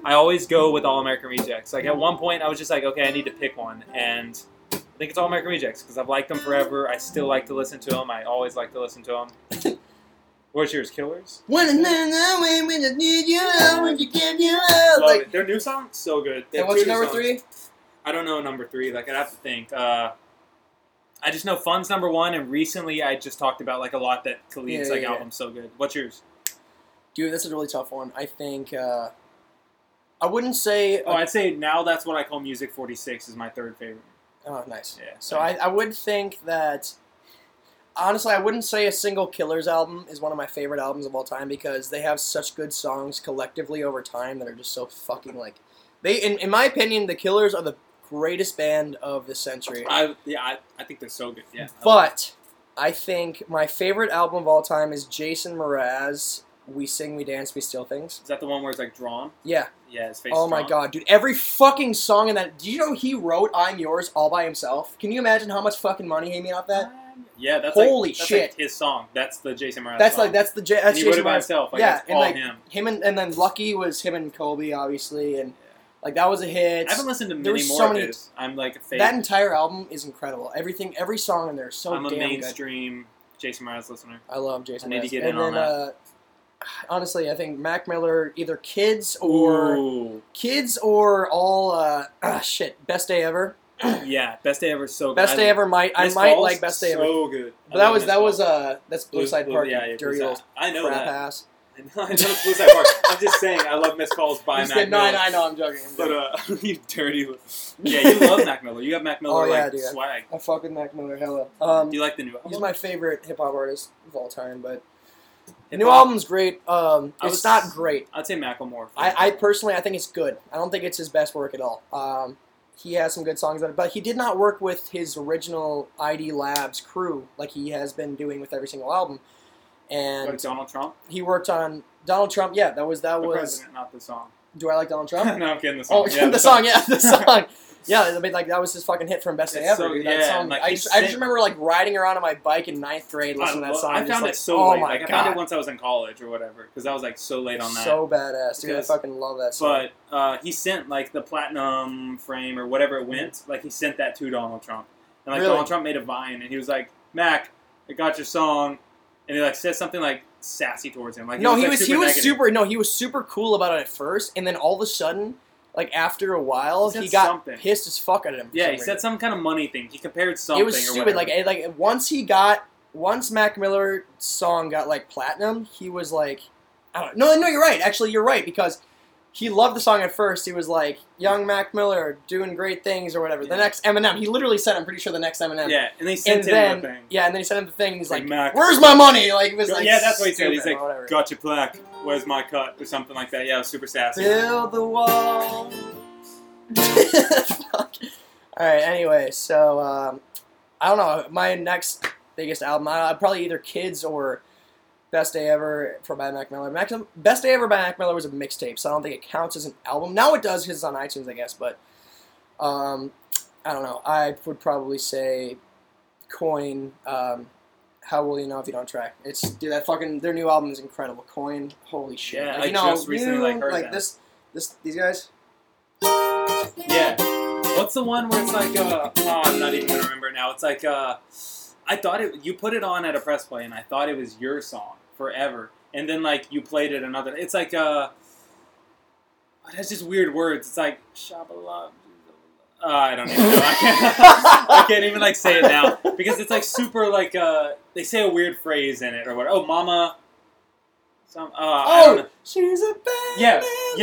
Speaker 1: I always go with All American Rejects. Like at one point, I was just like, okay, I need to pick one, and I think it's All American Rejects because I've liked them forever. I still like to listen to them. I always like to listen to them.
Speaker 3: (laughs)
Speaker 1: What's yours, Killers?
Speaker 3: When and then I wait when I need you, I want to give you up.
Speaker 1: Love
Speaker 3: Like,
Speaker 1: it. Their new song so good. They
Speaker 3: and
Speaker 1: have
Speaker 3: what's
Speaker 1: two
Speaker 3: your
Speaker 1: new
Speaker 3: number
Speaker 1: songs.
Speaker 3: three?
Speaker 1: I don't know number three. Like I'd have to think. Uh, I just know Fun's number one, and recently I just talked about like a lot that Khalid's
Speaker 3: Yeah,
Speaker 1: like
Speaker 3: yeah, Uh, yeah.
Speaker 1: album's so good. What's yours?
Speaker 3: Dude, that's a really tough one. I think uh, I wouldn't say.
Speaker 1: Oh, I'd say now that's what I call music. Forty six is my third favorite.
Speaker 3: Oh, nice.
Speaker 5: Yeah.
Speaker 3: So I, I would think that honestly, I wouldn't say a single Killers album is one of my favorite albums of all time because they have such good songs collectively over time that are just so fucking like they. In, in my opinion, the Killers are the greatest band of this century.
Speaker 1: I yeah, I, I think they're so good. Yeah.
Speaker 3: But I think my favorite album of all time is Jason Mraz. We sing, we dance, we steal things.
Speaker 1: is that the one where it's like drawn?
Speaker 3: Yeah.
Speaker 1: Yeah, his face.
Speaker 3: Oh
Speaker 1: is
Speaker 3: my
Speaker 1: drawn.
Speaker 3: god, dude! Every fucking song in that. Do you know he wrote "I'm Yours" all by himself? Can you imagine how much fucking money he made off that?
Speaker 1: Yeah, that's
Speaker 3: Holy
Speaker 1: like, that's
Speaker 3: shit.
Speaker 1: Like his song. That's the Jason Mraz.
Speaker 3: That's
Speaker 1: song.
Speaker 3: like that's the J-
Speaker 1: And
Speaker 3: that's
Speaker 1: Um, he wrote
Speaker 3: Jason
Speaker 1: it by
Speaker 3: Mraz.
Speaker 1: himself. Like,
Speaker 3: Yeah,
Speaker 1: that's
Speaker 3: and,
Speaker 1: all
Speaker 3: like,
Speaker 1: him.
Speaker 3: him and and then Lucky was him and Kobe, obviously, and like that was a hit.
Speaker 1: I haven't listened to many
Speaker 3: there was
Speaker 1: more
Speaker 3: so
Speaker 1: of
Speaker 3: many-
Speaker 1: his. I'm like a fake.
Speaker 3: That entire album is incredible. Everything, every song in there is so
Speaker 1: I'm a
Speaker 3: damn good.
Speaker 1: mainstream Jason Mraz listener.
Speaker 3: I love Jason.
Speaker 1: I need to
Speaker 3: Mraz.
Speaker 1: get
Speaker 3: and
Speaker 1: in on
Speaker 3: then, Uh, honestly, I think Mac Miller, either kids or
Speaker 1: Ooh.
Speaker 3: kids or all uh, (clears throat) ah, shit, best day ever.
Speaker 1: yeah, best day ever. is So good.
Speaker 3: Best
Speaker 1: Oh, I
Speaker 3: day
Speaker 1: love-
Speaker 3: ever might I
Speaker 1: Miss
Speaker 3: might
Speaker 1: Falls,
Speaker 3: like best day
Speaker 1: so
Speaker 3: ever.
Speaker 1: good. I
Speaker 3: But that
Speaker 1: love
Speaker 3: was
Speaker 1: Miss
Speaker 3: that was
Speaker 1: Falls.
Speaker 3: uh that's Blue, Side
Speaker 1: Blue-
Speaker 3: Park,
Speaker 1: Yeah, yeah,
Speaker 3: dirty
Speaker 1: Blue
Speaker 3: old
Speaker 1: Side- I know
Speaker 3: crap
Speaker 1: that.
Speaker 3: ass.
Speaker 1: I know it's Blue Side Park. I'm just saying. I love Miss Falls by
Speaker 3: You
Speaker 1: Mac
Speaker 3: said, no,
Speaker 1: Miller.
Speaker 3: I- I know, I'm joking. I'm
Speaker 1: (laughs) But
Speaker 3: joking.
Speaker 1: uh, you dirty.
Speaker 3: (laughs)
Speaker 1: li- Yeah, you love Mac Miller. You have Mac Miller
Speaker 3: Oh, yeah,
Speaker 1: like
Speaker 3: dude.
Speaker 1: swag.
Speaker 3: I fuck with Mac Miller, hella. Um,
Speaker 1: Do you like the new
Speaker 3: he's
Speaker 1: album?
Speaker 3: my favorite hip hop artist of all time, but the
Speaker 1: Hip
Speaker 3: new
Speaker 1: hop?
Speaker 3: album's great. Um,
Speaker 1: I
Speaker 3: it's
Speaker 1: was-
Speaker 3: not great.
Speaker 1: I'd say Macklemore.
Speaker 3: I, I personally, I think it's good. I don't think it's his best work at all. Um, he has some good songs on it, but he did not work with his original ID Labs crew like he has been doing with every single album.
Speaker 1: like
Speaker 3: And
Speaker 1: Donald Trump.
Speaker 3: he worked on Donald Trump. Yeah, that was that
Speaker 1: The
Speaker 3: was.
Speaker 1: president, not the song. (laughs)
Speaker 3: Do I like Donald
Speaker 1: no,
Speaker 3: Trump?
Speaker 1: I'm kidding. The song.
Speaker 3: Oh,
Speaker 1: yeah,
Speaker 3: (laughs) the song, yeah, the song. Yeah, I mean, like that was his fucking hit from Best Day
Speaker 1: It's
Speaker 3: Ever.
Speaker 1: so-
Speaker 3: dude. That
Speaker 1: yeah,
Speaker 3: song,
Speaker 1: and, like,
Speaker 3: I,
Speaker 1: he
Speaker 3: just, I just
Speaker 1: sing-
Speaker 3: remember like riding around on my bike in ninth grade
Speaker 1: I,
Speaker 3: listening to that
Speaker 1: love-
Speaker 3: song.
Speaker 1: I
Speaker 3: and just
Speaker 1: found
Speaker 3: like,
Speaker 1: it so
Speaker 3: oh
Speaker 1: late.
Speaker 3: my
Speaker 1: like
Speaker 3: god,
Speaker 1: I found it once I was in college or whatever, because I was like so late on that.
Speaker 3: so badass, dude. I
Speaker 1: Because-
Speaker 3: fucking love that song.
Speaker 1: but uh, he sent like the platinum frame or whatever it went. Like he sent that to Donald Trump, and like
Speaker 3: Really?
Speaker 1: Donald Trump made a vine, and he was like, "Mac, I got your song," and he like said something like sassy towards him. Like
Speaker 3: no, he was
Speaker 1: like,
Speaker 3: he was
Speaker 1: negative.
Speaker 3: super no, he was super cool about it at first, and then all of a sudden, like after a while,
Speaker 1: He said
Speaker 3: he, got
Speaker 1: something.
Speaker 3: pissed as fuck at him. for
Speaker 1: Yeah,
Speaker 3: some
Speaker 1: he said
Speaker 3: reason.
Speaker 1: some kind of money thing. He compared something.
Speaker 3: It was
Speaker 1: or
Speaker 3: stupid. Like
Speaker 1: whatever.
Speaker 3: it- like once he got once Mac Miller's song got like platinum, he was like, I don't no no you're right actually you're right because. He loved the song at first. He was like, "Young Mac Miller doing great things" or whatever. The
Speaker 1: Yeah.
Speaker 3: next Eminem, he literally said, "I'm pretty sure the next Eminem."
Speaker 1: yeah, and they sent
Speaker 3: and
Speaker 1: him
Speaker 3: then
Speaker 1: the thing.
Speaker 3: yeah, and then he sent him the thing. And he's
Speaker 1: Like,
Speaker 3: like,
Speaker 1: Mac-
Speaker 3: "Where's my money?" Like it was like
Speaker 1: yeah, that's what he said. He's
Speaker 3: stupid
Speaker 1: like,
Speaker 3: or whatever.
Speaker 1: "Got your plaque. Where's my cut?" or something like that. Yeah, it was super sassy.
Speaker 3: Build the wall. (laughs) Fuck. All right. Anyway, so um, I don't know. My next biggest album, I, I probably either Kids or Best Day Ever for by Mac Miller. Mac, Best Day Ever by Mac Miller was a mixtape, so I don't think it counts as an album. Now it does because it's on iTunes, I guess. But um, I don't know. I would probably say Coin. Um, how will you know if you don't try? It's dude, that fucking their new album is incredible. Coin, holy shit!
Speaker 1: Yeah,
Speaker 3: like,
Speaker 1: I
Speaker 3: you know,
Speaker 1: just recently,
Speaker 3: you-
Speaker 1: like, heard that.
Speaker 3: this, this, these guys.
Speaker 1: Yeah. What's the one where it's like, uh, oh, I'm not even gonna remember now. It's like, uh, I thought it. You put it on at a press play, and I thought it was your song forever. And then like you played it another. It's like, uh, oh, that's just weird words. It's like shabalab. Uh, I don't even know. I can't, (laughs) I can't even like say it
Speaker 3: (laughs)
Speaker 1: now Uh, because it's like super like uh they say a weird phrase in it or what? Oh, mama. Some uh, I don't
Speaker 3: Oh,
Speaker 1: know.
Speaker 3: she's a bad.
Speaker 1: yeah,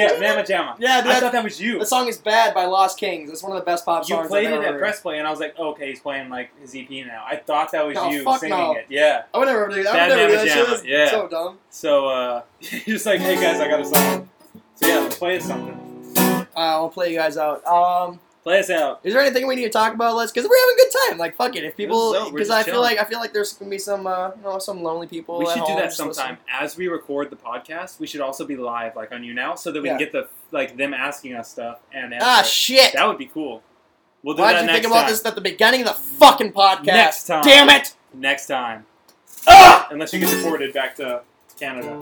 Speaker 3: man.
Speaker 1: yeah, mama jamma.
Speaker 3: Yeah,
Speaker 1: I
Speaker 3: dude,
Speaker 1: thought that was you.
Speaker 3: The song is "Bad" by Lost Kings. It's one of the best pop
Speaker 1: You
Speaker 3: songs.
Speaker 1: played
Speaker 3: I've
Speaker 1: it
Speaker 3: ever
Speaker 1: at
Speaker 3: heard.
Speaker 1: press play, and I was like, oh, okay, he's playing like his EP now. I thought that was
Speaker 3: No,
Speaker 1: you
Speaker 3: Oh, fuck
Speaker 1: singing
Speaker 3: no.
Speaker 1: it. Yeah.
Speaker 3: I would never do that.
Speaker 1: Bad
Speaker 3: I would never do
Speaker 1: Mama
Speaker 3: that shit.
Speaker 1: Jamma,
Speaker 3: That's
Speaker 1: yeah.
Speaker 3: So dumb.
Speaker 1: So uh, (laughs) you're just like, hey guys, I got a song. So yeah, let's play us something.
Speaker 3: Uh, I'll play you guys out. Um,
Speaker 1: Play us out.
Speaker 3: is there anything we need to talk about? Let's, because we're having a good time. Like, fuck it. If
Speaker 1: This is
Speaker 3: people,
Speaker 1: dope. We're
Speaker 3: because
Speaker 1: just
Speaker 3: I feel
Speaker 1: chilling.
Speaker 3: like I feel like there's gonna be some, uh, you know, some lonely people.
Speaker 1: we
Speaker 3: at
Speaker 1: should do
Speaker 3: home
Speaker 1: that
Speaker 3: just
Speaker 1: sometime. As we record the podcast, we should also be live like on you now, so that we can
Speaker 3: Yeah.
Speaker 1: get the like them asking us stuff and
Speaker 3: listening.
Speaker 1: answer
Speaker 3: Ah,
Speaker 1: it.
Speaker 3: shit.
Speaker 1: That would be cool. We'll do
Speaker 3: Why
Speaker 1: that
Speaker 3: did you
Speaker 1: next
Speaker 3: think about
Speaker 1: time.
Speaker 3: this at the beginning of the fucking podcast?
Speaker 1: Next time.
Speaker 3: Damn it!
Speaker 1: Next time,
Speaker 3: (laughs) Ah!
Speaker 1: unless you get deported back to Canada.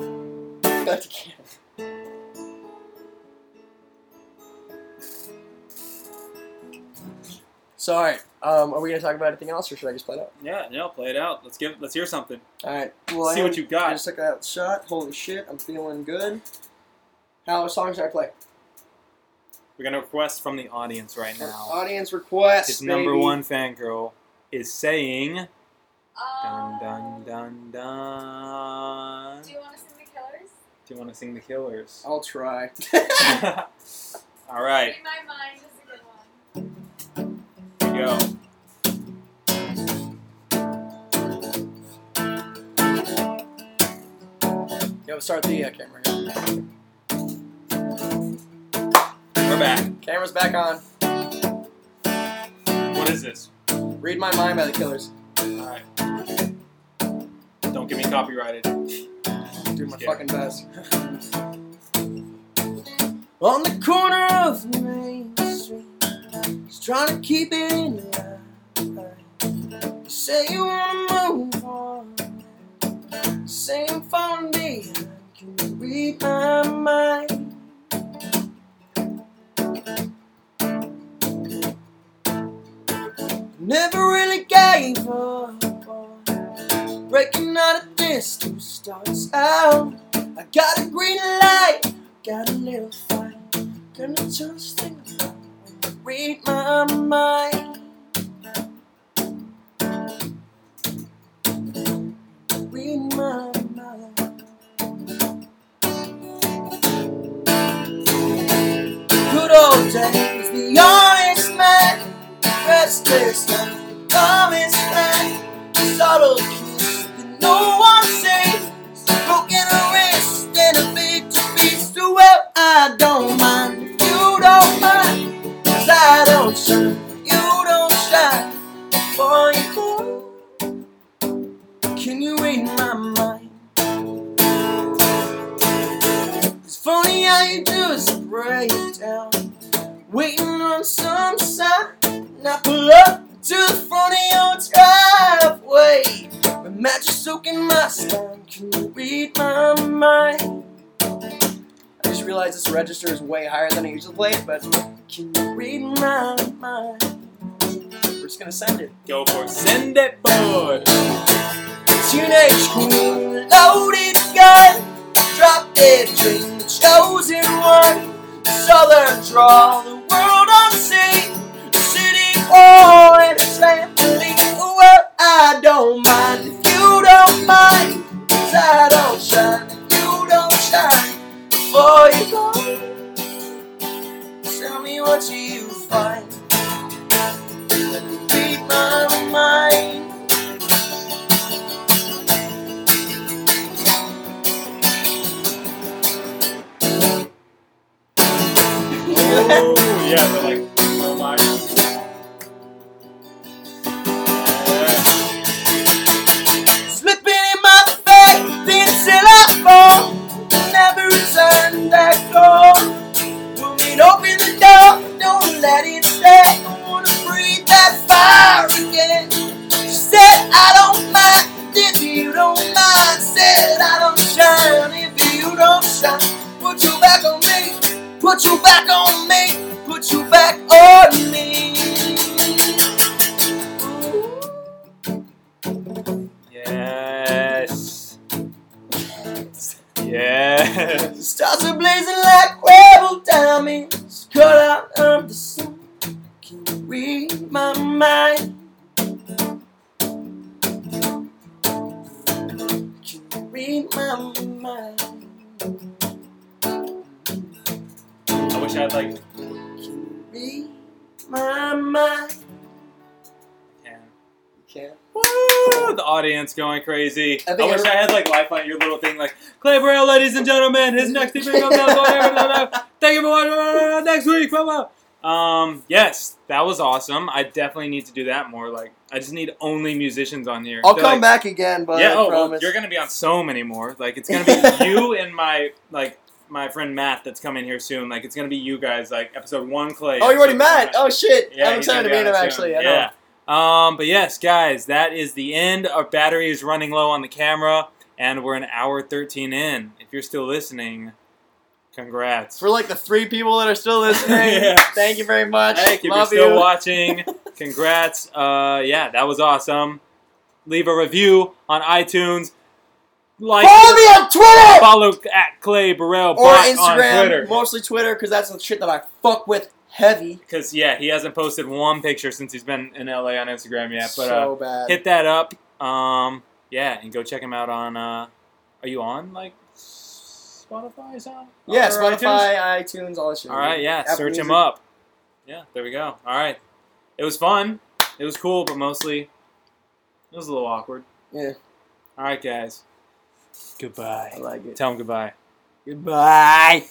Speaker 3: so, alright. Um, are we going to talk about anything else or should I just play it out?
Speaker 1: Yeah, no, play it out. Let's give. Let's hear something.
Speaker 3: Alright. Well,
Speaker 1: See
Speaker 3: I-
Speaker 1: what you got.
Speaker 3: I just took that shot. Holy shit, I'm feeling good. How, what song should I play?
Speaker 1: We're gonna request from the audience right now.
Speaker 3: Audience request.
Speaker 5: His number
Speaker 3: baby.
Speaker 5: one fangirl is saying, dun
Speaker 4: Um,
Speaker 5: dun dun dun.
Speaker 4: do you want to sing the Killers?
Speaker 5: Do you want to sing the Killers?
Speaker 1: (laughs)
Speaker 3: I'll try.
Speaker 1: All right,
Speaker 4: In my mind is a good one.
Speaker 1: here we
Speaker 3: go.
Speaker 2: Yeah, we'll start the uh, camera. Here.
Speaker 3: We're back.
Speaker 2: Camera's back on.
Speaker 3: What is this?
Speaker 2: Read My Mind by the Killers.
Speaker 3: Alright. Don't get me copyrighted.
Speaker 2: Do my
Speaker 3: Yeah.
Speaker 2: fucking best. On the corner of Main Street, just trying to keep it alive. You say you wanna move on, say I'm falling behind. Can you read my mind? Never really gave up on Breaking out of this to starts out. I got a green light, got a little fight. Gonna turn this thing around when you read my mind. Read my mind. Good old days, the honest man, restless man, the dumbest man subtle kiss that no one sees. Broken a wrist and a big piece. So well, I don't mind. if You don't mind. 'Cause I don't shine. You don't shine. Before you go, can you read my mind? It's funny how you just break down. Waiting on some sign. Now pull up to the front of your driveway. The match is soaking my spine. Can you read my mind? I just realized this register is way higher than I usually play it, but can you read my mind? We're just gonna send it.
Speaker 3: Go for it. Send it forward.
Speaker 2: Teenage queen, loaded gun, drop dead dream, the chosen one. Southern draw, the world unseen, the city hall and its family. Well, I don't mind if you don't mind, 'cause I don't shine, if you don't shine. Before you go, tell me what you find. Let me read my mind.
Speaker 3: Oh, yeah, we're like, oh my. Yeah.
Speaker 2: Slipping in my faith until I fall. Never return that call. Will it open the door? Don't let it stay. I wanna breathe that fire again. She said, I don't mind if you don't mind. Said, I don't shine if you don't shine. Put you back on me. Put you back on me. Put you back on me.
Speaker 1: Yes. Yes.
Speaker 2: The stars are blazing like rebel diamonds, cut out of the sun. Can you read my mind? Can you read my mind?
Speaker 3: I wish I had like
Speaker 2: Can you read my mind?
Speaker 3: ten.
Speaker 2: Can't.
Speaker 1: Woo! The audience going crazy.
Speaker 2: I
Speaker 3: I,
Speaker 2: think
Speaker 3: wish
Speaker 2: every-
Speaker 3: I had like life on your little thing like
Speaker 1: Clay Burrell, ladies and gentlemen, his next evening comes out. Blah, blah, blah. Thank you for watching. Next week. Blah, blah. Um, yes, that was awesome. I definitely need to do that more. Like, I just need only musicians on here.
Speaker 2: I'll
Speaker 1: They're
Speaker 2: come
Speaker 1: like-
Speaker 2: back again, but
Speaker 1: yeah,
Speaker 2: I
Speaker 1: oh, well,
Speaker 2: promise.
Speaker 1: you're gonna be on so many more. Like, it's gonna
Speaker 2: (laughs)
Speaker 1: be you and my like my friend Matt that's coming here soon. Like, it's gonna be you guys. Like, episode one, Clay.
Speaker 2: oh, you're already
Speaker 1: episode
Speaker 2: mad?
Speaker 1: one-
Speaker 2: Oh, shit.
Speaker 1: yeah,
Speaker 2: I'm
Speaker 1: he's
Speaker 2: excited to
Speaker 1: gonna be
Speaker 2: meet him,
Speaker 1: on it
Speaker 2: actually.
Speaker 1: soon.
Speaker 2: I know.
Speaker 1: yeah. Um, but yes, guys, that is the end. Our battery is running low on the camera, and we're an hour 13 in. If you're still listening, congrats.
Speaker 2: For like the three people that
Speaker 1: (laughs)
Speaker 2: are still listening,
Speaker 3: Yeah.
Speaker 2: thank you very much.
Speaker 1: Thank you. If you're still
Speaker 2: Love you. (laughs)
Speaker 1: watching, congrats. Uh, yeah, that was awesome. Leave a review on iTunes. Like,
Speaker 2: Follow me on Twitter!
Speaker 1: follow at Clay Burrell
Speaker 2: or
Speaker 1: Bot on
Speaker 2: Instagram,
Speaker 1: Twitter.
Speaker 2: mostly Twitter, because that's the shit that I fuck with heavy.
Speaker 1: Because yeah, he hasn't posted one picture since he's been in LA on Instagram yet. But uh,
Speaker 2: so bad.
Speaker 1: hit that up. Um, yeah, and go check him out on. Uh, are you on like Spotify? or something?
Speaker 2: yeah,
Speaker 1: Or
Speaker 2: Spotify, iTunes? all that shit.
Speaker 1: iTunes? All right, yeah,
Speaker 2: Apple
Speaker 1: search him
Speaker 2: Music.
Speaker 1: up. Yeah, there we go. All right, it was fun. It was cool, but mostly it was a little awkward.
Speaker 2: Yeah.
Speaker 1: All right, guys.
Speaker 2: I
Speaker 1: (laughs) Goodbye.
Speaker 2: like it.
Speaker 1: Tell them goodbye.
Speaker 2: Goodbye.